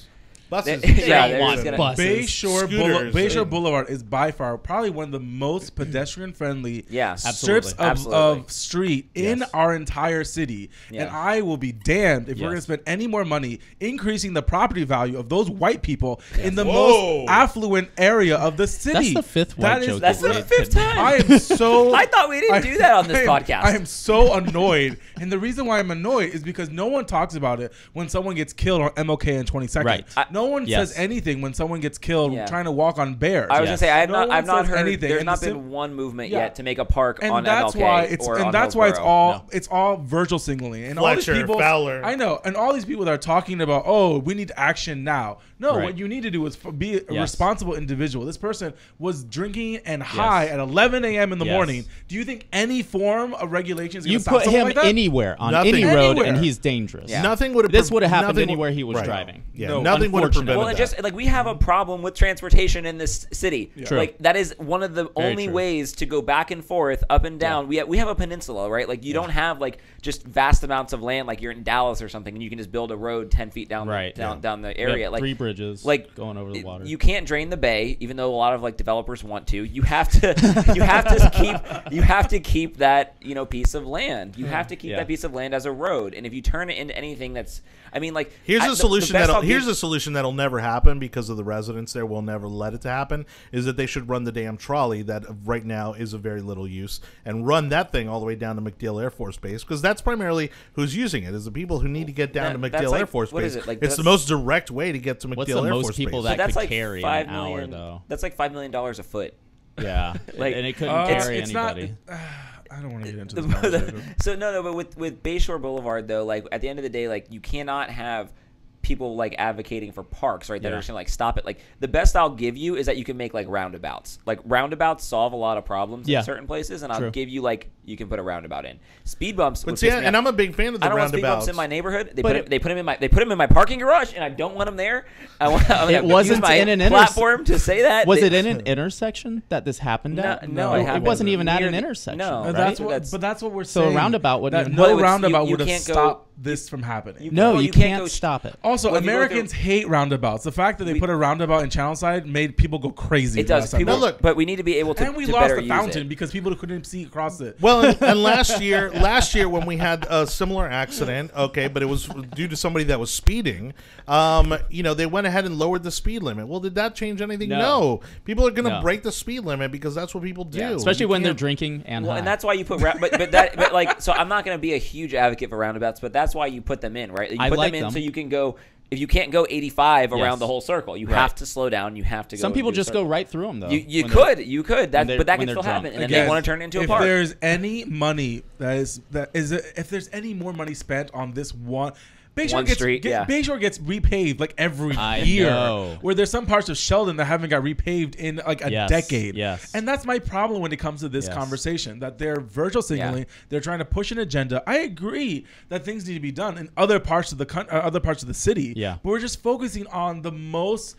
S1: Buses.
S3: They- yeah, they're
S1: want
S3: just gonna-
S4: buses.
S2: Bayshore, Boule-
S1: Scooters
S2: Bayshore
S1: and-
S2: Boulevard is by far probably one of the most pedestrian friendly
S3: Yeah.
S2: strips
S4: Absolutely.
S2: of,
S3: Absolutely.
S2: of street in
S4: Yes.
S2: our entire city. And
S3: Yeah.
S2: I will be damned if we're
S4: Yes.
S2: going to spend any more money increasing the property value of those white people in the
S1: Whoa.
S2: most affluent area of the city.
S4: the fifth
S2: That
S4: white
S2: is-
S4: joke
S3: That's the
S4: Wait,
S3: fifth time.
S2: I am so.
S3: I thought we didn't
S2: I-
S3: do that on this
S2: I am-
S3: podcast.
S2: I am so annoyed, and the reason why I'm annoyed is because no one talks about it when someone gets killed on MLK in 22nd.
S4: Right.
S3: I-
S2: no one
S4: Yes.
S2: says anything when someone gets killed
S3: Yeah.
S2: trying to walk on bears.
S3: I was
S4: Yes.
S3: gonna say I have
S2: No
S3: not
S2: one
S3: I've not
S2: says
S3: heard
S2: anything,
S3: there's
S2: and
S3: not
S2: the sim-
S3: been one movement
S2: Yeah.
S3: yet to make a park
S2: and
S3: on
S2: that's
S3: MLK
S2: why it's
S3: or
S2: and
S3: on
S2: that's why it's
S3: Hillsborough.
S2: all
S4: No.
S2: it's all Virgil singling and all
S1: Fletcher,
S2: these people
S1: Fowler.
S2: I know and all these people that are talking about oh we need action now no
S4: Right.
S2: what you need to do is f- be a
S4: Yes.
S2: responsible individual this person was drinking and high at 11 a.m in the
S4: Yes.
S2: morning do you think any form of regulation is going
S4: You
S2: to stop
S4: put
S2: someone
S4: him
S2: like that?
S4: anywhere on
S1: Nothing.
S4: any road,
S2: Anywhere.
S4: and he's dangerous.
S3: Yeah.
S1: Nothing would have.
S4: This would've happened
S1: nothing
S4: anywhere he was
S1: right.
S4: driving.
S1: Yeah,
S2: No,
S1: nothing would have
S4: unfortunately.
S1: prevented
S3: well, it
S1: that.
S3: just like we have a problem with transportation in this city.
S4: True.
S3: Like that is one of the only
S4: true.
S3: ways to go back and forth, up and down. We have, we have a peninsula, right? Like you don't have like just vast amounts of land, like you're in Dallas or something, and you can just build a road ten feet down
S4: Right,
S3: down,
S4: yeah.
S3: down the
S4: We have
S3: area. Like
S4: three bridges,
S3: like
S4: going over the
S3: it-
S4: water.
S3: You can't drain the bay, even though a lot of like developers want to. You have to you have to keep you have to keep that you know piece of land. You
S1: Hmm.
S3: have to keep
S4: Yeah.
S3: that piece of land as a road, and if you turn it into anything that's, I mean, like
S1: Here's
S3: I-
S1: a
S3: the- the
S1: solution
S3: best
S1: that'll
S3: I'll give-
S1: here's a solution that'll never happen because of the residents there will never let it to happen is that they should run the damn trolley that right now is of very little use and run that thing all the way down to MacDill Air Force Base because that's primarily who's using it is the people who need to get down
S3: That-
S1: to
S3: that's
S1: MacDill
S3: like-
S1: Air Force
S3: what
S1: Base.
S3: is it? Like,
S1: it's the
S3: that's-
S1: most direct way to get to MacDill
S4: What's the
S1: Air
S4: most
S1: Force
S4: people
S1: Base.
S4: that-
S3: But that's
S4: could
S3: like
S4: carry in
S3: five
S4: an hour,
S3: million-
S4: though.
S3: That's like five million dollars a foot.
S4: Yeah.
S3: Like,
S4: and it couldn't
S2: Uh, it's,
S4: carry
S2: it's not
S4: anybody.
S2: uh, I don't want to get into
S3: The-
S2: this conversation.
S3: so no, no, but with with Bayshore Boulevard though, like at the end of the day, like you cannot have people like advocating for parks, right? That are
S4: Yeah.
S3: just gonna like stop it. Like the best I'll give you is that you can make like roundabouts. Like roundabouts solve a lot of problems
S4: Yeah.
S3: in certain places, and I'll
S4: True.
S3: give you like you can put a roundabout in. Speed bumps.
S1: But
S3: would
S1: see,
S3: piss me
S1: and
S3: off.
S1: I'm a big fan of the
S3: I don't want speed bumps
S1: roundabouts.
S3: in my neighborhood. They
S4: But
S3: put
S4: it-
S3: it, they put 'em in my they put 'em in my parking garage, and I don't want them there. I want. I'm
S4: It
S3: gonna
S4: wasn't
S3: use my
S4: in an interse-
S3: platform to say that.
S4: Was
S3: They-
S4: it in an intersection that this happened
S3: No,
S4: at?
S3: no,
S2: it
S4: it,
S2: happened
S4: wasn't even at
S3: near
S4: an
S3: the-
S4: intersection.
S3: no,
S2: But
S4: right?
S2: that's
S3: right?
S2: what.
S3: That's-
S2: but that's what we're
S4: So a
S2: saying.
S4: roundabout wouldn't
S2: That
S4: even-
S3: Well, it
S2: no
S3: would-
S2: roundabout
S3: you- you
S2: would have
S3: can't go-
S2: stopped this from happening.
S4: No,
S3: Well,
S4: you,
S3: you can't
S4: can't,
S3: go-
S4: stop it.
S2: Also,
S3: Well, if you go
S2: Americans
S3: through-
S2: hate roundabouts. The fact that they
S3: We-
S2: put a roundabout in Channelside made people go crazy.
S3: It does.
S2: last time.
S3: People,
S1: No, look.
S3: but we need to be able to.
S2: and we
S3: to
S2: lost
S3: better
S2: the
S3: use it.
S2: fountain because people couldn't see across it.
S1: Well, Well, and, and last year, last year when we had a similar accident, okay, but it was due to somebody that was speeding. Um, you know, they went ahead and lowered the speed limit. Well, did that change anything? No.
S4: No.
S1: People are going to
S4: No.
S1: break the speed limit because that's what people do.
S3: Yeah,
S4: especially
S1: You
S4: when they're
S1: can't-
S4: drinking and
S3: Well,
S4: high.
S3: and that's why you put, ra- but but that, but like, so I'm not going to be a huge advocate for roundabouts, but that's why you put them in, right? You
S4: I
S3: put
S4: like
S3: them in
S4: them.
S3: so you can go. If you can't go 85 around
S4: Yes.
S3: the whole circle, you
S4: Right.
S3: have to slow down. You have to go.
S4: some people
S3: and do a
S4: just go
S3: circle.
S4: right through them though.
S3: You, you
S4: when they're-
S3: could, you could. That,
S4: they're-
S3: but that
S4: when
S3: can
S4: they're
S3: still
S4: drunk.
S3: happen, and then
S2: Again,
S3: they want to turn it into
S2: if
S3: a park.
S2: there's any money that is that is if there's any more money spent on this one. Bayshore
S3: One
S2: gets,
S3: street,
S2: get-
S3: yeah.
S2: Bayshore gets repaved like every
S4: I
S2: year.
S4: know.
S2: Where there's some parts of Sheldon that haven't got repaved in like a
S4: Yes,
S2: decade.
S4: yes.
S2: And that's my problem when it comes to this
S4: Yes.
S2: conversation that they're virtual signaling. They're trying to push an agenda. I agree that things need to be done in other parts of the coun- uh, other parts of the city.
S4: Yeah.
S2: But we're just focusing on the most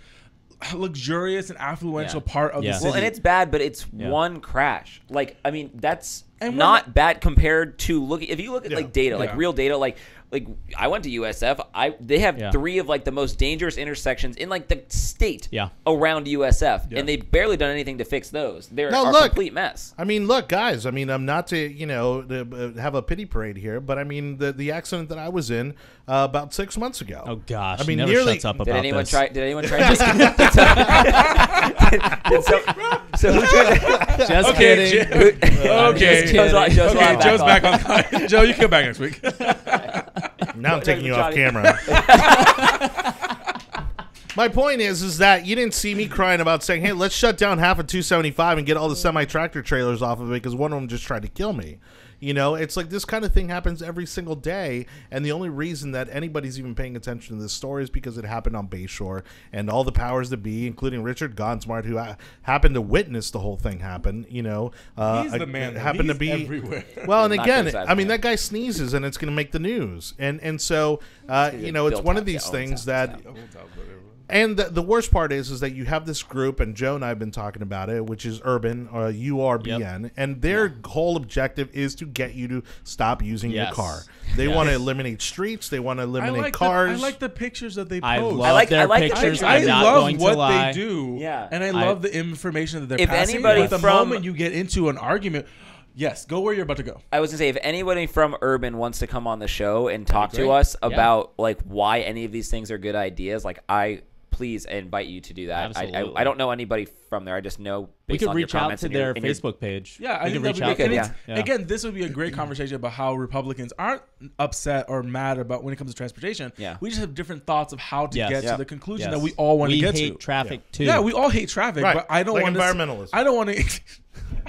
S2: luxurious and affluential
S3: Yeah.
S2: part of
S4: Yeah.
S2: the
S4: Well,
S2: city.
S3: Well, and it's bad, but it's
S4: Yeah.
S3: one crash. Like, I mean, that's
S2: And we're
S3: not bad compared to look. If you look at
S1: Yeah.
S3: like data,
S2: Yeah.
S3: like real data, like like I went to USF. I they have
S4: Yeah.
S3: three of like the most dangerous intersections in like the state
S4: Yeah.
S3: around USF,
S2: Yeah.
S3: and they've barely done anything to fix those. They're
S1: Now,
S3: a
S1: look.
S3: complete mess.
S1: I mean, look, guys. I mean, I'm not to you know to, uh, have a pity parade here, but I mean the the accident that I was in uh, about six months ago.
S4: Oh gosh,
S1: I
S4: he
S1: mean,
S4: never
S1: nearly.
S4: shuts up about
S3: Did anyone
S4: this.
S3: try? Did anyone try? Just, did some- so who tried?
S4: Just
S2: Okay,
S4: kidding.
S2: Jim-
S3: okay.
S2: okay.
S3: Joe's on- Joe's
S2: okay,
S3: on, back
S2: Joe's
S3: on.
S2: back on. Joe, you can come back next week.
S1: Now I'm taking you off
S3: Johnny-
S1: camera. My point is, is that you didn't see me crying about saying, "Hey, let's shut down half of 275 and get all the semi tractor trailers off of it," because one of them just tried to kill me. You know, it's like this kind of thing happens every single day, and the only reason that anybody's even paying attention to this story is because it happened on Bayshore, and all the powers that be, including Richard Gonsmart, who ha- happened to witness the whole thing happen. You know, uh,
S2: He's the man, though.
S1: Happened to
S2: He's
S1: be
S2: everywhere.
S1: Well, and
S3: Not
S1: again,
S3: criticizing
S1: I mean,
S3: him.
S1: that guy sneezes, and it's going to make the news, and and so uh, you know, it's
S3: built
S1: one
S3: up,
S1: of
S3: yeah,
S1: these
S3: all the
S1: things
S3: time,
S1: that and the, the worst part is, is that you have this group, and Joe and I have been talking about it, which is Urban uh, or URBN, and their whole objective is to get you to stop using your
S4: Yes.
S1: car. They
S4: Yes.
S1: want to eliminate streets. They want to
S2: I
S1: eliminate
S2: like,
S1: cars.
S2: The, I like the pictures that they post.
S4: I love
S3: I like-
S4: their
S3: I like the
S4: pictures.
S3: pictures.
S2: I
S4: I'm not
S2: love
S4: going to
S2: what
S4: lie.
S2: they do,
S3: Yeah.
S2: and I,
S4: I-
S2: love the information that they're
S3: If
S2: passing.
S3: anybody
S2: but the
S3: from-
S2: moment you get into an argument, yes, go where you're about to go.
S3: I was gonna say if anybody from Urban wants to come on the show and talk to
S4: great.
S3: us
S4: Yeah.
S3: about like why any of these things are good ideas, like I please invite you to do that. I, I,
S4: Absolutely.
S3: I don't know anybody from there. I just know
S4: We
S3: based
S4: could
S3: on
S4: reach
S3: your
S4: out
S3: comments
S4: to
S3: and your-
S4: their
S3: and your-
S4: Facebook page.
S2: Yeah,
S4: we
S2: I
S4: can
S2: think
S4: reach
S2: that'd
S4: out.
S2: be
S3: to
S2: good.
S3: them.
S2: And it's-
S4: Yeah. Yeah.
S2: Again, this would be a great conversation about how Republicans aren't upset or mad about when it comes to transportation.
S3: Yeah.
S2: we just have different thoughts of how to
S4: Yes.
S2: get
S4: Yeah.
S2: to the conclusion
S4: Yes.
S2: that we all want
S4: We
S2: to get
S4: hate
S2: to.
S4: traffic too.
S2: Yeah, we all hate traffic,
S1: Right.
S2: but I don't
S1: Like
S2: want
S1: environmentalism.
S2: I don't want to.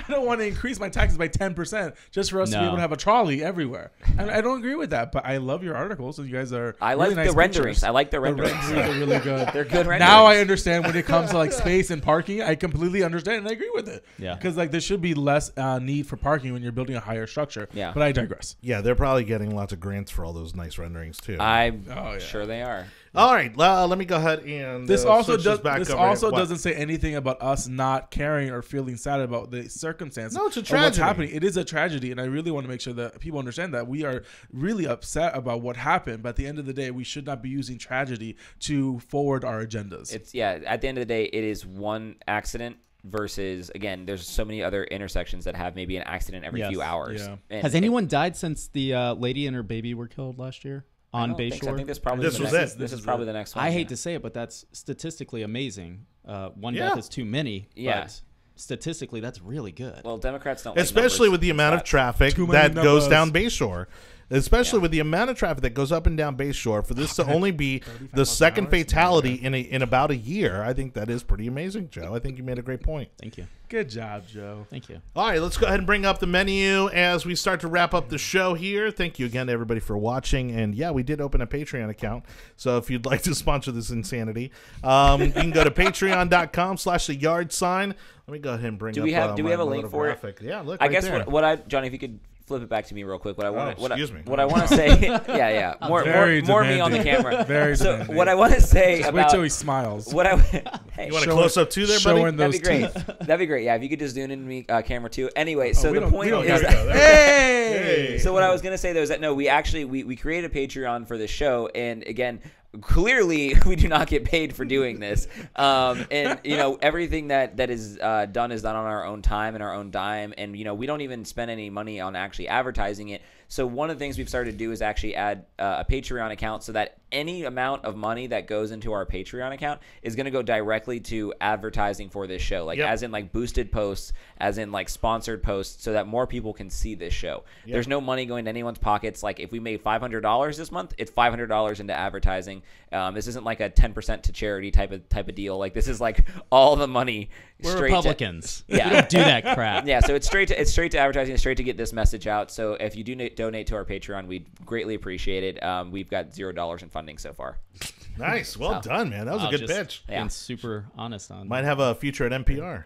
S2: I don't want to increase my taxes by ten percent just for us to be
S4: No.
S2: able to have a trolley everywhere. And I don't agree with that, but I love your articles, and you guys are.
S3: I like
S2: really
S3: the
S2: nice
S3: renderings.
S2: pictures.
S3: I like the
S2: The
S3: renderings.
S4: Oh,
S2: renderings are really good.
S3: They're good renderings.
S2: Now I understand when it comes to like space and parking. I completely understand and I agree with it.
S4: Yeah.
S2: because like there should be less uh, need for parking when you're building a higher structure.
S3: Yeah.
S2: but I digress.
S1: yeah, they're probably getting lots of grants for all those nice renderings too.
S3: I'm
S2: Oh, yeah.
S3: sure they are.
S1: all right, well, let me go ahead and
S2: This
S1: uh,
S2: also
S1: switch
S2: does.
S1: back
S2: This
S1: over.
S2: also
S1: What?
S2: doesn't say anything about us not caring or feeling sad about the circumstance.
S1: No, it's a
S2: of What's
S1: tragedy.
S2: happening? It is a tragedy, and I really want to make sure that people understand that we are really upset about what happened. But at the end of the day, we should not be using tragedy to forward our agendas.
S3: It's yeah. At the end of the day, it is one accident versus again. There's so many other intersections that have maybe an accident every
S4: Yes.
S3: few hours.
S2: Yeah.
S3: And
S4: Has anyone died since the uh, lady and her baby were killed last year
S3: I
S4: on
S3: don't think so. I
S4: Bayshore?
S3: think this probably
S1: This
S3: the
S1: was
S3: next-
S1: it.
S3: This
S2: This
S3: is
S2: is
S3: probably
S2: it.
S3: the next one.
S4: I hate
S3: yeah.
S4: to say it, but that's statistically amazing. Uh, one
S1: Yeah.
S4: death is too many.
S3: Yeah.
S4: But statistically, that's really good.
S3: Well, Democrats don't. like
S1: especially
S3: numbers.
S1: with the amount of
S3: That's-
S1: traffic
S2: Too
S1: that
S2: many
S1: goes
S2: numbers.
S1: down Bayshore. Especially with the amount of traffic that goes up and down Bayshore, for this to only be the second fatality in a, in about a year, I think that is pretty amazing, Joe. I think you made a great point.
S4: Thank you.
S2: Good job, Joe.
S4: Thank you.
S1: All right, let's go ahead and bring up the menu as we start to wrap up the show here. Thank you again to everybody for watching. And yeah, we did open a Patreon account. So if you'd like to sponsor this insanity, um, you can go to patreon.com slash the yard sign. Let me go ahead and bring
S3: Do
S1: up
S3: we have-
S1: uh,
S3: do we
S1: my
S3: have a
S1: little
S3: link for it?
S1: graphic. Yeah, look.
S3: I
S1: right
S3: guess
S1: there.
S3: what, what I Johnny, if you could flip it back to me real quick, what I want,
S1: Oh,
S3: what I,
S1: excuse me.
S3: what I want to say, yeah, yeah, more,
S2: Very
S3: more, more me on the
S2: demanding.
S3: camera.
S2: Very
S3: so
S2: demanding.
S3: what I want to say
S2: Just
S3: about
S2: wait till he smiles.
S3: what I hey,
S1: You want a
S2: Showing-
S1: close up too there, buddy?
S2: showing
S3: that'd be
S2: those
S3: great.
S2: teeth.
S3: That'd be great. Yeah, if you could just zoom in me uh, camera too. Anyway, so
S2: Oh, we
S3: the
S2: don't- we
S3: point
S2: don't
S3: is
S2: gotta
S1: go. There
S2: Hey!
S1: Hey.
S3: so what I was gonna say though is that no, we actually we, we created a Patreon for this show, and again, clearly we do not get paid for doing this um, and you know everything that that is uh, done is done on our own time and our own dime and you know we don't even spend any money on actually advertising it so one of the things we've started to do is actually add uh, a patreon account so that any amount of money that goes into our patreon account is going to go directly to advertising for this show like
S1: Yep.
S3: as in like boosted posts as in like sponsored posts so that more people can see this show there's no money going to anyone's pockets like if we made $500 this month it's $500 into advertising um, this isn't like a 10% to charity type of type of deal like this is like all the money
S4: We're
S3: straight to-
S4: Republicans.
S3: Yeah.
S4: We don't do that crap.
S3: yeah, so it's straight to it's straight to advertising, it's straight to get this message out. So if you do na- donate to our Patreon, we'd greatly appreciate it. Um, we've got zero dollars in funding so far.
S1: Nice. Well done, man. That was
S4: Wow,
S1: a good pitch.
S4: just
S3: Yeah.
S4: Being super honest on
S1: Might have a future at NPR.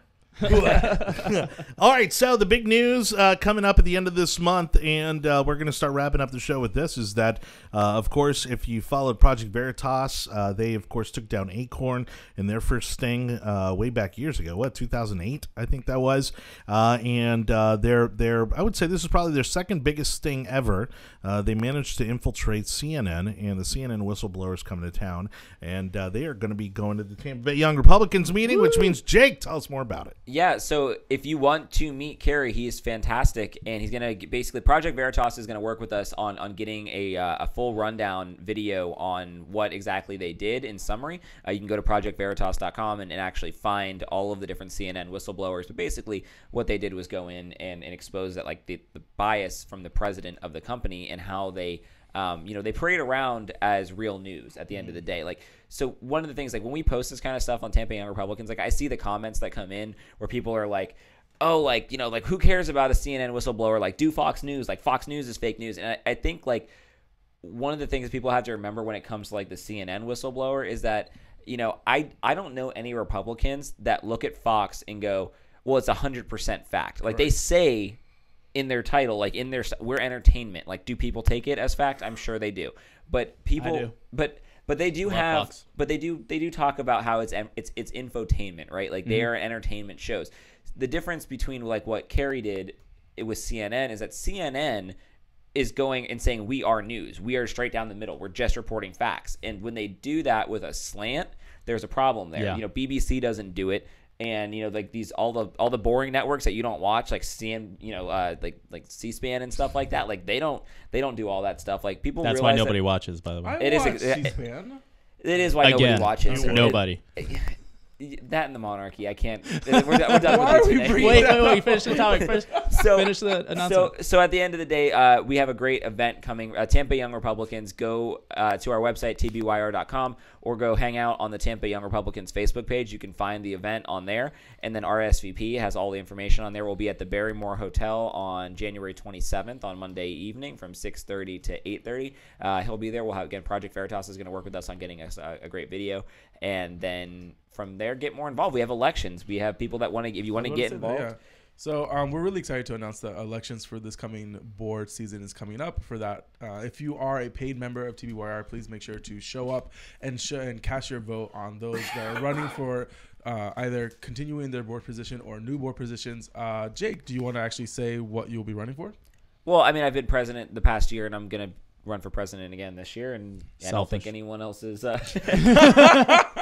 S1: All right, so the big news uh, coming up at the end of this month, and uh, we're going to start wrapping up the show with this is that, uh, of course, if you followed Project Veritas, uh, they, of course, took down Acorn in their first sting uh, way back years ago. What, 2008, I think that was? Uh, and uh, their, their, I would say this is probably their second biggest sting ever. Uh, they managed to infiltrate CNN, and the CNN whistleblowers coming to town, and uh, they are going to be going to the Tampa Bay Young Republicans meeting, which means, Jake, tell us more about it.
S3: Yeah, so if you want to meet Kerry, he is fantastic, and he's gonna basically Project Veritas is gonna work with us on on getting a uh, a full rundown video on what exactly they did in summary. Uh, you can go to projectveritas.com and, and actually find all of the different CNN whistleblowers. But basically, what they did was go in and, and expose that like the, the bias from the president of the company and how they um, you know, they parade around as real news at the end of the day. Like, so one of the things, like when we post this kind of stuff on Tampa Young Republicans, like I see the comments that come in where people are like, oh, like, you know, like who cares about a CNN whistleblower? Like, do Fox News? Like, Fox News is fake news. And I, I think, like, one of the things people have to remember when it comes to like the CNN whistleblower is that you know I I don't know any Republicans that look at Fox and go well it's hundred percent fact like they say in their title like in their we're entertainment like do people take it as fact I'm sure they do but people
S4: do.
S3: but but they do
S4: Love
S3: have
S4: Fox.
S3: but they do they do talk about how it's en- it's it's infotainment right like
S4: Mm-hmm.
S3: they are entertainment shows the difference between like what Kerry did it was CNN is that CNN is going and saying we are news we are straight down the middle we're just reporting facts and when they do that with a slant there's a problem there
S4: Yeah.
S3: you know BBC doesn't do it and you know like these all the all the boring networks that you don't watch like CN you know uh, like like C-SPAN and stuff like that like they don't they don't do all that stuff like people
S4: That's why
S3: realize
S4: nobody
S3: that
S4: watches, by the way.
S3: It is-
S2: watch
S3: it-
S2: C-SPAN.
S3: it is why
S4: Again,
S3: nobody watches It-
S4: nobody.
S3: that and the monarchy. I can't. We're, done- we're done
S2: Why
S3: with
S2: are
S3: you
S2: we
S3: today.
S2: bringing
S4: wait, wait, wait. Finish the topic. Finish,
S3: So-
S4: finish the
S3: So,
S4: announcement.
S3: so at the end of the day, uh, we have a great event coming. Uh, Tampa Young Republicans, go uh, to our website tbyr.com or go hang out on the Tampa Young Republicans Facebook page. You can find the event on there, and then RSVP has all the information on there. We'll be at the Barrymore Hotel on January 27th on Monday evening from 6:30 to 8:30. Uh, he'll be there. We'll have again. Project Veritas is going to work with us on getting us a, a great video, and then from there get more involved. We have elections. We have people that want to. If you want to
S2: What is
S3: get
S2: it?
S3: involved.
S2: Yeah. So um, we're really excited to announce that elections for this coming board season is coming up. For that, uh, if you are a paid member of TBYR, please make sure to show up and sh- and cast your vote on those that are running for uh, either continuing their board position or new board positions. Uh, Jake, do you want to actually say what you'll be running for?
S3: Well, I mean, I've been president the past year, and I'm gonna run for president again this year, and I don't
S4: Selfish.
S3: think anyone else is.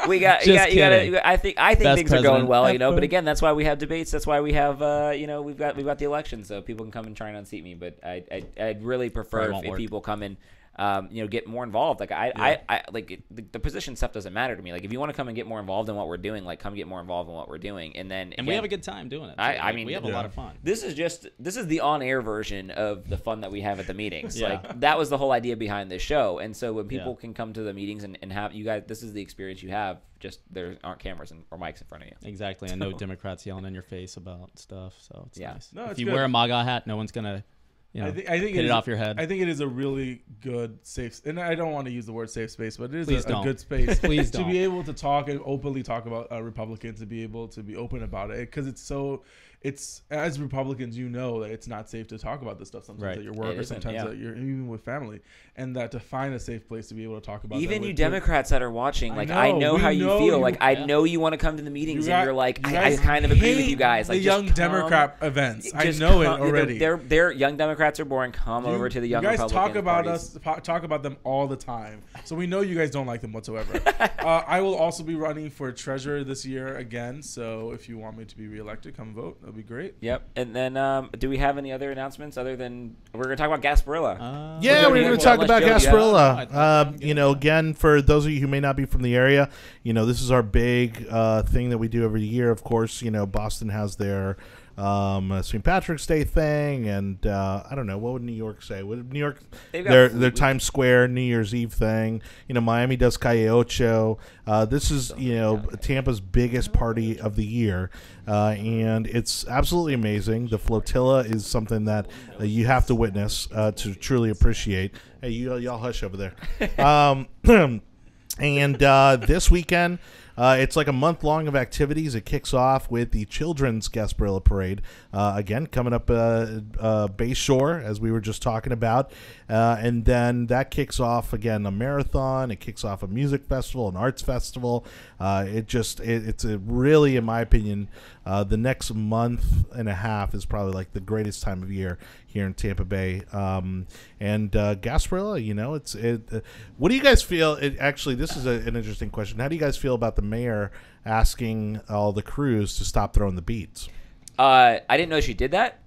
S3: Uh, we got, you
S4: Just
S3: got, you gotta,
S4: kidding.
S3: you- I think, I think
S4: Best
S3: things are going
S4: president
S3: well, you know. But
S4: ever.
S3: again, that's why we have debates. That's why we have, uh, you know, we've got, we've got the election, so people can come and try and unseat me. But I, I, I'd really prefer
S4: Probably
S3: if,
S4: won't
S3: if
S4: work.
S3: people come and. Um, you know, get more involved. Like I, I, I like it- the, the position stuff doesn't matter to me. Like if you want to come and get more involved in what we're doing, like come get more involved in what we're doing. And then
S4: and we
S3: again-
S4: have a good time doing it.
S3: I-
S4: too.
S3: I
S4: Like,
S3: mean-
S4: we have a
S2: Yeah.
S4: lot of fun.
S3: this is just this is the on-air version of the fun that we have at the meetings
S4: Yeah.
S3: like that was the whole idea behind this show and so when people
S4: Yeah.
S3: can come to the meetings and, and have you guys this is the experience you have just there aren't cameras and, or mics in front of you
S4: Exactly. And no Democrats yelling in your face about stuff. So it's
S3: Yeah.
S4: nice.
S2: No,
S4: if
S2: it's
S4: you
S2: good.
S4: wear a MAGA hat, no one's gonna, you know,
S2: I, thi- I think
S4: hit it,
S2: is-
S4: off your head.
S2: I think it is a really good safe, and I don't want to use the word safe space, but it is
S4: Please
S2: a, a
S4: don't.
S2: good space.
S4: Please
S2: to
S4: don't.
S2: be able to talk and openly talk about uh, Republicans, to be able to be open about it, because it's so. It's as Republicans, you know that it's not safe to talk about this stuff sometimes
S4: Right.
S2: at your work
S3: It
S2: or
S3: isn't,
S2: sometimes
S3: yeah.
S2: at your even with family, and that to find a safe place to be able to talk about
S3: even
S2: that
S3: you
S2: with-
S3: democrats that are watching
S2: I
S3: like i know,
S2: know, we
S3: how you
S2: know
S3: feel
S2: you-
S3: like i
S4: yeah.
S3: know you want to come to the meetings
S2: got-
S3: and you're like
S2: you
S3: I, I
S2: guys
S3: kind of agree with
S2: hate
S3: you guys like
S2: the
S3: just
S2: young
S3: come-
S2: Democrat events. I
S3: just
S2: know it
S3: come- they're-
S2: already.
S3: They're, they're young Democrats are boring. Come
S2: You-
S3: over to the young
S2: you guys
S3: Republican
S2: talk about
S3: parties.
S2: us po- talk about them all the time so we know you guys don't like them whatsoever uh, i will also be running for treasurer this year again so if you want me to be reelected come vote that'd be great
S3: Yep. And then, um, do we have any other announcements other than we're going to talk about Gasparilla?
S4: Uh,
S1: Yeah,
S3: Well,
S1: we're
S3: yeah,
S1: going
S3: well,
S1: to talk about
S3: unless Joe-
S1: Gasparilla.
S4: yeah.
S1: Uh, you know, again, for those of you who may not be from the area, you know, this is our big uh, thing that we do every year. Of course, you know, Boston has their um, uh, St. Patrick's Day thing, and uh, I don't know what would New York say. Would New York
S3: They've got
S1: their
S3: Fleet
S1: their
S3: Week.
S1: Times Square New Year's Eve thing? You know, Miami does Calle Ocho. Uh, this is you know Tampa's biggest party of the year, uh, and it's absolutely amazing. The flotilla is something that uh, you have to witness uh, to truly appreciate. Hey, you y'all hush over there. Um, And uh, this weekend, uh, it's like a month long of activities. It kicks off with the Children's Gasparilla Parade. Uh, again, coming up uh, uh, Bay Shore, as we were just talking about. Uh, and then that kicks off again a marathon. It kicks off a music festival, an arts festival. Uh, it just, it, it's a really, in my opinion, uh, the next month and a half is probably like the greatest time of year here in Tampa Bay. Um, and uh, Gasparilla, you know, it's it. Uh, what do you guys feel? It, actually, this is a, an interesting question. How do you guys feel about the mayor asking all the crews to stop throwing the beads?
S3: Uh, I didn't know she did that.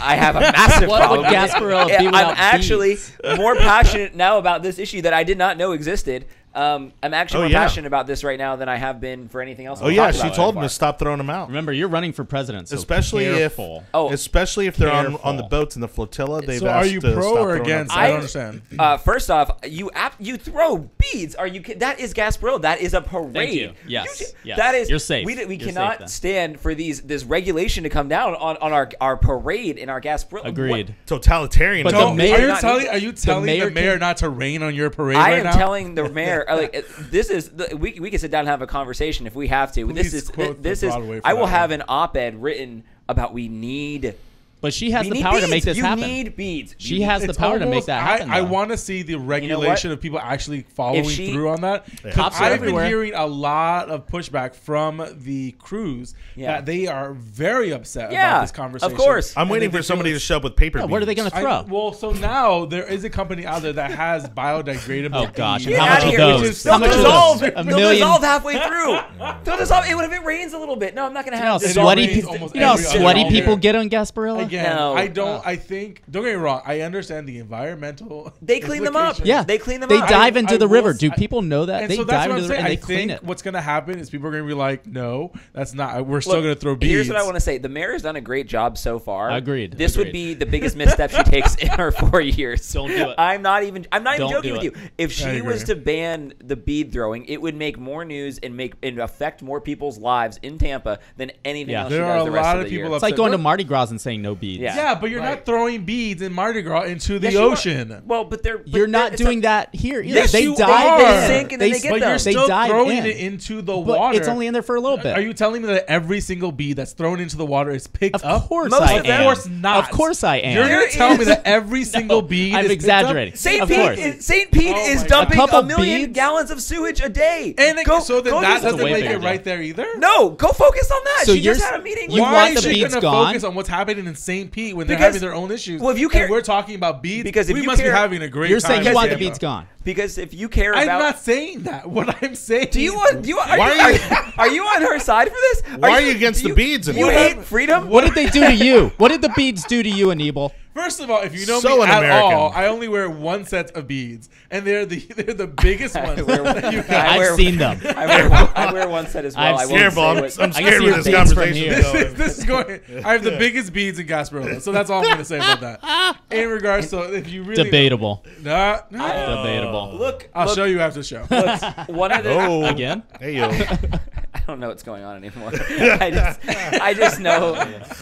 S3: I have a massive
S4: What
S3: problem.
S4: would
S3: with it.
S4: Gasparilla be
S3: Yeah, I'm
S4: without
S3: actually
S4: beads?
S3: more passionate now about this issue that I did not know existed. Um, I'm actually
S1: Oh,
S3: more
S1: yeah.
S3: passionate about this right now than I have been for anything else.
S1: Oh
S3: we've
S1: yeah,
S3: talked
S1: she
S3: about so
S1: told him
S3: far.
S1: to stop throwing them out.
S4: Remember, you're running for president, so
S1: Especially
S4: careful.
S1: if,
S3: Oh.
S1: especially if they're on, on the
S4: Careful.
S1: boats in the flotilla. They've
S2: so are
S1: asked
S2: you
S1: to
S2: pro
S1: stop
S2: or
S1: throwing out
S2: against
S1: the
S2: i don't
S3: I-
S2: understand
S3: Uh, first off, you ap- you throw beads. Are you kid- that is Gasparilla? That is a parade.
S4: Thank you. Yes.
S3: ju-
S4: Yes.
S3: That is.
S4: You're safe.
S3: We, d- we
S4: You're safe
S3: cannot
S4: then.
S3: stand for these this regulation to come down on, on our our parade and our Gasparilla.
S4: Agreed.
S1: Totalitarian.
S4: But the
S1: dog.
S2: no,
S4: mayor-
S2: are you
S3: not-
S2: telling, are you telling the mayor,
S4: mayor can-
S2: not to rain on your parade
S3: I
S2: right
S3: am
S2: now?
S3: telling the mayor, uh, like uh, this is the, we we can sit down and have a conversation if we have to.
S2: Please
S3: this is
S2: quote the
S3: this is.
S2: Broadway for
S3: I will
S2: that
S3: have
S2: one.
S3: an op-ed written about we need
S4: But she has
S3: we
S4: the
S3: need
S4: power
S3: beads.
S4: to make this
S3: you
S4: happen.
S3: need beads.
S4: She
S3: You-
S4: has the power to make
S2: almost-
S4: that happen.
S2: I, I
S4: though.
S2: want to see the regulation of people actually following
S3: she-
S2: through on that. 'Cause
S4: Cops are
S2: I've
S4: everywhere.
S2: been hearing a lot of pushback from the crews
S3: Yeah.
S2: that they are very upset
S3: Yeah,
S2: about this
S3: of
S2: conversation.
S3: course.
S1: I'm
S2: And
S1: waiting for
S2: they feel
S1: somebody to
S2: it's-
S1: show up with paper.
S4: Yeah, what are they
S1: beads.
S4: going to
S2: I-
S4: throw?
S2: well, so now there is a company out there that has biodegradable.
S4: Oh, gosh,
S2: beads,
S4: and how much
S3: outta
S2: which
S4: of
S3: here.
S4: those?
S2: is
S3: They'll
S4: How much of
S3: dissolve.
S4: those?
S3: They'll
S4: A million.
S3: dissolve halfway through. They'll dissolve. It, if it rains a little bit. No, I'm not going to
S4: You know,
S3: have
S2: It
S4: sweaty
S2: rains
S4: people.
S2: almost
S4: You know, how
S2: every other
S4: sweaty
S2: holiday.
S4: people get on Gasparilla.
S2: Again,
S3: No.
S2: I
S4: Oh.
S2: don't. I think. Don't get me wrong. I understand the environmental.
S3: They clean them up.
S2: implications.
S4: Yeah,
S3: They clean them
S4: They
S3: up.
S4: dive
S2: I-
S4: into
S2: I
S4: the
S2: will
S4: river.
S2: s-
S4: Do
S2: I-
S4: people know that?
S2: And
S4: they
S2: so that's
S4: dive
S2: what
S4: into
S2: I'm
S4: the river
S2: saying.
S4: and they
S2: I
S4: clean
S2: think
S4: it.
S2: what's going to happen is people are going to be like, no, that's not. We're still going to throw beads.
S3: Here's what I want to say: the mayor has done a great job so far.
S4: Agreed,
S3: This would
S4: agreed.
S3: be the biggest misstep she takes in her four years.
S4: Don't do it.
S3: I'm not even. I'm not
S4: Don't
S3: even joking
S4: do
S3: with
S4: it.
S3: you. If
S2: I
S3: she
S2: agree.
S3: was to ban the bead throwing, it would make more news and make and affect more people's lives in Tampa than anything
S4: Yeah.
S3: else.
S2: There
S3: she
S2: are
S3: does
S2: a
S3: the rest
S2: lot
S3: of
S2: of
S3: the
S2: people
S3: year.
S4: It's like
S2: upset.
S4: going to
S2: Look-
S4: Mardi Gras and saying no beads.
S3: Yeah.
S2: Yeah, but you're
S3: Right.
S2: not throwing beads in Mardi Gras into the
S3: Yes, you are.
S2: ocean.
S3: Well, but they're but
S4: You're not
S3: it's a-
S4: doing that here either.
S3: Yes,
S4: they
S3: you
S4: dive
S2: are.
S4: in.
S2: They sink
S3: and then they get
S2: but
S3: them.
S2: you're still
S4: dive
S2: throwing
S4: in.
S2: it into the
S4: But
S2: water.
S4: it's only in there for a little bit.
S2: Are you telling me that every single bead that's thrown into the water is picked
S4: Of
S2: up?
S4: course
S3: Most
S4: I
S3: of
S4: am.
S3: them.
S2: Of course not.
S4: Of course I am.
S2: You're
S3: There
S2: going to tell
S3: is-
S2: me that every single bead
S4: I'm
S2: is picked up?
S4: exaggerating.
S3: St.
S4: Of
S3: Pete,
S4: course.
S3: is, St. Pete
S2: Oh
S3: is
S2: my
S3: dumping
S4: God. A couple
S3: a, million
S4: beads?
S3: gallons of sewage a day.
S2: And it,
S3: go,
S2: so then
S3: go
S2: that
S3: do
S2: doesn't
S3: something
S4: way
S2: make
S4: bigger
S2: it
S4: deal.
S2: right there either?
S3: No, go focus on that.
S4: So
S3: she just
S4: you're-
S3: had a meeting.
S4: you
S3: with-
S4: want
S2: Why
S4: the
S2: is she
S4: beads
S2: gonna
S4: gone?
S2: focus on what's happening in St. Pete when they're
S3: Because-
S2: having their own issues?
S3: well, if you care-
S2: and we're talking about beads,
S3: Because if
S2: we
S3: you
S2: must
S3: care-
S2: be having a great.
S4: You're
S2: time
S4: saying you
S2: in
S4: want the
S2: Tampa.
S4: beads gone.
S3: because if you care
S2: I'm
S3: about
S2: not saying that. What I'm saying.
S3: Do you want? Do you want? Are,
S1: Why
S3: you,
S1: are
S3: are,
S1: you-
S3: are you on her side for this?
S1: Why are you against
S3: do
S1: the beads
S3: You,
S1: and
S3: you
S1: all that?
S3: hate freedom.
S4: What did they do to you? What did the beads do to you, Enable?
S2: First of all, if you know
S1: So
S2: me at
S1: un-American.
S2: all, I only wear one set of beads, and they're the they're the biggest ones.
S3: wear-
S2: that you
S3: I
S2: got.
S4: I've
S3: wear-
S4: seen them.
S3: I wear, I wear one set as well.
S4: I've
S3: I
S4: seen-
S3: won't
S1: Careful,
S3: say
S1: I'm,
S3: what-
S1: I'm
S4: I can
S1: scared
S4: see
S1: with
S4: your
S1: this
S4: beads from
S1: conversation.
S4: here.
S1: going.
S2: This, this is going. I have the biggest beads in Gasparilla, so that's all I'm going to say about that. In regards to if you really
S4: Debatable.
S2: nah, nah,
S4: Debatable.
S3: Look,
S2: I'll
S3: look,
S2: show you after the show.
S3: one of the.
S1: Oh,
S4: Again?
S1: Hey yo.
S3: I don't know what's going on anymore. I just, I just know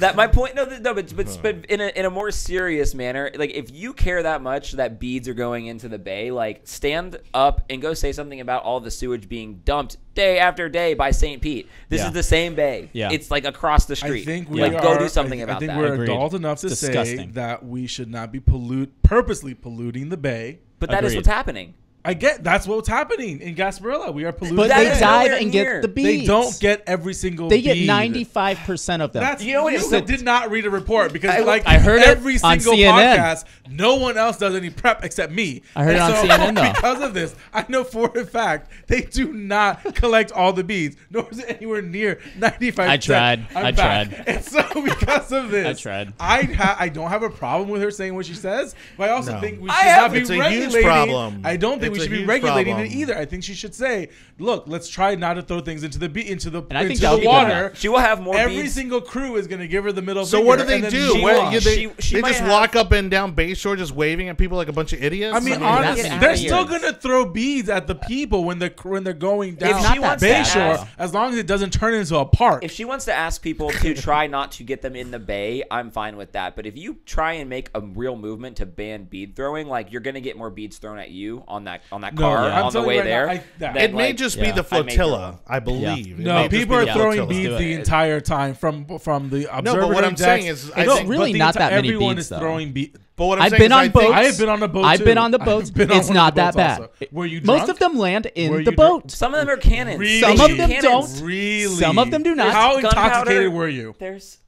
S3: that my point. No, th- no, but but, but in a in a more serious manner, like if you care that much that beads are going into the bay, like stand up and go say something about all the sewage being dumped day after day by St. Pete. This
S4: Yeah.
S3: is the same bay.
S4: Yeah.
S3: It's like across the
S2: I
S3: street.
S2: think we
S3: like
S2: are,
S3: go do something
S2: I,
S3: about
S2: I think
S3: that.
S2: we're
S4: Agreed.
S2: adult enough to say
S4: Disgusting.
S2: that we should not be pollute purposely polluting the bay.
S3: But that is
S4: Agreed.
S3: what's happening.
S2: I get that's what's happening in Gasparilla. We are polluting.
S3: But
S2: the
S3: that
S5: they
S2: air.
S3: is
S5: dive
S3: nowhere
S5: and
S3: near.
S5: get the bees.
S2: They don't get every single.
S5: They get
S2: bead.
S5: ninety five percent of them.
S2: That's
S3: You know what
S2: you
S3: it said-
S2: did not read a report because
S3: I-
S2: like
S5: I heard it
S2: every
S5: on
S2: single
S5: CNN.
S2: podcast, no one else does any prep except me.
S5: I heard it on CNN, though.
S2: Because of this, I know for a fact they do not collect all the beads, nor is it anywhere near ninety five.
S4: I tried. I tried.
S2: And so because of this,
S4: I tried.
S2: I ha- I don't have a problem with her saying what she says, but I also
S1: No.
S2: think we should
S3: I
S2: not
S3: have-
S2: be
S1: It's a huge
S2: regulating.
S1: problem.
S2: I don't
S1: It's
S2: think we
S1: a
S2: should be
S1: huge
S2: regulating it
S1: problem.
S2: either. I think she should say, "Look, let's try not to throw things into the be- into the
S4: I think
S2: into
S4: that
S2: the
S4: would be good
S2: water."
S3: She will have more
S2: Every
S3: beads.
S2: single crew is going to give her the middle
S1: So
S2: finger.
S1: what do they
S2: and then
S1: do?
S2: she
S1: Where-
S2: lost.
S1: yeah, they
S3: She- she
S1: they
S3: might
S1: just
S3: have-
S1: walk up and down Bay Shore, just waving at people like a bunch of idiots.
S2: I mean,
S3: I mean, that's
S2: honestly,
S3: out
S2: they're
S3: of
S2: still
S3: here.
S2: going to throw beads at the people when they're when they're going
S3: if
S2: down
S5: that
S3: she wants to
S5: bad.
S3: ask-
S2: Bayshore, as long as it doesn't turn into a park.
S3: if she wants to ask people to try not to get them in the bay, I'm fine with that. But if you try and make a real movement to ban bead throwing, like you're gonna get more beads thrown at you on that on that
S2: No,
S3: car
S2: yeah. I'm
S3: on the
S2: telling
S3: way
S2: you right now,
S3: there.
S2: I- that-
S3: than,
S1: it may
S3: like-
S1: just
S4: yeah,
S1: be
S4: I
S1: the
S3: may
S1: flotilla, I, believe. It may
S2: no,
S1: just
S2: people
S1: be
S2: are
S1: the
S2: throwing
S1: flotilla.
S2: beads the entire time from from the
S1: but
S2: observatory
S1: what I'm
S2: decks.
S1: saying is, I
S2: No,
S1: think-
S5: really
S2: but the
S5: not
S2: enti-
S5: that many
S2: Everyone
S5: beads,
S2: is
S5: though.
S2: throwing beads.
S1: But what I'm
S5: I've
S1: saying
S5: been
S1: is
S5: on
S1: I
S5: boats.
S1: think-
S2: I have been on a boat.
S5: I've
S2: too.
S5: been on the
S2: I've
S5: boats.
S2: been on
S5: It's
S2: one
S5: not
S2: the
S5: that
S2: boats
S5: bad.
S2: also. Were you
S5: Most
S2: drunk?
S5: of them land in
S2: Were
S5: the
S2: you drunk?
S5: boat.
S3: Some of them are cannons.
S2: Really?
S5: Some of them
S3: Cannons.
S5: don't.
S2: Really?
S5: Some of them do not.
S2: How
S3: Gunpowder.
S2: intoxicated were you?
S3: There's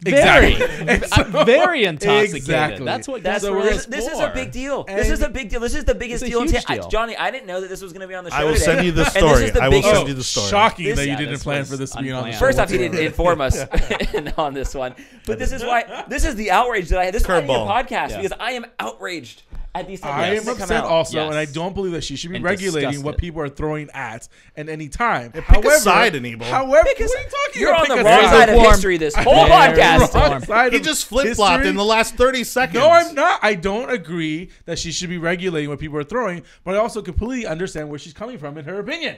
S5: Very.
S2: And
S4: I'm
S2: so-
S4: very intoxicated.
S2: Exactly.
S4: That's what
S3: That's
S4: Gasparilla
S2: we're
S3: this,
S4: is
S3: this is a
S4: for.
S3: big deal. this
S2: And-
S3: is a big deal. This is the biggest
S5: a
S3: deal, in
S5: huge
S3: ta- I-
S5: deal.
S3: Johnny, I didn't know that this was going to be on the show.
S1: I will
S3: today.
S1: send you the
S3: And this
S1: story.
S3: is the
S1: I will
S3: biggest-
S1: send you the story.
S2: Oh, Shocking
S3: This-
S2: that you
S4: yeah,
S2: didn't
S4: this
S2: plan
S4: was
S2: for this to be on the
S4: unplanned.
S2: show.
S3: First off, he didn't
S2: whatsoever.
S3: inform us on this one, but this is why this is the outrage that I this is why I need a
S1: Curveball.
S3: podcast
S4: Yeah.
S3: because I am outraged at these things.
S2: I
S3: that
S2: am
S3: come
S2: upset
S3: out.
S2: also,
S4: Yes.
S2: and I don't believe that she should be
S4: And
S2: regulating
S4: disgust
S2: what
S4: it.
S2: people are throwing at at any time.
S1: pick a side, Anibal.
S2: However,
S3: Pick a
S2: what are
S3: side.
S2: you talking
S3: You're
S2: about?
S3: on
S2: Pick
S3: the
S2: a
S3: wrong side of
S5: Warm.
S3: history this whole
S4: Very
S3: podcast.
S4: warm.
S2: Wrong side
S1: He
S2: of
S1: just flip flopped
S2: history.
S1: in the last 30 seconds.
S2: No, I'm not. I don't agree that she should be regulating what people are throwing, but I also completely understand where she's coming from in her opinion.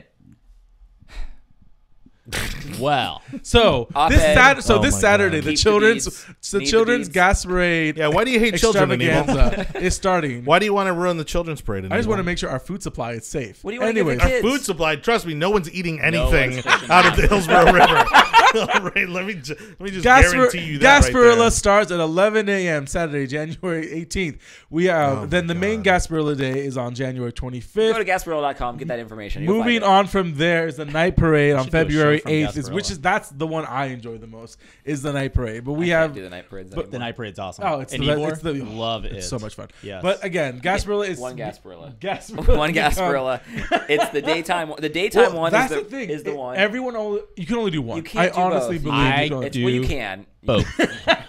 S4: Well,
S2: So
S3: Op-ed.
S2: this Sat- so
S1: Oh
S2: this
S1: my
S2: Saturday,
S1: God.
S2: the
S3: Keep the
S2: children's
S3: beads.
S2: the
S3: Need the
S2: children's
S3: beads.
S2: gas parade
S1: Yeah, why do you hate children, Anibal?
S2: extravaganza is starting.
S1: Why do you want to ruin the children's parade?
S2: I just want to make sure our food supply is safe.
S3: What do you wanna give the
S2: Anyways,
S3: kids?
S1: Our food supply. Trust me, no one's eating anything
S4: one's fishing.
S1: out of the Hillsborough River. All right, let me ju- let me just
S2: Gaspar-
S1: guarantee you that. right
S2: Gasparilla
S1: there.
S2: starts at 11 a.m. Saturday, January 18th. We uh,
S4: Oh
S2: then the main Gasparilla day is on January
S3: Go
S2: 25th.
S3: to gasparilla.com, get that information. You'll
S2: Moving
S3: find it.
S2: on from there is the night parade on
S4: should do a
S2: February
S4: show from
S2: 8th, is,
S4: Gasparilla.
S2: which is that's the one I enjoy the most is the night parade. But
S3: I
S2: we
S3: can't
S2: have
S3: do the night parades
S4: the
S3: anymore.
S4: night parade's awesome.
S2: oh, it's the, be-
S4: Anymore?
S2: it's the
S4: love
S2: it's
S4: it.
S2: so much fun.
S4: Yes.
S2: But again, Gasparilla is
S3: one Gasparilla.
S2: Gasparilla,
S3: One Gasparilla. it's the daytime. one- The daytime
S2: Well,
S3: one
S2: that's
S3: is the,
S2: thing.
S3: is the
S2: It-
S3: one.
S2: Everyone only you can only do one.
S3: You can't
S2: I
S3: do
S2: honestly
S3: both.
S2: believe you
S4: I
S2: can only-
S3: it's, well, you
S4: do
S3: can.
S4: both,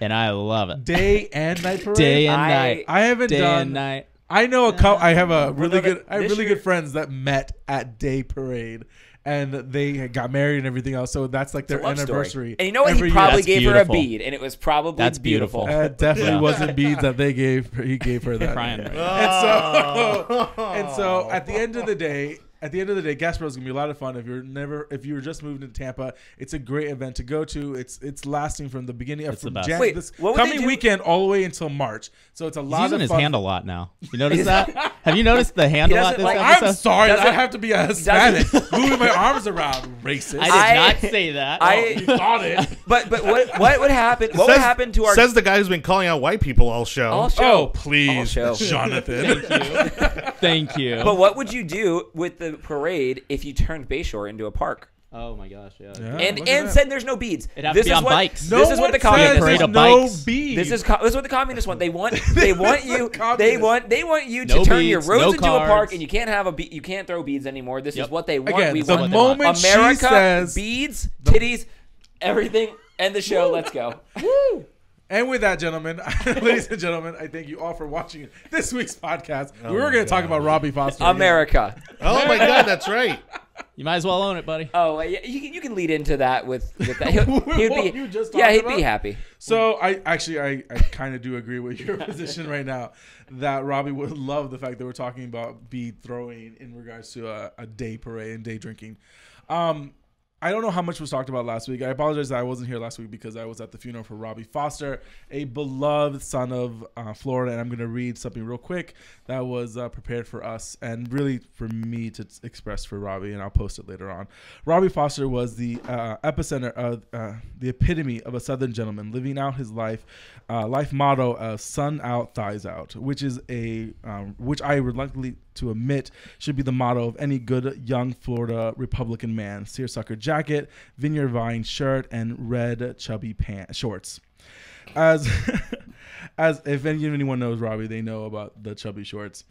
S4: and I love it.
S2: day and night parade.
S5: Day and
S3: I-
S5: night.
S2: I haven't
S5: Day
S2: done
S5: and night.
S2: I know a couple. I have a really
S3: no, that-
S2: good. I have
S3: this
S2: really
S3: year-
S2: good friends that met at day parade, and they got married and everything else. So that's like their
S3: Love story.
S2: anniversary.
S3: And you know what? He
S2: every
S3: probably
S2: year.
S3: gave her a
S4: beautiful.
S3: bead, and it was probably
S4: That's beautiful.
S2: Uh, it definitely
S4: Yeah.
S2: wasn't beads that they gave. He gave her that.
S4: Crying right now.
S2: And so,
S1: Oh.
S2: and so at the end of the day. At the end of the day, Gasparilla is gonna be a lot of fun. If you're never, if you were just moved to Tampa, it's a great event to go to. It's it's lasting from the beginning of
S4: It's the
S2: from
S4: best.
S2: Jan-
S3: Wait,
S2: this
S3: what would they
S2: coming
S3: do-
S2: weekend all the way until March. So it's a lot
S4: He's using
S2: of
S4: his
S2: fun.
S4: hand a lot now. You notice that? Have you noticed the hand
S3: He
S4: a lot
S3: doesn't
S4: this
S3: like-
S4: episode?
S2: I'm sorry that I
S3: Doesn't-
S2: have to be a Hispanic moving my arms around, racist.
S4: I did
S3: I-
S4: not say that.
S3: I.
S2: thought it.
S3: But but what what would happen? What would
S1: Says-
S3: happen to our
S1: says the guy who's been calling out white people all show.
S3: all
S2: Oh,
S3: show?
S2: please,
S3: I'll show.
S2: Jonathan.
S4: Thank you.
S3: But what would you do with the parade if you turned Bayshore into a park?
S4: oh my gosh, yeah.
S2: Yeah,
S3: And
S2: look at
S3: and
S2: that.
S3: said there's no beads.
S4: It'd have
S3: this
S4: to be
S3: is
S4: on
S3: what,
S4: bikes.
S2: no
S3: this is what
S2: one
S3: the
S2: said
S3: communists
S4: parade
S2: there's
S4: of
S2: no
S4: bikes.
S2: bees.
S3: This is co- this is what the communists want. They want they want you they
S2: communists.
S3: want they want you to
S4: No
S3: turn your
S4: beads,
S3: roads
S4: no
S3: into a park
S4: cards.
S3: and you can't have a be- you can't throw beads anymore. This
S4: Yep.
S3: is what they want.
S2: again
S3: we
S2: the
S3: want
S4: mo-
S2: moment she
S3: America
S2: says,
S3: beads, titties, everything. End the show. Let's go.
S2: and with that, gentlemen, ladies and gentlemen, I thank you all for watching this week's podcast. we were
S1: my
S2: going to talk
S1: God.
S2: about Robbie Foster. again.
S3: America.
S1: Oh my god, that's right.
S4: You might as well own it, buddy.
S3: Oh, yeah, you, can- you can lead into that with, with that. He'll,
S2: What
S3: he'd be,
S2: you just
S3: yeah,
S2: talked
S3: he'd
S2: about?
S3: be happy.
S2: So I actually I, I kind of do agree with your position right now that Robbie would love the fact that we're talking about bead throwing in regards to a, a day parade and day drinking. Um, I don't know how much was talked about last week. I apologize that I wasn't here last week because I was at the funeral for Robbie Foster, a beloved son of uh, Florida. And I'm going to read something real quick that was uh, prepared for us and really for me to t- express for Robbie, and I'll post it later on. Robbie Foster was the uh, epicenter of uh, the epitome of a Southern gentleman, living out his life uh, life motto of "Sun out, thighs out," which is a um, which I reluctantly to omit should be the motto of any good young Florida Republican man: seersucker jacket, vineyard vine shirt, and red chubby pants shorts. As as if any- anyone knows Robbie, they know about the chubby shorts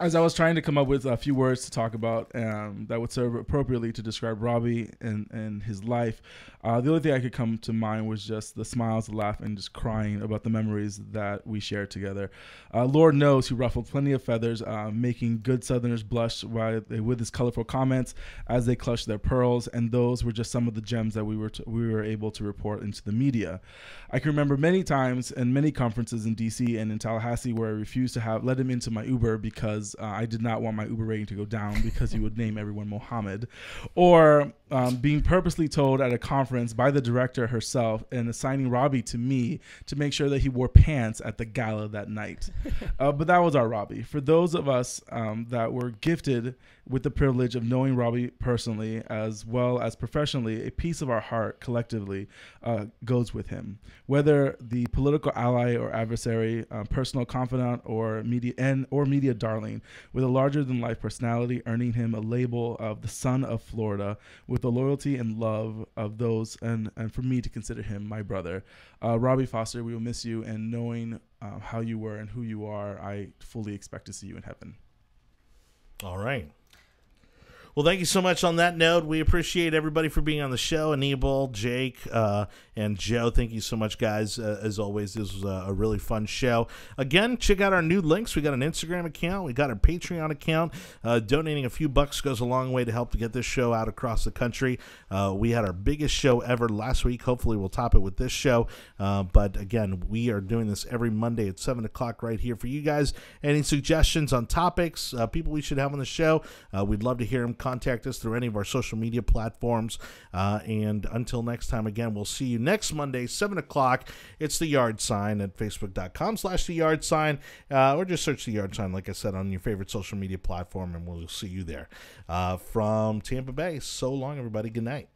S2: as I was trying to come up with a few words to talk about um, that would serve appropriately to describe Robbie and, and his life, uh, the only thing I could come to mind was just the smiles, the laugh, and just crying about the memories that we shared together. Uh, Lord knows he ruffled plenty of feathers, uh, making good Southerners blush while, with his colorful comments as they clutched their pearls, and those were just some of the gems that we were t- we were able to report into the media. I can remember many times and many conferences in D.C. and in Tallahassee where I refused to have let him into my Uber because uh, I did not want my Uber rating to go down because he would name everyone Mohammed, or um, being purposely told at a conference by the director herself and assigning Robbie to me to make sure that he wore pants at the gala that night. Uh, but that was our Robbie. For those of us um, that were gifted with the privilege of knowing Robbie personally as well as professionally, a piece of our heart collectively uh, goes with him. Whether the political ally or adversary, uh, personal confidant or media and or media darling, with a larger than life personality, earning him a label of the son of Florida, with the loyalty and love of those, and and for me to consider him my brother, uh, Robbie Foster. We will miss you, and knowing. Uh, how you were and who you are, I fully expect to see you in heaven.
S1: All right. Well, thank you so much on that note. We appreciate everybody for being on the show. Enable, Jake, uh, and Joe. Thank you so much, guys. Uh, as always, this was a, a really fun show. Again, check out our new links. We got an Instagram account, we got our Patreon account. Uh, donating a few bucks goes a long way to help to get this show out across the country. Uh, we had our biggest show ever last week. Hopefully, we'll top it with this show. Uh, but again, we are doing this every Monday at 7 o'clock right here for you guys. Any suggestions on topics, uh, people we should have on the show? Uh, we'd love to hear them. Contact us through any of our social media platforms. Uh, and until next time, again, we'll see you next Monday, 7 o'clock. It's the yard sign at facebook.com slash the yard sign. Uh, or just search the yard sign, like I said, on your favorite social media platform, and we'll see you there. Uh, from Tampa Bay, so long, everybody. Good night.